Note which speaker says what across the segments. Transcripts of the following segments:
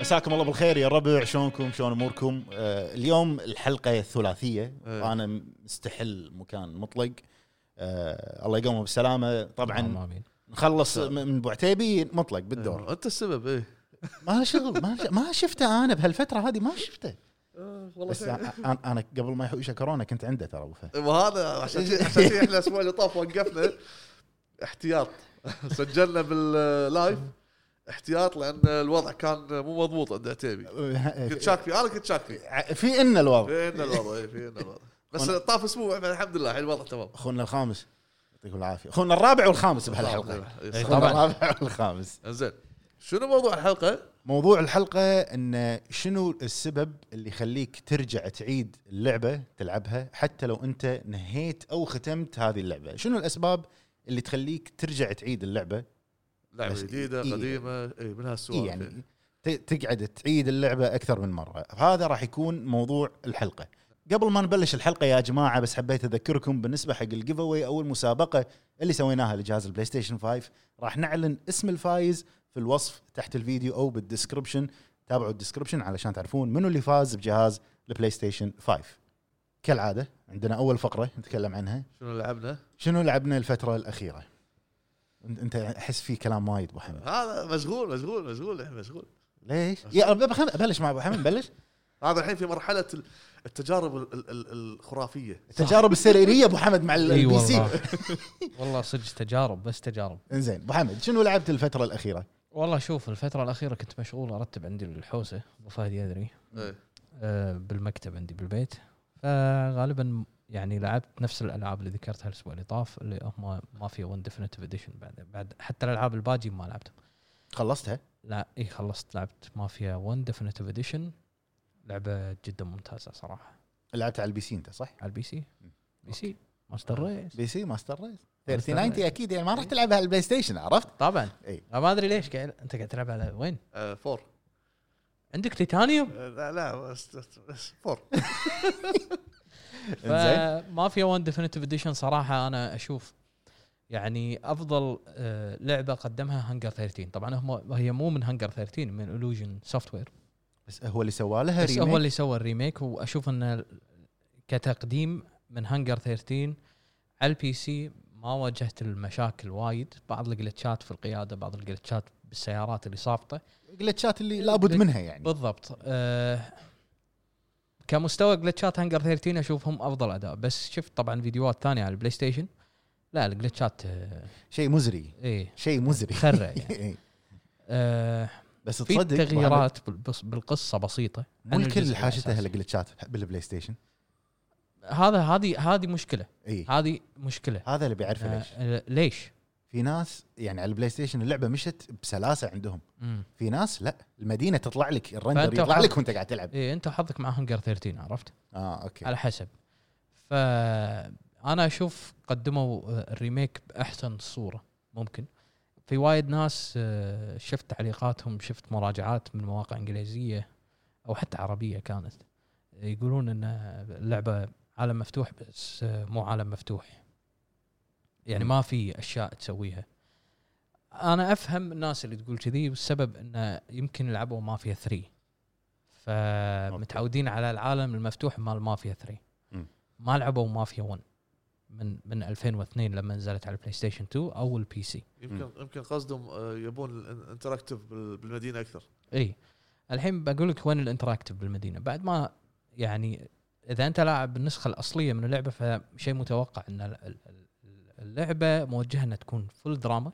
Speaker 1: مساكم الله بالخير يا ربع شلونكم شلون اموركم آه اليوم الحلقه الثلاثيه
Speaker 2: إيه.
Speaker 1: انا مستحل مكان مطلق آه الله يقومه بالسلامه طبعا
Speaker 3: طبعا
Speaker 1: نخلص م- من ابو عتيبي مطلق بالدور
Speaker 2: انت السبب ايه
Speaker 1: ما له شغل ما له ش- ما شفته انا بهالفتره هذه ما شفته
Speaker 2: إيه، والله
Speaker 1: بس أ- أ- انا قبل ما يحوشه كورونا كنت عنده ترى ابو فهد
Speaker 2: وهذا عشان شي- عشان شي احنا الاسبوع اللي طاف وقفنا احتياط سجلنا باللايف احتياط لان الوضع كان مو مضبوط عند عتيبي كنت شاك فيه انا كنت شاك فيه
Speaker 1: إيه، ع- في ان الوضع
Speaker 2: فينا الوضع إيه، فينا الوضع بس طاف اسبوع بعد الحمد لله الحين الوضع تمام
Speaker 1: اخونا الخامس يعطيكم العافيه اخونا الرابع والخامس بهالحلقه
Speaker 2: إيه،
Speaker 1: طبعا
Speaker 3: طبعاً.
Speaker 1: الرابع والخامس
Speaker 2: زين شنو موضوع الحلقه؟
Speaker 1: موضوع الحلقة ان شنو السبب اللي يخليك ترجع تعيد اللعبة تلعبها حتى لو انت نهيت او ختمت هذه اللعبة، شنو الاسباب اللي تخليك ترجع تعيد اللعبة؟
Speaker 2: لعبه
Speaker 1: بس
Speaker 2: جديده
Speaker 1: إيه.
Speaker 2: قديمه اي من هالسوالف
Speaker 1: إيه
Speaker 2: يعني
Speaker 1: يعني ت- تقعد تعيد اللعبة اكثر من مرة، هذا راح يكون موضوع الحلقة. قبل ما نبلش الحلقة يا جماعة بس حبيت اذكركم بالنسبة حق الجيف اواي او المسابقة اللي سويناها لجهاز البلاي ستيشن 5 راح نعلن اسم الفايز في الوصف تحت الفيديو او بالدسكربشن تابعوا الدسكربشن علشان تعرفون منو اللي فاز بجهاز البلاي ستيشن 5 كالعاده عندنا اول فقره نتكلم عنها
Speaker 2: شنو لعبنا؟
Speaker 1: شنو لعبنا الفتره الاخيره أنت- انت احس في كلام وايد ابو حمد
Speaker 2: هذا مشغول مشغول مشغول إحنا مشغول
Speaker 1: ليش يا أب- بخ- بلش مع ابو حمد بلش
Speaker 2: هذا الحين في مرحله ال- التجارب ال- ال- ال- الخرافيه
Speaker 1: التجارب السريريه ابو حمد مع
Speaker 3: اي
Speaker 1: البي سي
Speaker 3: والله والله صدق تجارب بس تجارب
Speaker 1: انزين ابو حمد شنو لعبت الفتره الاخيره
Speaker 3: والله شوف الفترة الأخيرة كنت مشغول أرتب عندي الحوسة أبو فهد يدري
Speaker 2: إيه.
Speaker 3: آه، بالمكتب عندي بالبيت فغالبا يعني لعبت نفس الألعاب اللي ذكرتها الأسبوع اللي طاف اللي هم ما في ون ديفينيتيف اديشن بعد بعد حتى الألعاب الباجي ما لعبتهم
Speaker 1: خلصتها
Speaker 3: لا اي خلصت لعبت ما فيها ون ديفينيتيف اديشن لعبة جدا ممتازة صراحة
Speaker 1: لعبت على البي سي انت صح
Speaker 3: على البي سي بي سي ماستر
Speaker 1: أوكي. آه.
Speaker 3: ريس
Speaker 1: بي سي ماستر ريس
Speaker 3: ماستر
Speaker 1: 3090
Speaker 3: ريس.
Speaker 1: اكيد يعني ما راح تلعبها على البلاي ستيشن عرفت
Speaker 3: طبعا
Speaker 1: إي.
Speaker 3: أنا ما ادري ليش قاعد انت قاعد تلعب على وين؟
Speaker 2: آه، فور
Speaker 3: عندك تيتانيوم
Speaker 2: آه، لا لا بس- بس- بس فور
Speaker 1: انزين
Speaker 3: فما في وان ديفينيتيف اديشن صراحه انا اشوف يعني افضل آه، لعبه قدمها هانجر 13 طبعا هم هي مو من هانجر 13 من الوجن سوفت وير
Speaker 1: بس هو اللي سوى لها
Speaker 3: بس هو
Speaker 1: ريميك
Speaker 3: اللي سوى الريميك واشوف انه كتقديم من هانجر 13 على البي سي ما واجهت المشاكل وايد بعض الجلتشات في القياده بعض الجلتشات بالسيارات اللي صابطه
Speaker 1: الجلتشات اللي لابد منها يعني
Speaker 3: بالضبط آه كمستوى جلتشات هانجر 13 اشوفهم افضل اداء بس شفت طبعا فيديوهات ثانيه على البلاي ستيشن لا الجلتشات آه
Speaker 1: شيء مزري
Speaker 3: ايه
Speaker 1: شيء مزري
Speaker 3: خرع يعني
Speaker 1: إيه.
Speaker 3: آه
Speaker 1: بس
Speaker 3: في
Speaker 1: تصدق
Speaker 3: تغييرات بال- بس- بالقصه بسيطه
Speaker 1: مو
Speaker 3: عن
Speaker 1: الكل
Speaker 3: الجزء
Speaker 1: حاشتها
Speaker 3: الأساسي.
Speaker 1: الجلتشات بالبلاي ستيشن
Speaker 3: هذا هذه هذه مشكله
Speaker 1: اي
Speaker 3: هذه مشكله
Speaker 1: هذا اللي بيعرف
Speaker 3: آه
Speaker 1: ليش
Speaker 3: آه، ليش؟
Speaker 1: في ناس يعني على البلاي ستيشن اللعبه مشت بسلاسه عندهم
Speaker 3: مم.
Speaker 1: في ناس لا المدينه تطلع لك الرندر
Speaker 3: فأنت
Speaker 1: يطلع
Speaker 3: وحظ-
Speaker 1: لك وانت قاعد تلعب
Speaker 3: إيه انت حظك مع هانجر 13 عرفت؟
Speaker 1: اه اوكي
Speaker 3: على حسب فانا اشوف قدموا آه، الريميك باحسن صوره ممكن في وايد ناس آه، شفت تعليقاتهم شفت مراجعات من مواقع انجليزيه او حتى عربيه كانت يقولون ان اللعبه عالم مفتوح بس آه، مو عالم مفتوح يعني ما في اشياء تسويها انا افهم الناس اللي تقول كذي والسبب انه يمكن لعبوا مافيا 3 فمتعودين على العالم المفتوح مال مافيا 3
Speaker 1: مم.
Speaker 3: ما لعبوا مافيا 1 من من 2002 لما نزلت على البلاي ستيشن 2 او البي سي
Speaker 2: يمكن يمكن قصدهم آه، يبون الانتراكتيف بالمدينه اكثر
Speaker 3: اي إيه. الحين بقول لك وين الانتراكتيف بالمدينه بعد ما يعني اذا انت لاعب النسخه الاصليه من اللعبه فشيء متوقع ان ال- ال- ال- اللعبه موجهه انها تكون فل دراما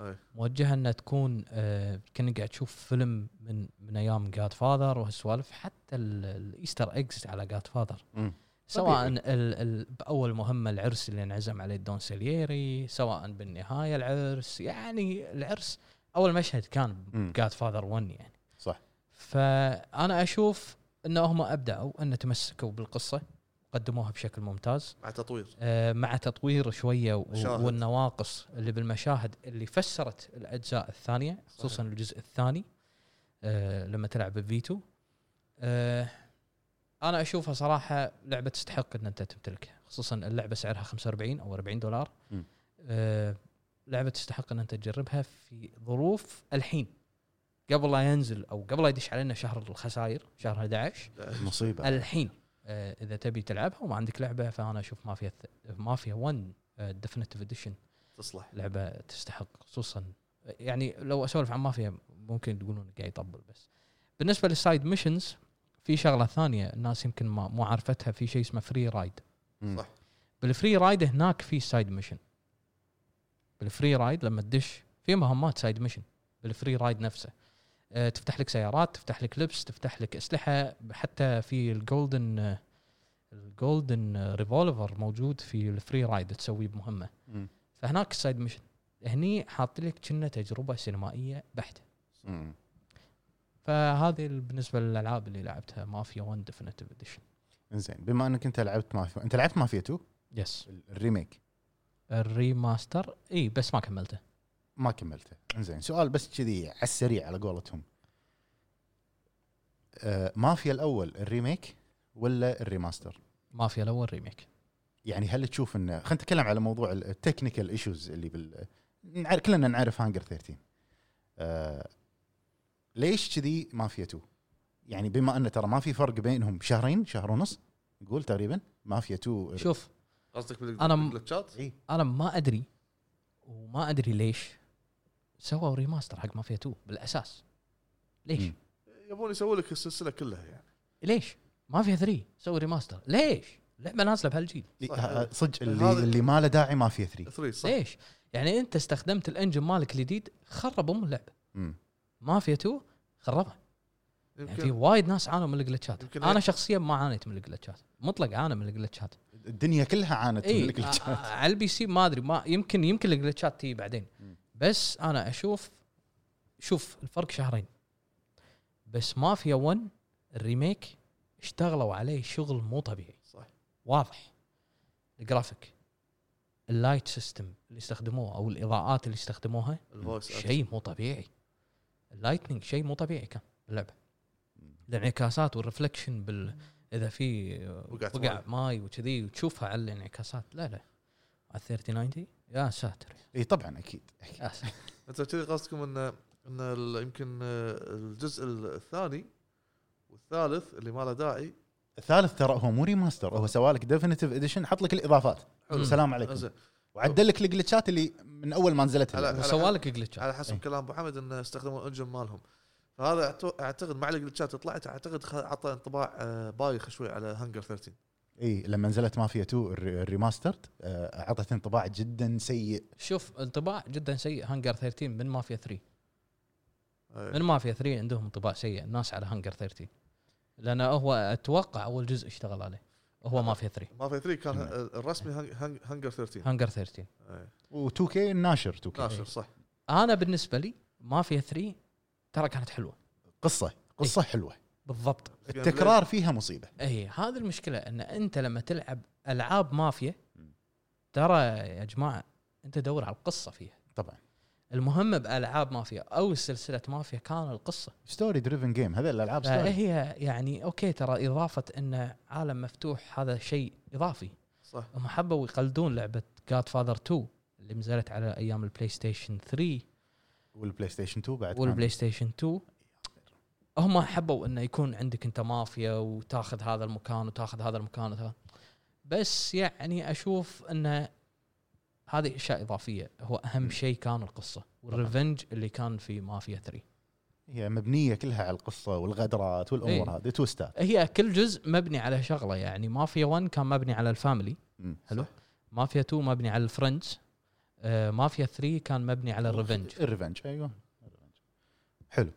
Speaker 2: إيه.
Speaker 3: موجهه انها تكون آه كأنك قاعد تشوف فيلم من من ايام جاد فاذر وهالسوالف حتى ال- الايستر ايجز على جاد فاذر
Speaker 1: مم.
Speaker 3: سواء ال ال باول مهمه العرس اللي انعزم عليه دون سيليري سواء بالنهايه العرس يعني العرس اول مشهد كان
Speaker 1: مم.
Speaker 3: جاد فاذر 1 يعني
Speaker 1: صح.
Speaker 3: فانا اشوف ان هم ابدعوا ان تمسكوا بالقصه قدموها بشكل ممتاز
Speaker 2: مع تطوير
Speaker 3: آه، مع تطوير شويه و-
Speaker 2: مشاهد.
Speaker 3: والنواقص اللي بالمشاهد اللي فسرت الاجزاء الثانيه خصوصا
Speaker 2: صحيح.
Speaker 3: الجزء الثاني آه، لما تلعب بفيتو آه، انا اشوفها صراحه لعبه تستحق ان انت تمتلكها خصوصا اللعبه سعرها 45 او 40 دولار
Speaker 1: مم.
Speaker 3: آه، لعبه تستحق ان انت تجربها في ظروف الحين قبل لا ينزل او قبل لا يدش علينا شهر الخسائر شهر 11
Speaker 1: مصيبه
Speaker 3: الحين آه، اذا تبي تلعبها وما عندك لعبه فانا اشوف مافيا الث- مافيا 1 ديفينيتيف اديشن
Speaker 2: تصلح
Speaker 3: لعبه تستحق خصوصا يعني لو اسولف عن مافيا ممكن تقولون قاعد يطبل بس بالنسبه للسايد ميشنز في شغله ثانيه الناس يمكن ما مو عارفتها في شيء اسمه فري رايد
Speaker 1: مم.
Speaker 2: صح.
Speaker 3: بالفري رايد هناك في سايد ميشن بالفري رايد لما تدش في مهمات سايد ميشن بالفري رايد نفسه أه تفتح لك سيارات تفتح لك لبس تفتح لك اسلحه حتى في آه، الجولدن الجولدن ريفولفر موجود في الفري رايد تسويه بمهمه
Speaker 1: مم.
Speaker 3: فهناك السايد ميشن هني حاط لك كنا تجربه سينمائيه بحته
Speaker 1: مم.
Speaker 3: فهذه ال- بالنسبه للالعاب اللي لعبتها مافيا 1 ديفينيتيف اديشن
Speaker 1: انزين بما انك انت لعبت مافيا انت لعبت مافيا 2
Speaker 3: يس
Speaker 1: الريميك
Speaker 3: الريماستر اي بس ما كملته
Speaker 1: ما كملته انزين سؤال بس كذي على السريع على قولتهم آه مافيا الاول الريميك ولا الريماستر
Speaker 3: مافيا الاول ريميك
Speaker 1: يعني هل تشوف انه خلينا نتكلم على موضوع التكنيكال ايشوز اللي بال نعرف كلنا نعرف هانجر 13 آه ليش كذي مافيا 2 يعني بما انه ترى ما في فرق بينهم شهرين شهر ونص نقول تقريبا مافيا 2
Speaker 3: شوف
Speaker 2: قصدك
Speaker 3: أنا م-
Speaker 2: بالجلتشات؟
Speaker 1: اي
Speaker 3: انا ما ادري وما ادري ليش سووا ريماستر حق مافيا 2 بالاساس ليش؟
Speaker 1: مم.
Speaker 2: يبون يسوي لك السلسله كلها يعني
Speaker 3: ليش؟ مافيا 3 سوي ريماستر ليش؟ لعبه نازله بهالجيل
Speaker 2: صح.
Speaker 1: آه، صدق اللي
Speaker 2: هذا-
Speaker 1: اللي ما له داعي مافيا 3
Speaker 2: 3 صح
Speaker 3: ليش؟ يعني انت استخدمت الانجن مالك الجديد خرب ام اللعبه
Speaker 1: مم.
Speaker 3: مافيا 2 خربها يعني في
Speaker 2: يمكن
Speaker 3: وايد ناس عانوا من الجلتشات
Speaker 2: يمكن
Speaker 3: انا
Speaker 2: هي-
Speaker 3: شخصيا ما عانيت من الجلتشات مطلق عانى من الجلتشات
Speaker 1: الدنيا كلها عانت من
Speaker 3: اي
Speaker 1: الجلتشات.
Speaker 3: آه، على البي سي ما ادري ما يمكن يمكن الجلتشات تيجي بعدين
Speaker 1: مم.
Speaker 3: بس انا اشوف شوف الفرق شهرين بس مافيا 1 الريميك اشتغلوا عليه شغل مو طبيعي
Speaker 2: صح
Speaker 3: واضح الجرافيك اللايت سيستم اللي استخدموه او الاضاءات اللي استخدموها
Speaker 2: الفويس أكت.
Speaker 3: شيء مو طبيعي اللايتنينج شيء مو طبيعي كان باللعبه الانعكاسات والرفلكشن بال اذا في
Speaker 2: وقعت
Speaker 3: وقع ماي وكذي وتشوفها على الانعكاسات لا لا على 3090 يا ساتر
Speaker 1: اي طبعا اكيد
Speaker 3: يا ساتر
Speaker 2: انت كذي قصدكم ان ان ال- يمكن آه، الجزء الثاني والثالث اللي ما له داعي
Speaker 1: الثالث ترى هو مو ريماستر هو سوالك ديفينيتيف اديشن حط لك الاضافات
Speaker 3: حلو.
Speaker 1: سلام عليكم
Speaker 2: زين.
Speaker 1: وعدل لك الجلتشات اللي من اول ما نزلت
Speaker 2: هلا.
Speaker 1: اللعبة.
Speaker 3: وسوالك جلتش
Speaker 2: على حسب كلام ابو حمد انه استخدموا الانجن مالهم فهذا أعت- اعتقد مع الجلتشات اللي طلعت اعتقد خ- عطى انطباع آه، بايخ شوي على هانجر 13
Speaker 1: اي لما نزلت مافيا 2 الري- الريماسترد آه، اعطت انطباع جدا سيء
Speaker 3: شوف انطباع جدا سيء هانجر 13 من مافيا 3
Speaker 2: آه،
Speaker 3: من مافيا 3 عندهم انطباع سيء الناس على هانجر 13 لان هو اتوقع اول جزء اشتغل عليه هو مافيا 3
Speaker 2: مافيا 3 كان
Speaker 1: نعم.
Speaker 2: آه، الرسمي هانج- هانج- هانجر 13
Speaker 3: هانجر 13
Speaker 2: آه،
Speaker 1: و2 كي الناشر 2 كي
Speaker 2: ناشر صح
Speaker 3: انا بالنسبه لي مافيا 3 ترى كانت حلوه
Speaker 1: قصه قصه حلوه
Speaker 3: يعني بالضبط
Speaker 1: التكرار فيها مصيبه
Speaker 3: اي إيه، هذه المشكله ان انت لما تلعب العاب مافيا ترى يا جماعه انت دور على القصه فيها
Speaker 1: طبعا
Speaker 3: المهم بالعاب مافيا او سلسله مافيا كان القصه
Speaker 1: ستوري دريفن جيم هذا الالعاب
Speaker 3: آه،
Speaker 1: ستوري
Speaker 3: فهي يعني اوكي ترى اضافه ان عالم مفتوح هذا شيء اضافي
Speaker 2: صح
Speaker 3: هم حبوا يقلدون لعبه جاد فاذر 2 اللي نزلت على ايام البلاي ستيشن 3
Speaker 1: والبلاي ستيشن 2 بعد
Speaker 3: والبلاي ستيشن 2 هم حبوا انه يكون عندك انت مافيا وتاخذ هذا المكان وتاخذ هذا المكان وتاخذ بس يعني اشوف انه هذه اشياء اضافيه هو اهم شيء كان القصه والريفنج اللي كان في مافيا 3
Speaker 1: كان- هي مبنيه كلها على القصه والغدرات والامور
Speaker 3: إي.
Speaker 1: هذه توستات
Speaker 3: هي كل جزء مبني على شغله يعني مافيا 1 كان مبني على الفاميلي
Speaker 1: مم.
Speaker 3: حلو مافيا 2 مبني على الفرندز آه مافيا 3 كان مبني على الريفنج
Speaker 1: الريفنج ايوه الريفنج. حلو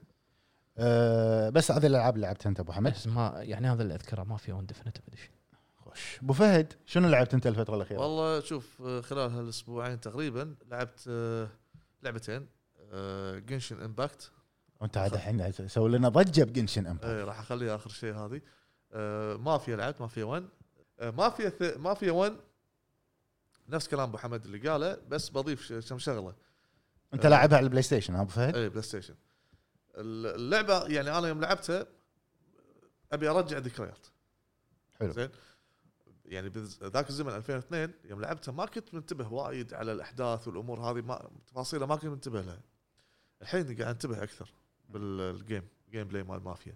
Speaker 1: أه بس هذه الالعاب اللي لعبتها انت ابو حمد
Speaker 3: بس ما يعني هذا اللي اذكره مافيا 1 ديفينيتيف اديشن
Speaker 1: خوش ابو فهد شنو لعبت انت الفتره الاخيره؟
Speaker 2: والله شوف آه، خلال هالاسبوعين تقريبا لعبت آه، لعبتين آه، جنشن امباكت
Speaker 1: وانت عاد الحين سوي لنا ضجه بجنشن
Speaker 3: آه،
Speaker 1: امباكت
Speaker 2: اي آه، راح اخليها اخر شيء هذه آه، مافيا لعبت مافيا 1 آه، مافيا ث- مافيا 1 نفس كلام ابو حمد اللي قاله بس بضيف ش- كم شغله
Speaker 1: انت لاعبها على البلاي ستيشن ها ابو فهد؟
Speaker 2: اي إيه، بلاي ستيشن ال- اللعبه يعني انا يوم لعبتها ابي ارجع ذكريات
Speaker 1: حلو.
Speaker 2: زين يعني بذ- ذاك الزمن 2002 يوم لعبتها ما كنت منتبه وايد على الاحداث والامور هذه ما تفاصيلها ما كنت منتبه لها الحين قاعد انتبه اكثر بالجيم جيم بلاي مال مافيا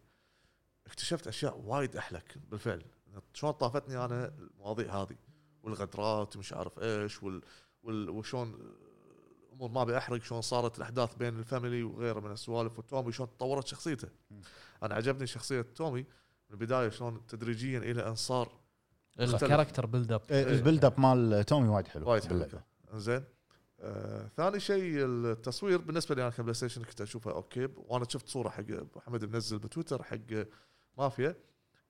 Speaker 2: اكتشفت اشياء وايد احلك بالفعل شلون طافتني انا المواضيع هذه والغدرات ومش عارف ايش وال وال وشلون امور ما ابي احرق شلون صارت الاحداث بين الفاميلي وغيره من السوالف وتومي شلون تطورت شخصيته
Speaker 1: مم.
Speaker 2: انا عجبني شخصيه تومي من البدايه شلون تدريجيا الى ان صار مختلف.
Speaker 3: الكاركتر بيلد اب
Speaker 1: إيه، البيلد اب مال تومي وايد حلو
Speaker 2: وايد حلو
Speaker 1: باللعبة.
Speaker 2: كان. زين آه ثاني شيء التصوير بالنسبه لي انا كبلاي ستيشن كنت اشوفه اوكي وانا شفت صوره حق ابو حمد منزل بتويتر حق مافيا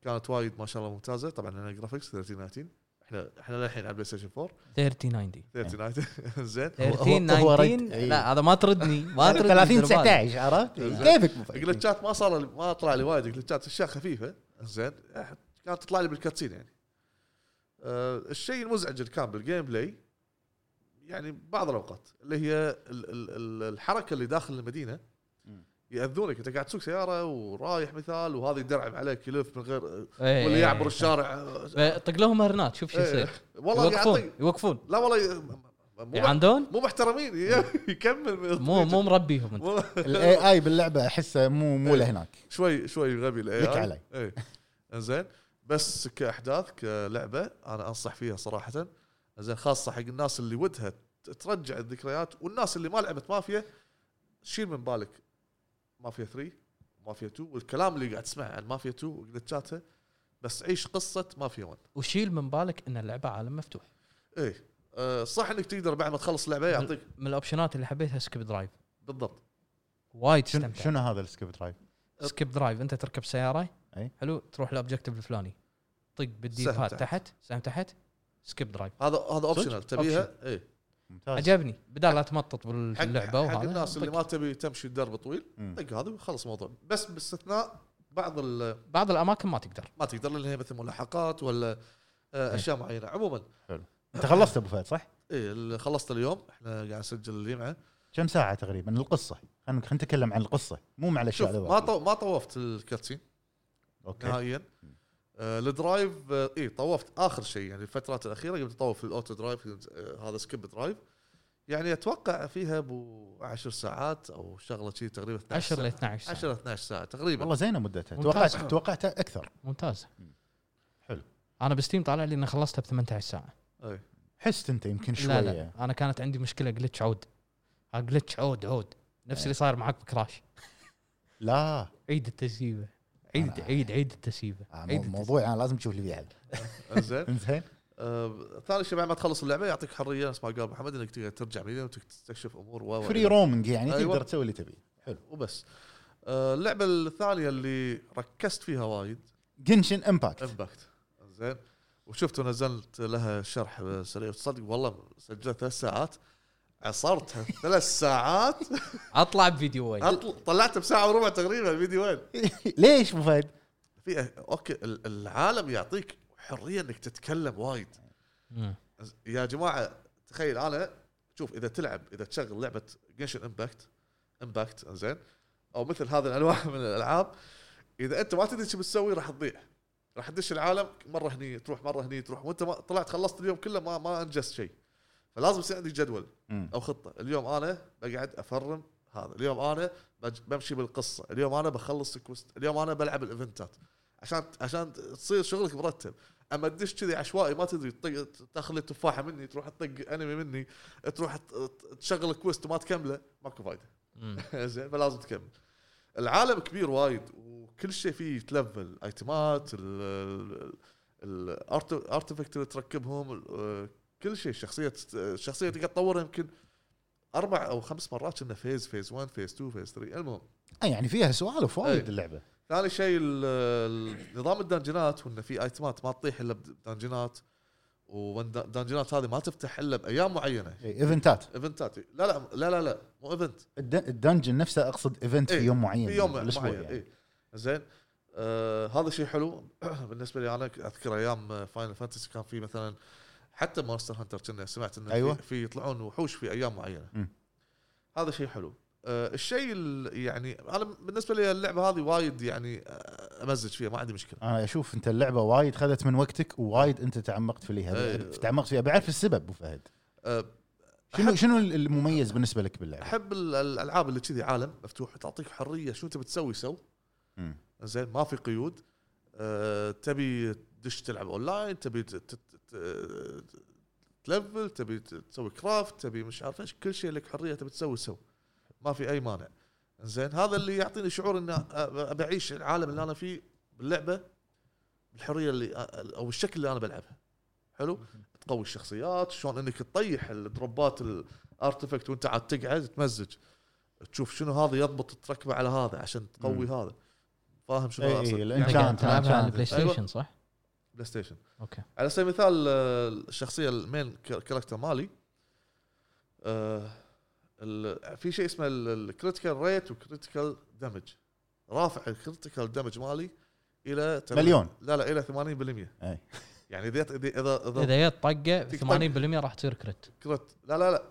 Speaker 2: كانت وايد ما شاء الله ممتازه طبعا انا جرافيكس 3090 احنا احنا للحين على بلاي ستيشن 4
Speaker 3: إيه. 3090
Speaker 2: 3090 زين
Speaker 1: هو-
Speaker 3: 30
Speaker 1: هو رد-
Speaker 3: 19
Speaker 1: إيه.
Speaker 3: لا هذا ما تردني ما تردني
Speaker 1: 30
Speaker 3: بالبال.
Speaker 1: 19 عرفت؟
Speaker 2: زين.
Speaker 1: إيه. كيفك مو فايق.
Speaker 2: جلتشات ما صار لي- ما طلع لي وايد جلتشات اشياء خفيفه زين كانت تطلع لي بالكاتسين يعني أه الشيء المزعج اللي كان بالجيم بلاي يعني بعض الاوقات اللي هي ال- ال- ال- الحركه اللي داخل المدينه
Speaker 1: مم.
Speaker 2: ياذونك انت قاعد تسوق سياره ورايح مثال وهذا يدرعم عليك يلف من غير
Speaker 3: إيه.
Speaker 2: ولا يعبر الشارع أه،
Speaker 3: إيه. طق لهم هرنات شوف شو
Speaker 2: إيه.
Speaker 3: يصير
Speaker 2: والله قاعد
Speaker 3: يوقفون
Speaker 2: أطق-
Speaker 3: يوقفون
Speaker 2: لا والله مو,
Speaker 3: يعاندون
Speaker 2: مو محترمين يكمل
Speaker 3: مو مو مربيهم انت
Speaker 2: مو-
Speaker 1: الاي اي باللعبه احسه مو مو لهناك
Speaker 2: شوي شوي غبي الاي
Speaker 1: لك علي.
Speaker 2: اي انزين إيه. بس كاحداث كلعبه انا انصح فيها صراحه زين خاصه حق الناس اللي ودها ت- ترجع الذكريات والناس اللي ما لعبت مافيا شيل من بالك مافيا 3 مافيا 2 والكلام اللي قاعد تسمعه عن مافيا 2 وجلتشاتها بس عيش قصه مافيا 1
Speaker 3: وشيل من بالك ان اللعبه عالم مفتوح
Speaker 2: اي أه صح انك تقدر بعد ما تخلص لعبه يعطيك
Speaker 3: من الاوبشنات اللي حبيتها سكيب درايف
Speaker 2: بالضبط
Speaker 3: وايد
Speaker 1: شنو
Speaker 3: استمتع
Speaker 1: شنو هذا السكيب درايف؟
Speaker 3: سكيب درايف انت تركب سياره
Speaker 1: أي.
Speaker 3: حلو تروح الاوبجيكتيف الفلاني طق
Speaker 2: إيه. سهم
Speaker 3: بالديفات
Speaker 2: تحت.
Speaker 3: تحت سهم تحت سكيب درايف
Speaker 2: هذا هذا اوبشنال تبيها اي
Speaker 1: ممتاز
Speaker 3: عجبني بدال لا تمطط
Speaker 2: حق
Speaker 3: باللعبه
Speaker 2: حق
Speaker 3: وهذا
Speaker 2: الناس اللي
Speaker 3: طق.
Speaker 2: ما تبي تمشي الدرب طويل
Speaker 1: مم.
Speaker 2: طق هذا وخلص الموضوع بس باستثناء بعض ال-
Speaker 3: بعض الاماكن ما تقدر
Speaker 2: ما تقدر لان هي مثل ملاحقات ولا آه، اشياء معينه عموما
Speaker 1: انت خلصت ابو فهد صح؟
Speaker 2: اي اللي آه، إيه، خلصت اليوم احنا قاعد نسجل الجمعه
Speaker 1: كم ساعه تقريبا القصه؟ خلينا خلينا نتكلم عن القصه مو مع
Speaker 2: شوف
Speaker 1: الاشياء
Speaker 2: ما
Speaker 1: الإضافية.
Speaker 2: طو... ما طوفت الكاتسين
Speaker 1: اوكي
Speaker 2: نهائيا آه، الدرايف آه، اي طوفت اخر شيء يعني الفترات الاخيره قمت اطوف الاوتو درايف آه، هذا سكيب درايف يعني اتوقع فيها ابو 10 ساعات او شغله شيء تقريبا 12
Speaker 3: 10
Speaker 2: ساعة.
Speaker 3: ل 12 ساعة.
Speaker 2: 10 12 ساعه تقريبا
Speaker 1: والله زينه مدتها
Speaker 3: ممتاز.
Speaker 1: توقعت توقعت اكثر
Speaker 3: ممتاز
Speaker 1: حلو.
Speaker 3: انا بستيم طالع لي اني خلصتها ب 18 ساعه
Speaker 2: إي.
Speaker 1: حست انت يمكن شويه
Speaker 3: لا لا انا كانت عندي مشكله جلتش عود جلتش عود عود نفس
Speaker 1: إيه.
Speaker 3: اللي صاير معك بكراش
Speaker 1: لا
Speaker 3: عيد التسييبه عيد عيد عيد التسييبه
Speaker 1: آه،
Speaker 3: عيد
Speaker 1: مو- موضوع انا لازم تشوف لي فيه حل
Speaker 2: زين
Speaker 1: زين
Speaker 2: آه، ثاني شيء بعد ما تخلص اللعبه يعطيك حريه نفس ما قال محمد انك تقدر ترجع بعدين وتكتشف امور و و-
Speaker 1: فري رومنج يعني
Speaker 2: أيوة.
Speaker 1: تقدر تسوي اللي تبيه حلو
Speaker 2: وبس آه، اللعبه الثانيه اللي ركزت فيها وايد
Speaker 1: جنشن امباكت
Speaker 2: امباكت زين وشفت ونزلت لها شرح سريع تصدق والله سجلت ثلاث ساعات عصرتها ثلاث ساعات
Speaker 3: التسييبة. اطلع بفيديو وايد
Speaker 2: أطل- طلعتها بساعه وربع تقريبا الفيديو وين
Speaker 1: ليش ابو فهد؟
Speaker 2: في اوكي ال- العالم يعطيك حريه انك تتكلم وايد
Speaker 3: مم.
Speaker 2: يا جماعه تخيل انا شوف اذا تلعب اذا تشغل لعبه جنشن امباكت امباكت زين او مثل هذا الانواع من الالعاب اذا انت ما تدري شو بتسوي راح تضيع راح تدش العالم مره هني تروح مره هني تروح وانت ما طلعت خلصت اليوم كله ما ما انجزت شيء فلازم يصير عندي جدول
Speaker 1: مم.
Speaker 2: او خطه اليوم انا بقعد افرم هذا اليوم انا بج- بمشي بالقصه اليوم انا بخلص الكوست اليوم انا بلعب الايفنتات عشان عشان تصير شغلك مرتب اما تدش كذي عشوائي ما تدري تطق تاخذ لي تفاحه مني تروح تطق انمي مني تروح ت- ت- تشغل كويست وما تكمله ماكو فايده
Speaker 3: مم.
Speaker 2: زين فلازم تكمل العالم كبير وايد وكل شيء فيه تلفل ايتمات الارتفكت اللي تركبهم ال- آه، كل شيء شخصيه الشخصيه تقدر تطورها يمكن اربع او خمس مرات كنا فيز فيز 1 فيز 2 فيز 3 المهم
Speaker 1: آه، يعني فيها سوالف وايد
Speaker 2: أي.
Speaker 1: اللعبه
Speaker 2: ثاني شيء ال- ال- نظام الدنجنات وانه في ايتمات ما تطيح الا بدنجنات والدنجنات هذه ما تفتح الا بايام معينه
Speaker 1: إيه، ايفنتات
Speaker 2: ايفنتات لا لا لا لا, لا مو ايفنت
Speaker 1: الد- الدنجن نفسه اقصد ايفنت في
Speaker 2: إيه،
Speaker 1: يوم معين
Speaker 2: في يوم
Speaker 1: بالأسبوع
Speaker 2: معين
Speaker 1: يعني.
Speaker 2: يعني. زين آه هذا شيء حلو بالنسبه لي انا اذكر ايام فاينل فانتسي آه، كان في مثلا حتى مونستر هانتر كنا سمعت انه
Speaker 1: أيوة.
Speaker 2: في, في يطلعون وحوش في ايام معينه
Speaker 1: مم.
Speaker 2: هذا شيء حلو آه الشيء ال- يعني انا بالنسبه لي اللعبه هذه وايد يعني آه، امزج فيها ما عندي مشكله
Speaker 1: انا اشوف انت اللعبه وايد خذت من وقتك ووايد انت تعمقت فيها
Speaker 2: أي.
Speaker 1: تعمقت فيها بعرف السبب ابو فهد
Speaker 2: آه
Speaker 1: شنو شنو المميز بالنسبه لك باللعبه؟
Speaker 2: احب يعني ال- الالعاب اللي كذي عالم مفتوح تعطيك حريه شو تبي تسوي سو
Speaker 1: مم.
Speaker 2: زين ما في قيود أه تبي تدش تلعب اونلاين تبي ت- ت- ت- تلفل تبي ت- تسوي كرافت تبي مش عارف ايش كل شيء لك حريه تبي تسوي سو ما في اي مانع زين هذا اللي يعطيني شعور ان أ- ابي اعيش العالم اللي انا فيه باللعبه بالحريه اللي او الشكل اللي انا بلعبها حلو تقوي الشخصيات شلون انك تطيح الدروبات الارتفكت وانت عاد تقعد تمزج تشوف شنو هذا يضبط تركبه على هذا عشان تقوي
Speaker 1: مم. إيه،
Speaker 2: هذا فاهم شنو
Speaker 1: إي
Speaker 2: أقصد؟
Speaker 1: إي،
Speaker 2: يعني
Speaker 1: إن كان-
Speaker 3: كانت تلعبها على
Speaker 1: كان.
Speaker 3: البلاي
Speaker 2: أيوة.
Speaker 3: ستيشن أيوة. صح؟
Speaker 2: بلاي ستيشن
Speaker 3: اوكي
Speaker 2: على سبيل المثال آه، الشخصيه المين كا- كاركتر مالي آه، ال- في شيء اسمه الكريتيكال ريت وكريتيكال دامج رافع الكريتيكال دامج مالي الى تم-
Speaker 1: مليون. إيه،
Speaker 2: لا لا الى 80%
Speaker 1: أي.
Speaker 2: يعني اذا اذا اذا, إذا
Speaker 3: اذا جت طقه
Speaker 2: تك-
Speaker 3: 80% راح تصير كريت
Speaker 2: كريت لا لا لا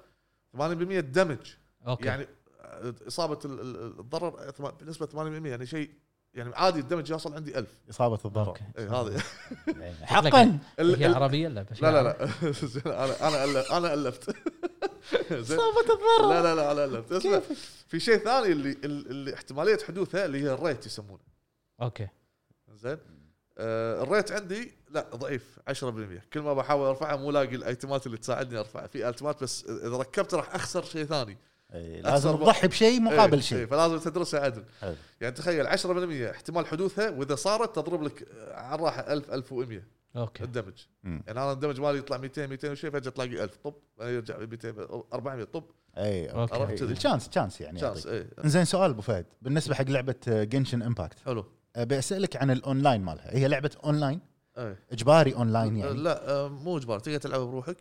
Speaker 2: 80% دمج
Speaker 3: اوكي
Speaker 2: يعني اصابه ال- ال- الضرر آه، ثم- بنسبه 80% يعني شيء يعني عادي الدمج يوصل عندي 1000
Speaker 1: اصابه الضرر
Speaker 3: اوكي
Speaker 2: اي هذا
Speaker 1: حقا
Speaker 2: ال-
Speaker 3: هي
Speaker 2: ال-
Speaker 3: عربيه لا بس
Speaker 2: لا لا لا زين، انا انا ألف- انا الفت زين.
Speaker 1: اصابه الضرر
Speaker 2: لا لا لا انا الفت اسمع في شيء ثاني اللي اللي اللي احتماليه حدوثه اللي هي الريت يسمونه
Speaker 3: اوكي
Speaker 2: زين آه الريت عندي لا ضعيف 10% كل ما بحاول ارفعه مو لاقي الايتمات اللي تساعدني ارفعه في ايتمات بس اذا ركبت راح اخسر شيء ثاني
Speaker 1: إي،
Speaker 2: أكثر
Speaker 1: إيه، لازم
Speaker 2: بق-
Speaker 1: تضحي بشيء مقابل
Speaker 2: إيه، إيه،
Speaker 1: شيء
Speaker 2: فلازم تدرسها عدل
Speaker 1: حلو.
Speaker 2: يعني تخيل 10% احتمال حدوثها واذا صارت تضرب لك آه، على الراحه 1000 1100
Speaker 3: اوكي
Speaker 2: الدمج
Speaker 1: مم.
Speaker 2: يعني انا الدمج مالي يطلع 200 200 وشي فجاه تلاقي 1000 طب يرجع 200 400 طب
Speaker 1: اي
Speaker 3: أوكي.
Speaker 2: عرفت كذي. إيه.
Speaker 1: تشانس تشانس يعني
Speaker 2: شانس
Speaker 1: يعطيك.
Speaker 2: اي
Speaker 1: زين سؤال ابو فهد بالنسبه حق لعبه جنشن امباكت
Speaker 2: حلو
Speaker 1: ابي اسالك أه، عن الاونلاين مالها هي لعبه اونلاين
Speaker 2: اي
Speaker 1: اجباري اونلاين
Speaker 2: آه،
Speaker 1: يعني
Speaker 2: لا آه، مو اجبار تقدر تلعبها بروحك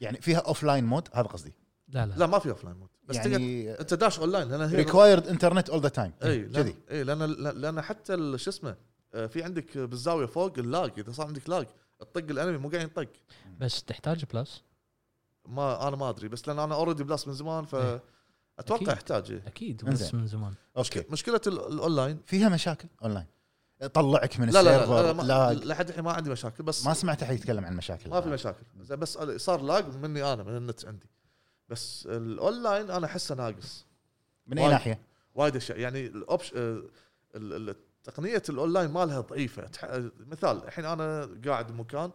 Speaker 1: يعني فيها اوفلاين مود هذا قصدي
Speaker 3: لا لا
Speaker 2: لا ما في اوف لاين مود بس تقدر
Speaker 1: يعني
Speaker 2: انت داش اون لاين لان هي
Speaker 1: ريكوايرد انترنت اول ذا تايم
Speaker 2: اي لأن-
Speaker 1: إيه، يعني كذي
Speaker 2: اي لان لأن- لان حتى ال- شو اسمه آه، في عندك بالزاويه فوق اللاج اذا صار عندك لاج تطق الانمي مو قاعد يطق
Speaker 3: بس تحتاج بلس
Speaker 2: ما انا ما ادري بس لان انا اوريدي بلاس من زمان ف
Speaker 1: إيه.
Speaker 3: أكيد.
Speaker 2: اتوقع احتاج إيه.
Speaker 3: اكيد
Speaker 1: إنزين.
Speaker 3: بس من زمان
Speaker 1: اوكي
Speaker 2: مشكله ال- الاونلاين
Speaker 1: فيها مشاكل اونلاين طلعك من
Speaker 2: لا لا
Speaker 1: السيرفر
Speaker 2: لا
Speaker 1: لا
Speaker 2: ما- لحد الحين ما عندي مشاكل بس
Speaker 1: يعني ما سمعت احد يتكلم عن مشاكل
Speaker 2: ما في مشاكل زين، بس صار لاج مني انا من النت عندي بس الاونلاين انا احسه ناقص
Speaker 1: من اي
Speaker 2: وايد.
Speaker 1: ناحيه
Speaker 2: وايد اشياء يعني الاوبش آه، ال- ال- تقنيه الاونلاين مالها ضعيفه تح- مثال الحين انا قاعد بمكان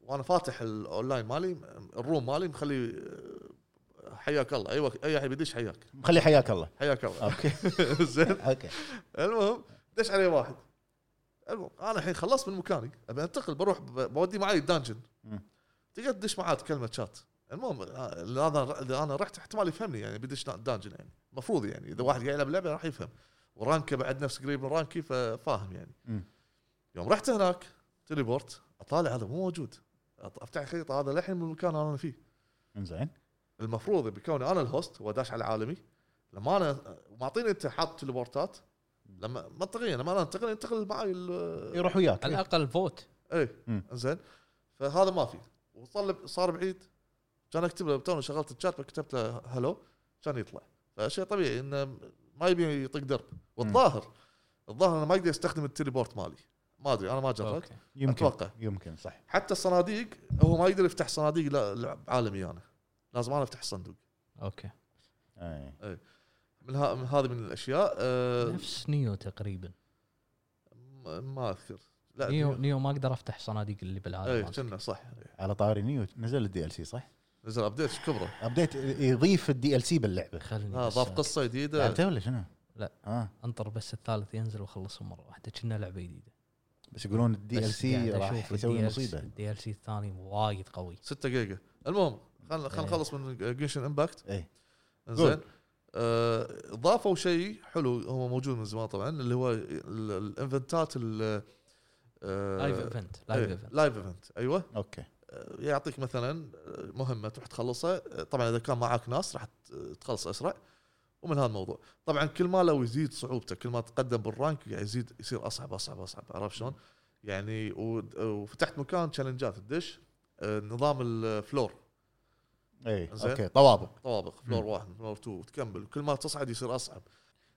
Speaker 2: وانا فاتح الاونلاين مالي الروم مالي مخلي آه، حياك الله اي وقت اي احد بيدش حياك
Speaker 1: خلي حياك الله
Speaker 2: حياك الله
Speaker 1: اوكي
Speaker 2: زين
Speaker 1: اوكي
Speaker 2: المهم دش علي واحد المهم انا الحين خلصت من مكاني ابي انتقل بروح ب- بودي معي الدانجن
Speaker 1: مم.
Speaker 2: تقدر تدش معاه تكلمه شات المهم آه، اذا انا اذا انا رحت احتمال يفهمني يعني بدش دانجن يعني المفروض يعني اذا واحد قاعد يلعب لعبه راح يفهم ورانكه بعد نفس قريب من رانكي ففاهم يعني
Speaker 1: مم.
Speaker 2: يوم رحت هناك تليبورت اطالع هذا مو موجود أط- افتح الخريطه هذا للحين من المكان اللي انا فيه
Speaker 1: زين
Speaker 2: المفروض بكوني انا الهوست وداش على عالمي لما انا معطيني انت حاط تليبورتات لما منطقيا لما انا انتقل ينتقل معي ال-
Speaker 1: يروح وياك
Speaker 3: على الاقل فوت
Speaker 2: ايه
Speaker 1: مم.
Speaker 2: زين فهذا ما في وصل صار بعيد كان اكتب له توني شغلت الشات فكتبت له هلو كان يطلع فشيء طبيعي انه ما يبي يطق درب والظاهر الظاهر انه ما يقدر يستخدم التليبورت مالي ما ادري انا ما جربت
Speaker 3: اوكي
Speaker 1: يمكن
Speaker 2: أتوقع.
Speaker 1: يمكن صح
Speaker 2: حتى الصناديق هو ما يقدر يفتح صناديق لا لعب عالمي انا لازم انا افتح الصندوق
Speaker 3: اوكي
Speaker 1: أي.
Speaker 2: من, ها من هذه من الاشياء أه
Speaker 3: نفس نيو تقريبا
Speaker 2: م- ما اذكر لا
Speaker 3: نيو نيو ما اقدر افتح صناديق اللي
Speaker 2: اي
Speaker 3: بالعالم
Speaker 2: كنا صح إيه.
Speaker 1: على طاري نيو نزل الدي ال سي صح؟
Speaker 2: نزل ابديت كبره
Speaker 1: ابديت يضيف الدي ال سي باللعبه
Speaker 3: خلني
Speaker 2: ها
Speaker 3: إيه، بس
Speaker 2: ضاف قصه جديده
Speaker 1: لعبته ولا شنو؟
Speaker 3: لا.
Speaker 1: اه
Speaker 3: انطر بس الثالث ينزل واخلصهم مره واحده كنا لعبه جديده
Speaker 1: بس يقولون الدي ال سي راح يسوي مصيبه
Speaker 3: الدي ال سي الثاني وايد قوي
Speaker 2: 6 جيجا المهم خلينا خلينا
Speaker 3: إيه.
Speaker 2: نخلص من جنشن امباكت
Speaker 1: اي
Speaker 2: زين آه، ضافوا شيء حلو هو موجود من زمان طبعا اللي هو ال- الايفنتات ال- آه،
Speaker 3: لايف ايفنت لايف
Speaker 2: إيه،
Speaker 3: ايفنت
Speaker 2: لايف ايفنت ايوه
Speaker 1: اوكي
Speaker 2: آه، يعطيك مثلا آه، مهمه تروح تخلصها آه، طبعا اذا كان معاك ناس راح ت- تخلص اسرع ومن هذا الموضوع طبعا كل ما لو يزيد صعوبته كل ما تقدم بالرانك قاعد يزيد يصير اصعب اصعب اصعب عرفت شلون؟ يعني ود- وفتحت مكان تشالنجات الدش آه، نظام الفلور
Speaker 1: اي
Speaker 2: زين.
Speaker 1: اوكي إيه، طوابق
Speaker 2: طوابق فلور واحد فلور 2 وتكمل وكل ما تصعد يصير اصعب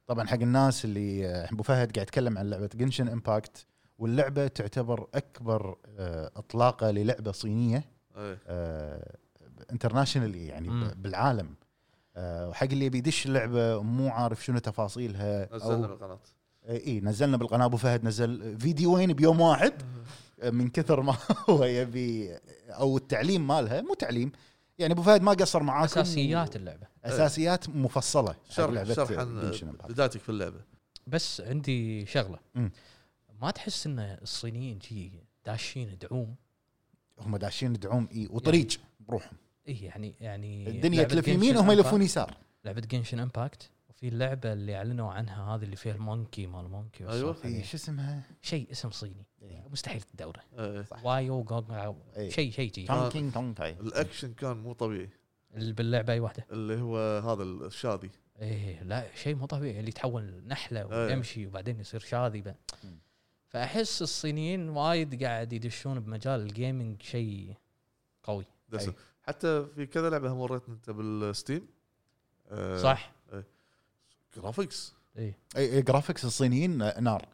Speaker 1: طبعا حق الناس اللي آه، ابو فهد قاعد يتكلم عن لعبه جنشن امباكت واللعبه تعتبر اكبر آه، اطلاقه للعبه صينيه
Speaker 2: ايه
Speaker 1: آه، انترناشونالي يعني
Speaker 3: مم.
Speaker 1: ب- بالعالم آه، وحق اللي بيدش اللعبه مو عارف شنو تفاصيلها
Speaker 2: نزلنا
Speaker 1: او
Speaker 2: بالقناه
Speaker 1: اي نزلنا بالقناه ابو فهد نزل فيديوين بيوم واحد آه، من كثر ما هو يبي او التعليم مالها مو تعليم يعني ابو فهد ما قصر معاكم
Speaker 3: اساسيات اللعبه
Speaker 1: اساسيات مفصله حق
Speaker 2: شرح
Speaker 1: لعبة
Speaker 2: شرح عن
Speaker 1: Genshin Impact.
Speaker 2: بدايتك في اللعبه
Speaker 3: بس عندي شغله
Speaker 1: مم.
Speaker 3: ما تحس ان الصينيين جي داشين دعوم
Speaker 1: هم داشين دعوم اي وطريق بروحهم
Speaker 3: اي يعني يعني
Speaker 1: الدنيا
Speaker 3: لعبة
Speaker 1: تلف
Speaker 3: Genshin
Speaker 1: يمين وهم
Speaker 3: Impact-
Speaker 1: يلفون يسار
Speaker 3: لعبه جنشن امباكت وفي اللعبه اللي اعلنوا عنها هذه اللي فيها المونكي مال مونكي
Speaker 2: أيوة.
Speaker 3: والسالفة
Speaker 1: إي،
Speaker 3: هذه.
Speaker 1: شو اسمها؟
Speaker 3: شيء اسم صيني
Speaker 1: إي.
Speaker 3: مستحيل تدوره
Speaker 2: إيه.
Speaker 1: صح.
Speaker 3: وايو جوجو
Speaker 1: إي.
Speaker 3: شيء شيء جي
Speaker 2: آه.
Speaker 1: تونكينج تونج تاي
Speaker 2: الاكشن كان مو طبيعي
Speaker 3: اللي باللعبه اي واحده
Speaker 2: اللي هو هذا الشادي
Speaker 3: ايه لا شيء مو طبيعي اللي يتحول نحله
Speaker 2: أيوة.
Speaker 3: ويمشي وبعدين يصير شاذبه
Speaker 1: مم.
Speaker 3: فاحس الصينيين وايد قاعد يدشون بمجال الجيمنج شيء قوي
Speaker 2: دسم
Speaker 1: أي.
Speaker 2: حتى في كذا لعبه هم وريتنا انت بالستيم آه،
Speaker 3: صح
Speaker 2: جرافيكس
Speaker 3: ايه
Speaker 1: اي جرافيكس الصينيين نار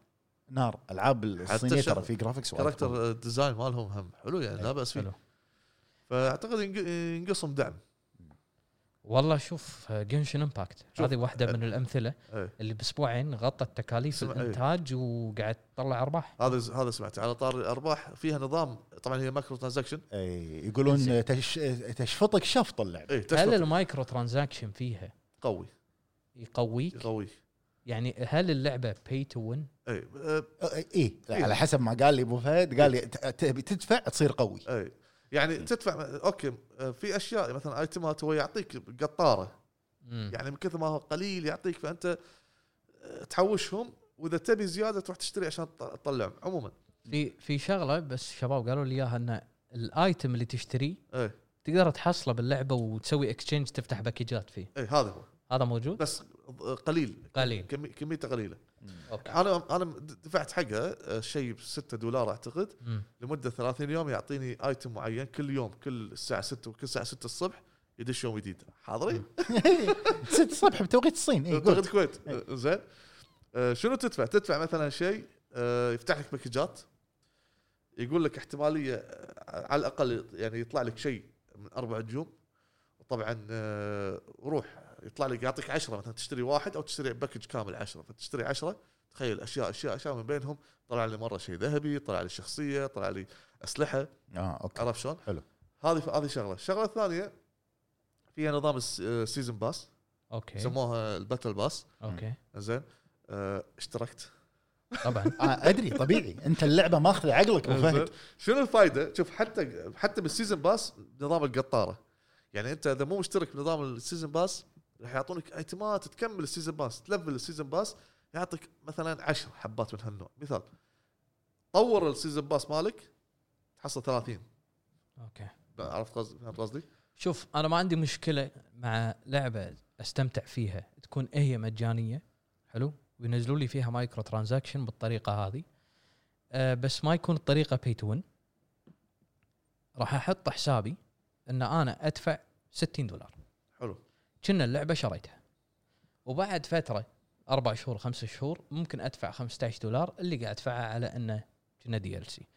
Speaker 1: نار العاب الصينيه
Speaker 2: شغل-
Speaker 1: ترى في جرافيكس وايد قوي.
Speaker 2: كاركتر ديزاين مالهم هم حلو يعني لا باس فيه
Speaker 3: حلو
Speaker 2: فاعتقد ينق- ينقصهم دعم
Speaker 3: والله شوف جنشن امباكت
Speaker 2: شوف.
Speaker 3: هذه واحده من الامثله
Speaker 2: إيه.
Speaker 3: اللي باسبوعين غطت تكاليف
Speaker 2: سمع- إيه.
Speaker 3: الانتاج وقاعد تطلع ارباح
Speaker 2: هذا هذا سمعت على طار الارباح فيها نظام طبعا هي مايكرو ترانزاكشن
Speaker 1: اي يقولون تش... تشفطك شفط اللعبه
Speaker 2: اي
Speaker 3: هل
Speaker 2: تشفط
Speaker 3: المايكرو ترانزاكشن فيها
Speaker 2: إيه، قوي
Speaker 3: يقويك
Speaker 2: قوي
Speaker 3: يعني هل اللعبه باي تو وين
Speaker 2: اي آه،
Speaker 1: اي على حسب ما قال لي ابو فهد قال لي ت- تبي تدفع تصير قوي
Speaker 2: اي يعني تدفع اوكي آه، في اشياء مثلا ايتمات هو يعطيك قطاره يعني من كثر ما هو قليل يعطيك فانت آه، تحوشهم واذا تبي زياده تروح تشتري عشان تط- تطلعهم عموما
Speaker 3: في في شغله بس شباب قالوا لي اياها ان الايتم اللي تشتريه
Speaker 2: اي
Speaker 3: تقدر تحصله باللعبه وتسوي اكسشينج تفتح باكجات فيه
Speaker 2: اي إيه، هذا هو
Speaker 3: هذا موجود
Speaker 2: بس آه، قليل
Speaker 3: قليل
Speaker 2: كمي- كميته قليله
Speaker 3: اوكي
Speaker 2: انا انا دفعت حقها آه، شيء ب 6 دولار اعتقد
Speaker 3: مم.
Speaker 2: لمده 30 يوم يعطيني ايتم معين كل يوم كل الساعه 6 وكل الساعه 6 الصبح يدش يوم جديد حاضرين
Speaker 1: ست الصبح بتوقيت الصين اي
Speaker 2: منطقه الكويت آه، زين آه، شنو تدفع؟ تدفع مثلا شيء آه، يفتح لك باكجات يقول لك احتماليه آه، على الاقل يعني يطلع لك شيء من اربع نجوم وطبعا آه، روح يطلع لك يعطيك عشرة مثلا تشتري واحد او تشتري باكج كامل عشرة فتشتري عشرة تخيل اشياء اشياء اشياء من بينهم طلع لي مره شيء ذهبي طلع لي شخصيه طلع لي اسلحه
Speaker 1: اه اوكي
Speaker 2: عرفت شلون؟
Speaker 1: حلو.
Speaker 2: هذه هذه شغله، الشغله الثانيه فيها نظام الس- آه، السيزون باس
Speaker 3: اوكي
Speaker 2: يسموها الباتل باس
Speaker 3: اوكي
Speaker 2: زين آه، اشتركت
Speaker 3: طبعا
Speaker 1: آه ادري طبيعي انت اللعبه ماخذه عقلك ابو
Speaker 2: زين؟
Speaker 1: فهد
Speaker 2: شنو الفائده؟ شوف حتى حتى بالسيزون باس نظام القطاره يعني انت اذا مو مشترك بنظام السيزون باس راح يعطونك ايتمات تكمل السيزون باس تلفل السيزون باس يعطيك مثلا 10 حبات من هالنوع مثال طور السيزون باس مالك تحصل 30
Speaker 3: اوكي
Speaker 2: عرفت قصدي فهمت قصدي؟
Speaker 3: شوف انا ما عندي مشكله مع لعبه استمتع فيها تكون هي مجانيه حلو وينزلوا لي فيها مايكرو ترانزاكشن بالطريقه هذه أه بس ما يكون الطريقه بي تو وين راح احط حسابي ان انا ادفع 60 دولار
Speaker 2: حلو
Speaker 3: كنا اللعبه شريتها وبعد فتره اربع شهور خمسة شهور ممكن ادفع 15 دولار اللي قاعد ادفعه على انه كنا دي ال سي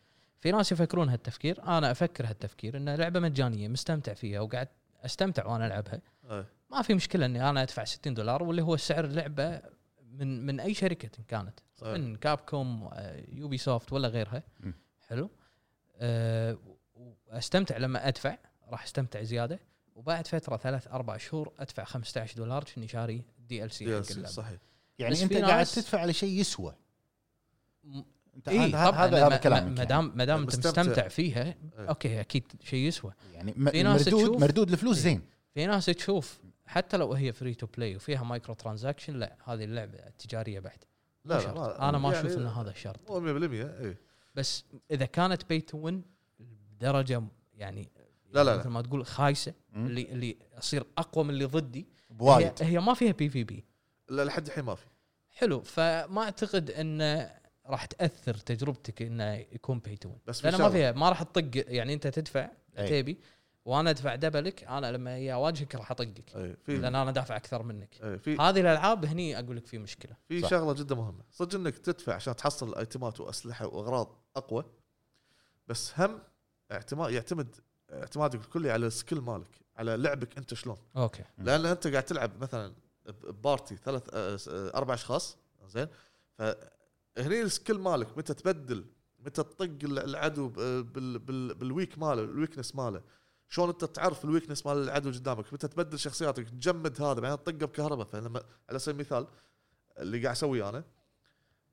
Speaker 3: في ناس يفكرون هالتفكير انا افكر هالتفكير انه لعبه مجانيه مستمتع فيها وقاعد استمتع وانا العبها
Speaker 2: ايه
Speaker 3: ما في مشكله اني انا ادفع 60 دولار واللي هو سعر اللعبه من من اي شركه إن كانت
Speaker 2: أي.
Speaker 3: من كابكوم آه، يوبي سوفت ولا غيرها
Speaker 1: مم.
Speaker 3: حلو أه واستمتع لما ادفع راح استمتع زياده وبعد فتره ثلاث اربع شهور ادفع 15 دولار كني شاري دي ال سي حق
Speaker 2: يس،
Speaker 3: اللعبه
Speaker 2: صحيح
Speaker 1: يعني
Speaker 3: بس
Speaker 1: انت
Speaker 3: في
Speaker 1: قاعد
Speaker 3: ناس-
Speaker 1: تدفع على شيء يسوى
Speaker 3: م-
Speaker 1: انت
Speaker 3: إيه
Speaker 1: هذا
Speaker 3: طبعا
Speaker 1: هذا هذا
Speaker 3: ما-
Speaker 1: كلامك
Speaker 3: ما
Speaker 1: يعني.
Speaker 3: دام ما دام انت
Speaker 2: مستمتع.
Speaker 3: مستمتع فيها
Speaker 2: إيه.
Speaker 3: اوكي اكيد شيء يسوى
Speaker 1: يعني
Speaker 3: في
Speaker 1: م-
Speaker 3: ناس
Speaker 1: مردود
Speaker 3: تشوف-
Speaker 1: مردود الفلوس
Speaker 3: إيه.
Speaker 1: زين
Speaker 3: في ناس تشوف حتى لو هي فري تو بلاي وفيها مايكرو ترانزاكشن لا هذه اللعبه تجاريه بحت
Speaker 2: لا
Speaker 3: مو
Speaker 2: لا
Speaker 3: شرط.
Speaker 2: ما-
Speaker 3: انا ما
Speaker 2: يعني
Speaker 3: اشوف ان هذا شرط
Speaker 2: مو إيه. 100% اي
Speaker 3: بس اذا كانت بي تو وين بدرجه يعني
Speaker 2: لا، لا، لا.
Speaker 3: مثل ما تقول خايسه
Speaker 1: مم.
Speaker 3: اللي اللي اصير اقوى من اللي ضدي هي,
Speaker 1: بوايد
Speaker 3: هي ما فيها بي في بي
Speaker 2: لا لحد الحين ما في
Speaker 3: حلو فما اعتقد انه راح تاثر تجربتك انه يكون بي تو وين
Speaker 2: بس في
Speaker 3: لان ما
Speaker 2: شغلة.
Speaker 3: فيها ما راح تطق يعني انت تدفع
Speaker 1: أي.
Speaker 3: تبي وانا ادفع دبلك انا لما هي اواجهك راح اطقك
Speaker 2: اي إيه، في
Speaker 3: لان انا دافع اكثر منك
Speaker 2: إي، في
Speaker 3: هذه الالعاب هني اقول لك في مشكله
Speaker 2: في
Speaker 1: صح.
Speaker 2: شغله جدا مهمه صدق انك تدفع عشان تحصل ايتمات واسلحه واغراض اقوى بس هم اعتماد يعتمد اعتمادك الكلي على السكيل مالك على لعبك انت شلون
Speaker 3: اوكي
Speaker 2: لان انت قاعد تلعب مثلا ب- ببارتي ثلاث آه، س- آه، اربع اشخاص زين فهني السكيل مالك متى تبدل متى تطق ال- العدو ب- بال بال بالويك ماله الويكنس ماله شلون انت تعرف الويكنس مال العدو قدامك متى تبدل شخصياتك تجمد هذا بعدين تطقه بكهرباء فلما على سبيل المثال اللي قاعد اسويه انا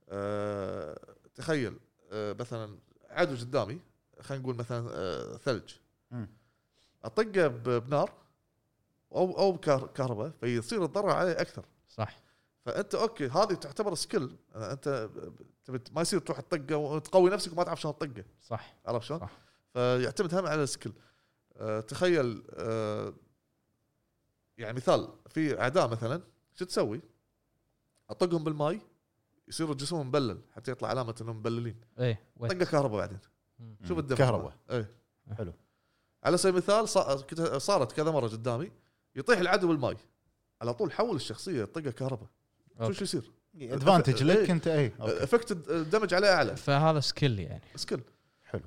Speaker 2: أه تخيل أه مثلا عدو قدامي خلينا نقول مثلا أه ثلج
Speaker 1: مم.
Speaker 2: اطقه ب- بنار او او بكهر- كهرباء فيصير الضرر عليه اكثر
Speaker 3: صح
Speaker 2: فانت اوكي هذه تعتبر سكيل انت تبي ما يصير تروح تطقه وتقوي نفسك وما تعرف شلون تطقه
Speaker 3: صح
Speaker 2: عرفت شلون؟
Speaker 3: صح.
Speaker 2: فيعتمد هم على السكيل أه تخيل أه يعني مثال في اعداء مثلا شو تسوي؟ اطقهم بالماي يصير جسمهم مبلل حتى يطلع علامه انهم مبللين
Speaker 3: ايه وين؟
Speaker 2: طقه كهرباء بعدين
Speaker 3: مم.
Speaker 2: شوف الدفع
Speaker 1: كهرباء
Speaker 2: ايه
Speaker 1: حلو.
Speaker 2: على سبيل المثال صا- كت- صارت كذا مره قدامي يطيح العدو بالماي على طول حول الشخصيه طقه كهرباء شوف
Speaker 3: أوكي.
Speaker 2: شو يصير
Speaker 1: ادفانتج لك
Speaker 2: إيه.
Speaker 1: انت اي أوكي.
Speaker 2: افكت الدمج عليه اعلى
Speaker 3: فهذا سكيل يعني
Speaker 2: سكيل
Speaker 1: حلو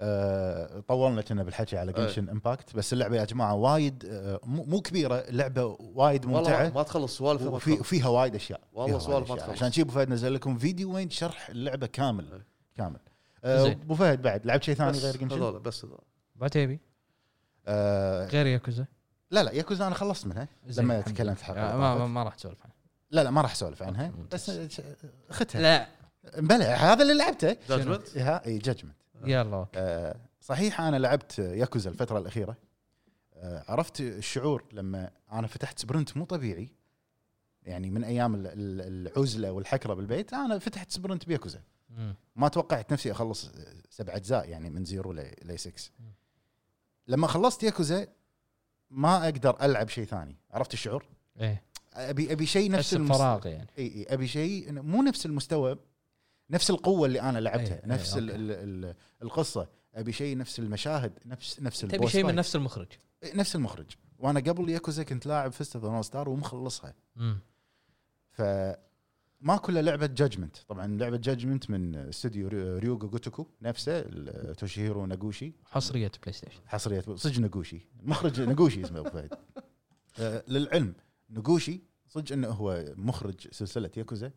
Speaker 1: آه، طولنا كنا بالحكي على
Speaker 2: إيه.
Speaker 1: جنشن امباكت بس اللعبه يا جماعه وايد آه، مو مو كبيره لعبه وايد
Speaker 2: والله ما-
Speaker 1: ممتعه
Speaker 2: ما تخلص سوالف ما
Speaker 1: وفي
Speaker 2: تخلص.
Speaker 1: فيها وايد اشياء فيها
Speaker 2: والله سوالف
Speaker 1: وايد
Speaker 2: ما
Speaker 1: أشياء.
Speaker 2: تخلص.
Speaker 1: عشان شي ابو فهد نزل لكم فيديو وين شرح اللعبه كامل
Speaker 2: إيه.
Speaker 1: كامل آه،
Speaker 3: زين.
Speaker 1: ابو فهد بعد لعبت شيء ثاني
Speaker 2: بس
Speaker 1: غير جنشن
Speaker 2: هذول بس هذول
Speaker 3: بعتيبي
Speaker 1: آه،
Speaker 3: غير ياكوزا
Speaker 1: لا لا ياكوزا انا خلصت منها
Speaker 3: زين،
Speaker 1: لما
Speaker 3: الحمد لله.
Speaker 1: تكلمت حلقة
Speaker 3: آه، ما, ما,
Speaker 1: طافت.
Speaker 3: ما راح تسولف عنه
Speaker 1: لا لا ما راح اسولف عنها
Speaker 3: أوكي،
Speaker 1: بس
Speaker 3: ممتاز.
Speaker 1: اختها
Speaker 3: لا
Speaker 1: بلى هذا اللي لعبته
Speaker 2: جادجمنت
Speaker 1: ها اي جادجمنت
Speaker 3: يلا أوكي.
Speaker 1: آه، صحيح انا لعبت ياكوزا الفتره الاخيره آه، عرفت الشعور لما انا فتحت سبرنت مو طبيعي يعني من ايام ال- ال- العزله والحكره بالبيت انا فتحت سبرنت بياكوزا
Speaker 3: مم.
Speaker 1: ما توقعت نفسي اخلص آه، سبع اجزاء يعني من زيرو ل 6
Speaker 3: مم.
Speaker 1: لما خلصت ياكوزا ما اقدر العب شيء ثاني عرفت الشعور
Speaker 3: ايه
Speaker 1: ابي ابي شيء نفس
Speaker 3: نفس الفراغ يعني
Speaker 1: اي اي ابي شيء إنه مو نفس المستوى نفس القوه اللي انا لعبتها
Speaker 3: إي، إي،
Speaker 1: نفس ال
Speaker 3: إيه، أوكي.
Speaker 1: ال ال القصه ابي شيء نفس المشاهد نفس نفس
Speaker 3: تبي شيء من
Speaker 1: نفس
Speaker 3: نفس المخرج
Speaker 1: نفس المخرج وانا قبل ياكوزا كنت لاعب فيست اوف ستار ومخلصها
Speaker 3: مم.
Speaker 1: ف ما كلها لعبه جادجمنت طبعا لعبه جادجمنت من استوديو ريو- ريوغو جوتوكو نفسه ال- توشيهيرو ناغوشي
Speaker 3: حصريه بلاي ستيشن
Speaker 1: حصريه صدق ناغوشي مخرج ناغوشي اسمه ابو فهد آه، للعلم ناغوشي صدق انه هو مخرج سلسله ياكوزا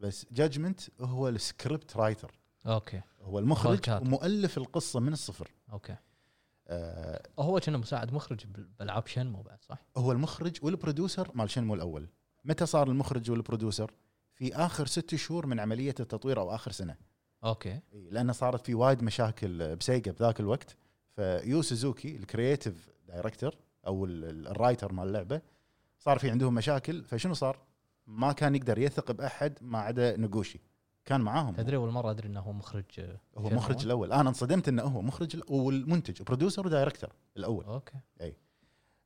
Speaker 1: بس جادجمنت هو السكريبت رايتر
Speaker 3: اوكي
Speaker 1: هو
Speaker 3: هو
Speaker 1: المخرج
Speaker 3: الكاتب.
Speaker 1: ومؤلف القصه من الصفر
Speaker 3: اوكي
Speaker 1: آه،
Speaker 3: هو كان مساعد مخرج بال- بالعاب شنمو بعد صح؟
Speaker 1: هو المخرج والبروديوسر مال شنمو الاول متى صار المخرج والبروديوسر في اخر ست شهور من عمليه التطوير او اخر سنه
Speaker 3: اوكي
Speaker 1: إي، لان إيه، صارت في وايد مشاكل بسيجا بذاك الوقت فيو سوزوكي الكرييتيف دايركتور او ال- ال- الرايتر مال اللعبه صار في عندهم مشاكل فشنو صار؟ ما كان يقدر يثق باحد ما عدا نقوشي كان معاهم
Speaker 3: تدري اول مره ادري انه هو مخرج آه،
Speaker 1: هو
Speaker 3: شنمو.
Speaker 1: مخرج الاول انا انصدمت انه هو مخرج ال- والمنتج بروديوسر ودايركتور الاول
Speaker 3: اوكي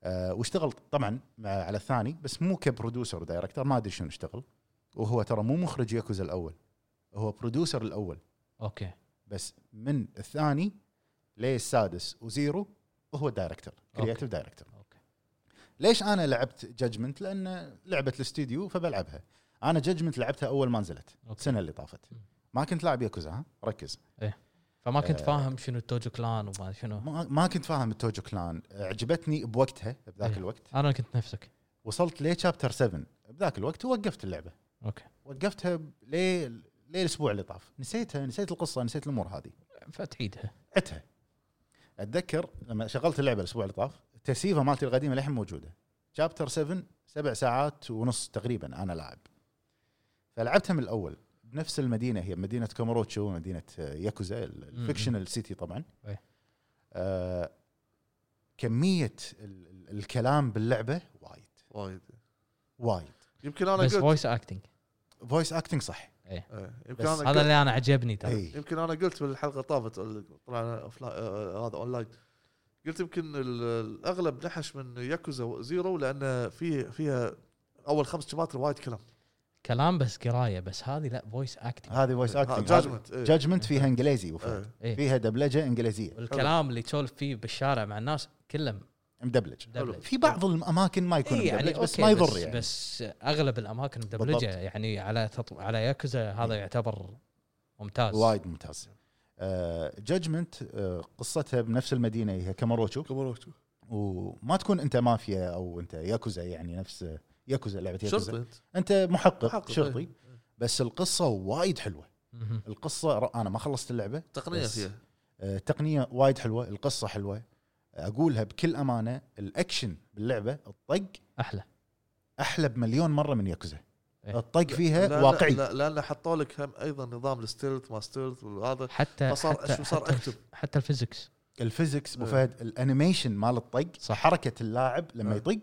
Speaker 1: آه واشتغل طبعا مع- على الثاني بس مو كبروديوسر ودايركتور ما ادري شنو اشتغل وهو ترى مو مخرج ياكوزا الاول هو بروديوسر الاول
Speaker 3: اوكي
Speaker 1: بس من الثاني للسادس وزيرو هو دايركتور
Speaker 3: أوكي.
Speaker 1: كرياتيف دايركتور
Speaker 3: اوكي
Speaker 1: ليش انا لعبت جادجمنت لان لعبه الاستديو فبلعبها انا جادجمنت لعبتها اول ما نزلت
Speaker 3: أوكي.
Speaker 1: السنه اللي طافت
Speaker 3: مم.
Speaker 1: ما كنت لاعب ياكوزا ها ركز
Speaker 3: فما كنت
Speaker 1: آه.
Speaker 3: فاهم شنو التوجو كلان وما شنو
Speaker 1: ما, ما كنت فاهم التوجو كلان عجبتني بوقتها بذاك
Speaker 3: أي.
Speaker 1: الوقت
Speaker 3: انا كنت نفسك
Speaker 1: وصلت لشابتر 7 بذاك الوقت ووقفت اللعبه
Speaker 3: اوكي
Speaker 1: وقفتها ليه ليه الاسبوع اللي طاف نسيتها نسيت القصه نسيت الامور هذه
Speaker 3: فتعيدها
Speaker 1: عدتها اتذكر لما شغلت اللعبه الاسبوع اللي طاف التسيفه مالتي القديمه للحين موجوده شابتر 7 سبع ساعات ونص تقريبا انا لاعب فلعبتها من الاول بنفس المدينه هي مدينه كاموروتشو مدينه آه، ياكوزا ال-
Speaker 3: مم.
Speaker 1: الفيكشنال سيتي طبعا
Speaker 3: أي.
Speaker 1: آه كميه ال- ال- الكلام باللعبه وايد
Speaker 2: وايد
Speaker 1: وايد
Speaker 2: يمكن انا
Speaker 3: بس
Speaker 2: قلت
Speaker 3: فويس اكتنج
Speaker 1: فويس اكتنج صح إيه.
Speaker 2: إيه،
Speaker 1: بس
Speaker 2: يمكن انا
Speaker 3: هذا
Speaker 2: قلت
Speaker 3: اللي انا عجبني ترى
Speaker 1: اي
Speaker 2: يمكن انا قلت بالحلقه طافت طلعنا أوفلا- آه، هذا اونلاين قلت يمكن ال- الاغلب نحش من ياكوزا زيرو لان في فيها اول خمس شباتر وايد كلام
Speaker 3: كلام بس قرايه بس هذه لا فويس اكتنج
Speaker 1: هذه فويس اكتنج
Speaker 2: جاجمنت إيه.
Speaker 1: جادجمنت فيها انجليزي وفهد.
Speaker 2: إيه.
Speaker 3: إيه.
Speaker 1: فيها دبلجه انجليزيه
Speaker 3: والكلام اللي تسولف فيه بالشارع مع الناس كله
Speaker 1: مدبلج
Speaker 3: مدبلج
Speaker 1: في بعض الاماكن ما يكون
Speaker 3: إيه
Speaker 1: مدبلج
Speaker 3: يعني
Speaker 1: بس
Speaker 3: أوكي،
Speaker 1: ما
Speaker 3: بس,
Speaker 1: يضر يعني
Speaker 3: بس اغلب الاماكن مدبلجه
Speaker 1: بالضبط. إيه.
Speaker 3: يعني على تطو... على ياكوزا هذا يعتبر ممتاز
Speaker 1: وايد ممتاز جادجمنت قصتها بنفس المدينه هي كاماروتشو
Speaker 2: كاماروتشو
Speaker 1: وما تكون انت مافيا او انت ياكوزا يعني نفس ياكوزا لعبه
Speaker 2: شرطي
Speaker 1: ياكوزا
Speaker 2: انت
Speaker 1: انت محقق,
Speaker 2: محقق،
Speaker 1: شرطي
Speaker 2: إيه.
Speaker 1: بس القصه وايد حلوه
Speaker 3: مهم.
Speaker 1: القصه ر- انا ما خلصت اللعبه
Speaker 2: تقنيه
Speaker 1: بس
Speaker 2: فيها
Speaker 1: آه، التقنيه وايد حلوه القصه حلوه اقولها بكل امانه الاكشن باللعبه الطق
Speaker 3: احلى
Speaker 1: احلى بمليون مره من ياكوزا
Speaker 3: إيه.
Speaker 1: الطق
Speaker 2: لا-
Speaker 1: فيها
Speaker 2: لا-
Speaker 1: واقعي
Speaker 2: لا لان حطوا لك هم ايضا نظام الستيلث ما ستيلث وهذا
Speaker 3: حتى
Speaker 2: فصار-
Speaker 3: آه، حتى
Speaker 2: شو صار
Speaker 3: حتى,
Speaker 2: أكتب؟
Speaker 3: حتى الفيزكس
Speaker 1: الفيزكس ابو
Speaker 2: إيه.
Speaker 1: فهد الانيميشن مال الطق
Speaker 3: صح.
Speaker 1: حركه اللاعب لما
Speaker 2: إيه.
Speaker 1: يطق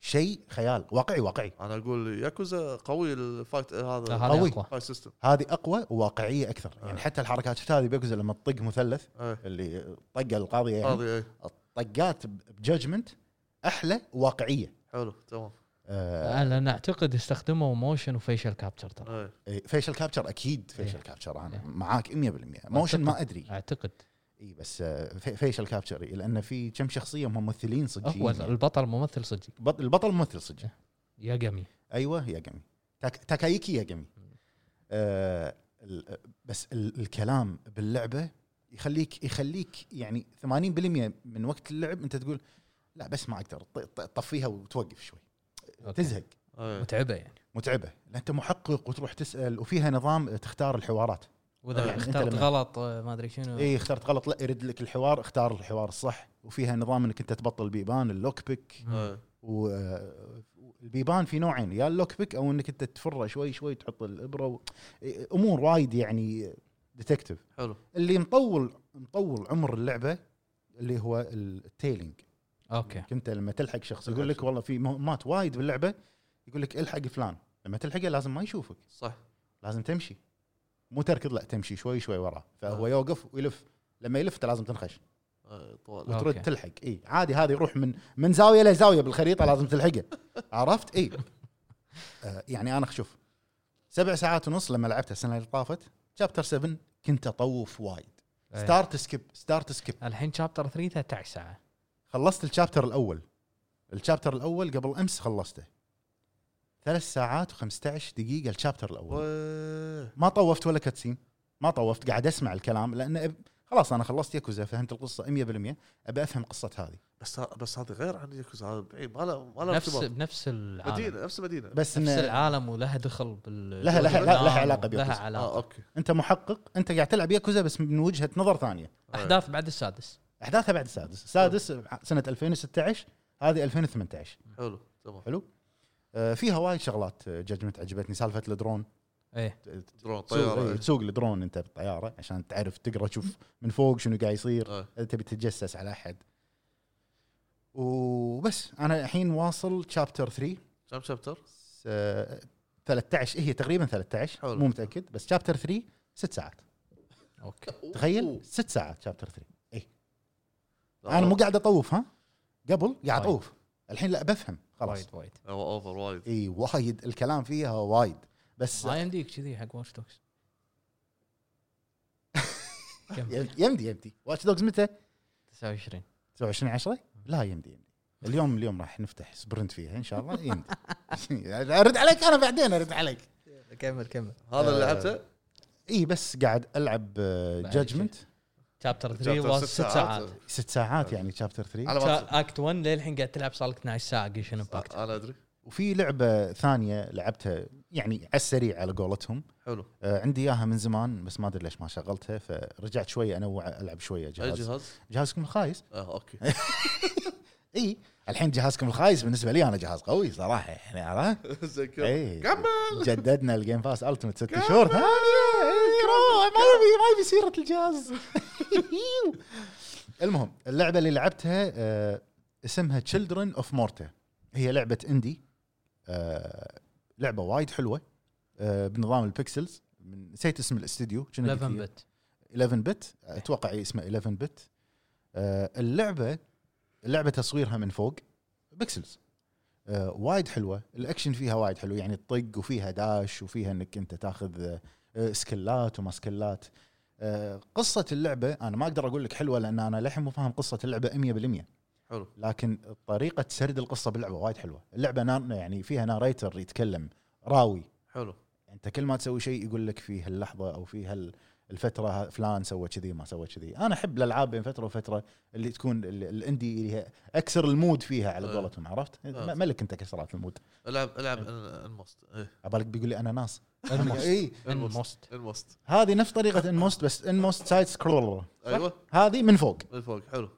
Speaker 1: شيء خيال واقعي واقعي
Speaker 2: انا اقول ياكوزا قوي الفايت
Speaker 3: لا،
Speaker 2: هذا
Speaker 1: طيب. قوي.
Speaker 3: هذا اقوى
Speaker 2: فايت سيستم
Speaker 1: هذه اقوى وواقعيه اكثر يعني
Speaker 2: إيه.
Speaker 1: حتى الحركات شفت هذه بيكوزا لما تطق مثلث
Speaker 2: إيه.
Speaker 1: اللي طقه القاضيه يعني
Speaker 2: هذه اي
Speaker 1: طقات بججمنت احلى واقعيه
Speaker 2: حلو تمام
Speaker 1: آه
Speaker 3: انا لأن اعتقد استخدموا موشن وفيشل كابتشر ترى
Speaker 2: اي
Speaker 1: فيشل كابتشر اكيد
Speaker 3: إيه.
Speaker 1: فيشل كابتشر انا
Speaker 3: إيه.
Speaker 1: معاك 100% موشن ما ادري
Speaker 3: اعتقد
Speaker 1: اي بس آه، في- فيشل كابتشر إيه، لان في كم شخصيه ممثلين
Speaker 3: هو
Speaker 1: صجيين يعني.
Speaker 3: البطل ممثل صدق
Speaker 1: بط- البطل ممثل صجي
Speaker 3: يا جمي
Speaker 1: ايوه يا جمي تاك تاكايكي يا جمي آه ال- بس ال- الكلام باللعبه يخليك يخليك يعني 80% من وقت اللعب انت تقول لا بس ما اقدر ط- ط- طفيها وتوقف شوي تزهق
Speaker 2: اي
Speaker 3: متعبه يعني
Speaker 1: متعبه لان انت محقق وتروح تسال وفيها نظام تختار الحوارات
Speaker 2: يعني
Speaker 3: واذا
Speaker 1: أنت
Speaker 3: اخترت
Speaker 1: لما- إيه.
Speaker 3: غلط آه، ما ادري شنو
Speaker 1: اي اخترت غلط لا يرد لك الحوار اختار الحوار الصح وفيها نظام انك انت تبطل بيبان اللوك بيك
Speaker 3: مم.
Speaker 2: إي.
Speaker 1: والبيبان آه، في نوعين يا اللوك بيك او انك انت تفره شوي شوي تحط الابره و... إيه، امور وايد يعني ديتكتيف
Speaker 2: حلو
Speaker 1: اللي مطول مطول عمر اللعبه اللي هو التيلينج
Speaker 3: اوكي
Speaker 1: انت لما تلحق شخص
Speaker 2: تلحق
Speaker 1: يقول لك
Speaker 2: شخص.
Speaker 1: والله في مه- مات وايد باللعبه يقول لك الحق فلان لما تلحقه لازم ما يشوفك
Speaker 2: صح
Speaker 1: لازم تمشي مو تركض لا تمشي شوي شوي وراه فهو
Speaker 2: آه.
Speaker 1: يوقف ويلف لما يلف انت لازم تنخش
Speaker 2: إي، طوال
Speaker 3: آه.
Speaker 1: وترد
Speaker 3: أوكي.
Speaker 1: تلحق اي عادي هذا يروح من من زاويه لزاويه
Speaker 3: طيب.
Speaker 1: بالخريطه لازم تلحقه عرفت اي آه يعني انا شوف سبع ساعات ونص لما لعبتها السنه اللي طافت شابتر 7 كنت اطوف وايد
Speaker 3: إيه.
Speaker 1: ستارت سكيب ستارت سكيب
Speaker 3: الحين شابتر 3 13 ساعه
Speaker 1: خلصت الشابتر الاول الشابتر الاول قبل امس خلصته ثلاث ساعات و15 دقيقه الشابتر
Speaker 3: طيب.
Speaker 1: الاول
Speaker 2: وي.
Speaker 1: ما طوفت ولا كاتسين ما طوفت قاعد اسمع الكلام لان أب... خلاص انا خلصت ياكوزا فهمت القصه 100% ابي افهم قصه هذه
Speaker 2: بس ه- بس هذا غير عن ياكوزا هذا بعيد ما له ما له
Speaker 3: نفس
Speaker 2: ارتباط
Speaker 3: بنفس العالم
Speaker 2: مدينه نفس مدينه
Speaker 1: بس
Speaker 3: نفس
Speaker 1: إن
Speaker 3: العالم ولها دخل بال
Speaker 1: لها- لها- لها- لها علاقة
Speaker 3: لها
Speaker 1: بيوكوزا.
Speaker 2: اه
Speaker 3: علاقه
Speaker 2: اوكي
Speaker 1: انت محقق انت قاعد تلعب ياكوزا بس من وجهه نظر ثانيه
Speaker 2: آه.
Speaker 3: احداث بعد السادس
Speaker 1: احداثها بعد السادس السادس سنه 2016 هذه 2018
Speaker 2: حلو تمام
Speaker 1: آه، فيها وايد شغلات جاجمنت عجبتني سالفه الدرون
Speaker 2: إيه.
Speaker 3: ايه
Speaker 2: درون
Speaker 1: تسوق- إيه،
Speaker 2: طياره
Speaker 1: تسوق الدرون انت بالطياره عشان تعرف تقرا تشوف من فوق شنو قاعد يصير
Speaker 2: إيه.
Speaker 1: اذا تبي تتجسس على احد وبس انا الحين واصل شابتر 3
Speaker 2: كم شابتر؟
Speaker 1: س- آه، 13 إيه، هي تقريبا 13
Speaker 2: حلو.
Speaker 1: مو متاكد بس شابتر 3 ست ساعات
Speaker 3: اوكي
Speaker 1: تخيل ست ساعات شابتر 3 انا مو قاعد اطوف ها قبل قاعد
Speaker 3: وايد.
Speaker 1: اطوف الحين لا بفهم خلاص
Speaker 3: وايد وايد
Speaker 2: هو اوفر وايد
Speaker 1: اي وايد الكلام فيها وايد بس
Speaker 3: ما يمديك كذي حق واتش دوكس كم؟
Speaker 1: يمدي يمدي واتش دوجز متى
Speaker 3: 29
Speaker 1: 27 10 لا يمدي يمدي اليوم اليوم راح نفتح سبرنت فيها ان شاء الله يمدي ارد عليك انا بعدين ارد عليك
Speaker 3: كمل كمل
Speaker 2: هذا اللي
Speaker 1: آه.
Speaker 2: لعبته
Speaker 1: اي بس قاعد آه، العب
Speaker 3: بعد
Speaker 1: جادجمنت
Speaker 3: شابتر 3
Speaker 2: شابتر
Speaker 3: واز 6 ساعات
Speaker 1: ست ساعات يعني شابتر 3
Speaker 2: على ما
Speaker 3: اكت 1 للحين قاعد تلعب صار لك 12 ساعه جيشن امباكت
Speaker 2: أ- انا ادري
Speaker 1: وفي لعبه ثانيه لعبتها يعني على السريع على قولتهم
Speaker 2: حلو
Speaker 1: آه، عندي اياها من زمان بس ما ادري ليش ما شغلتها فرجعت شوي انوع العب شويه
Speaker 2: اي
Speaker 1: جهاز
Speaker 2: جهاز؟
Speaker 1: جهازكم الخايس
Speaker 2: اه اوكي
Speaker 1: اي الحين جهازكم الخايس بالنسبه لي انا جهاز قوي صراحه يعني عرفت؟
Speaker 2: زي كذا
Speaker 1: اي
Speaker 2: كمل
Speaker 1: جددنا الجيم باس التمت ست
Speaker 2: كمل.
Speaker 1: شهور ثانيه إي، كرو- ما يبي ما يبي سيره الجهاز المهم اللعبه اللي لعبتها آه، اسمها تشيلدرن اوف مورتا هي لعبه اندي آه، لعبه وايد حلوه آه، بنظام البكسلز من- نسيت اسم الاستديو شنو
Speaker 3: 11
Speaker 1: بيت.
Speaker 3: بت
Speaker 1: 11 بت اتوقع اسمه 11 بت آه، اللعبه اللعبه تصويرها من فوق بيكسلز آه، وايد حلوه الاكشن فيها وايد حلو يعني الطق وفيها داش وفيها انك انت تاخذ آه، سكلات وما سكلات آه، قصه اللعبه انا ما اقدر اقول لك حلوه لان انا للحين مو فاهم قصه اللعبه 100%
Speaker 2: حلو
Speaker 1: لكن طريقه سرد القصه باللعبه وايد حلوه اللعبه نا- يعني فيها ناريتر يتكلم راوي
Speaker 2: حلو
Speaker 1: يعني انت كل ما تسوي شيء يقول لك في هاللحظه او في هال الفتره ها- فلان سوى كذي ما سوى كذي انا احب الالعاب بين فتره وفتره اللي تكون ال- الاندي اللي هي اكسر المود فيها على
Speaker 2: آه.
Speaker 1: قولتهم عرفت
Speaker 2: آه.
Speaker 1: م- ملك انت كسرات المود
Speaker 2: العب العب ان- انموست إيه،
Speaker 1: عبالك بيقول لي انا ناس
Speaker 3: الموست
Speaker 1: اي
Speaker 3: الموست
Speaker 2: انموست
Speaker 1: هذه نفس طريقه انموست بس انموست سايد سكرولر
Speaker 2: ايوه
Speaker 1: هذه من فوق
Speaker 2: من فوق حلو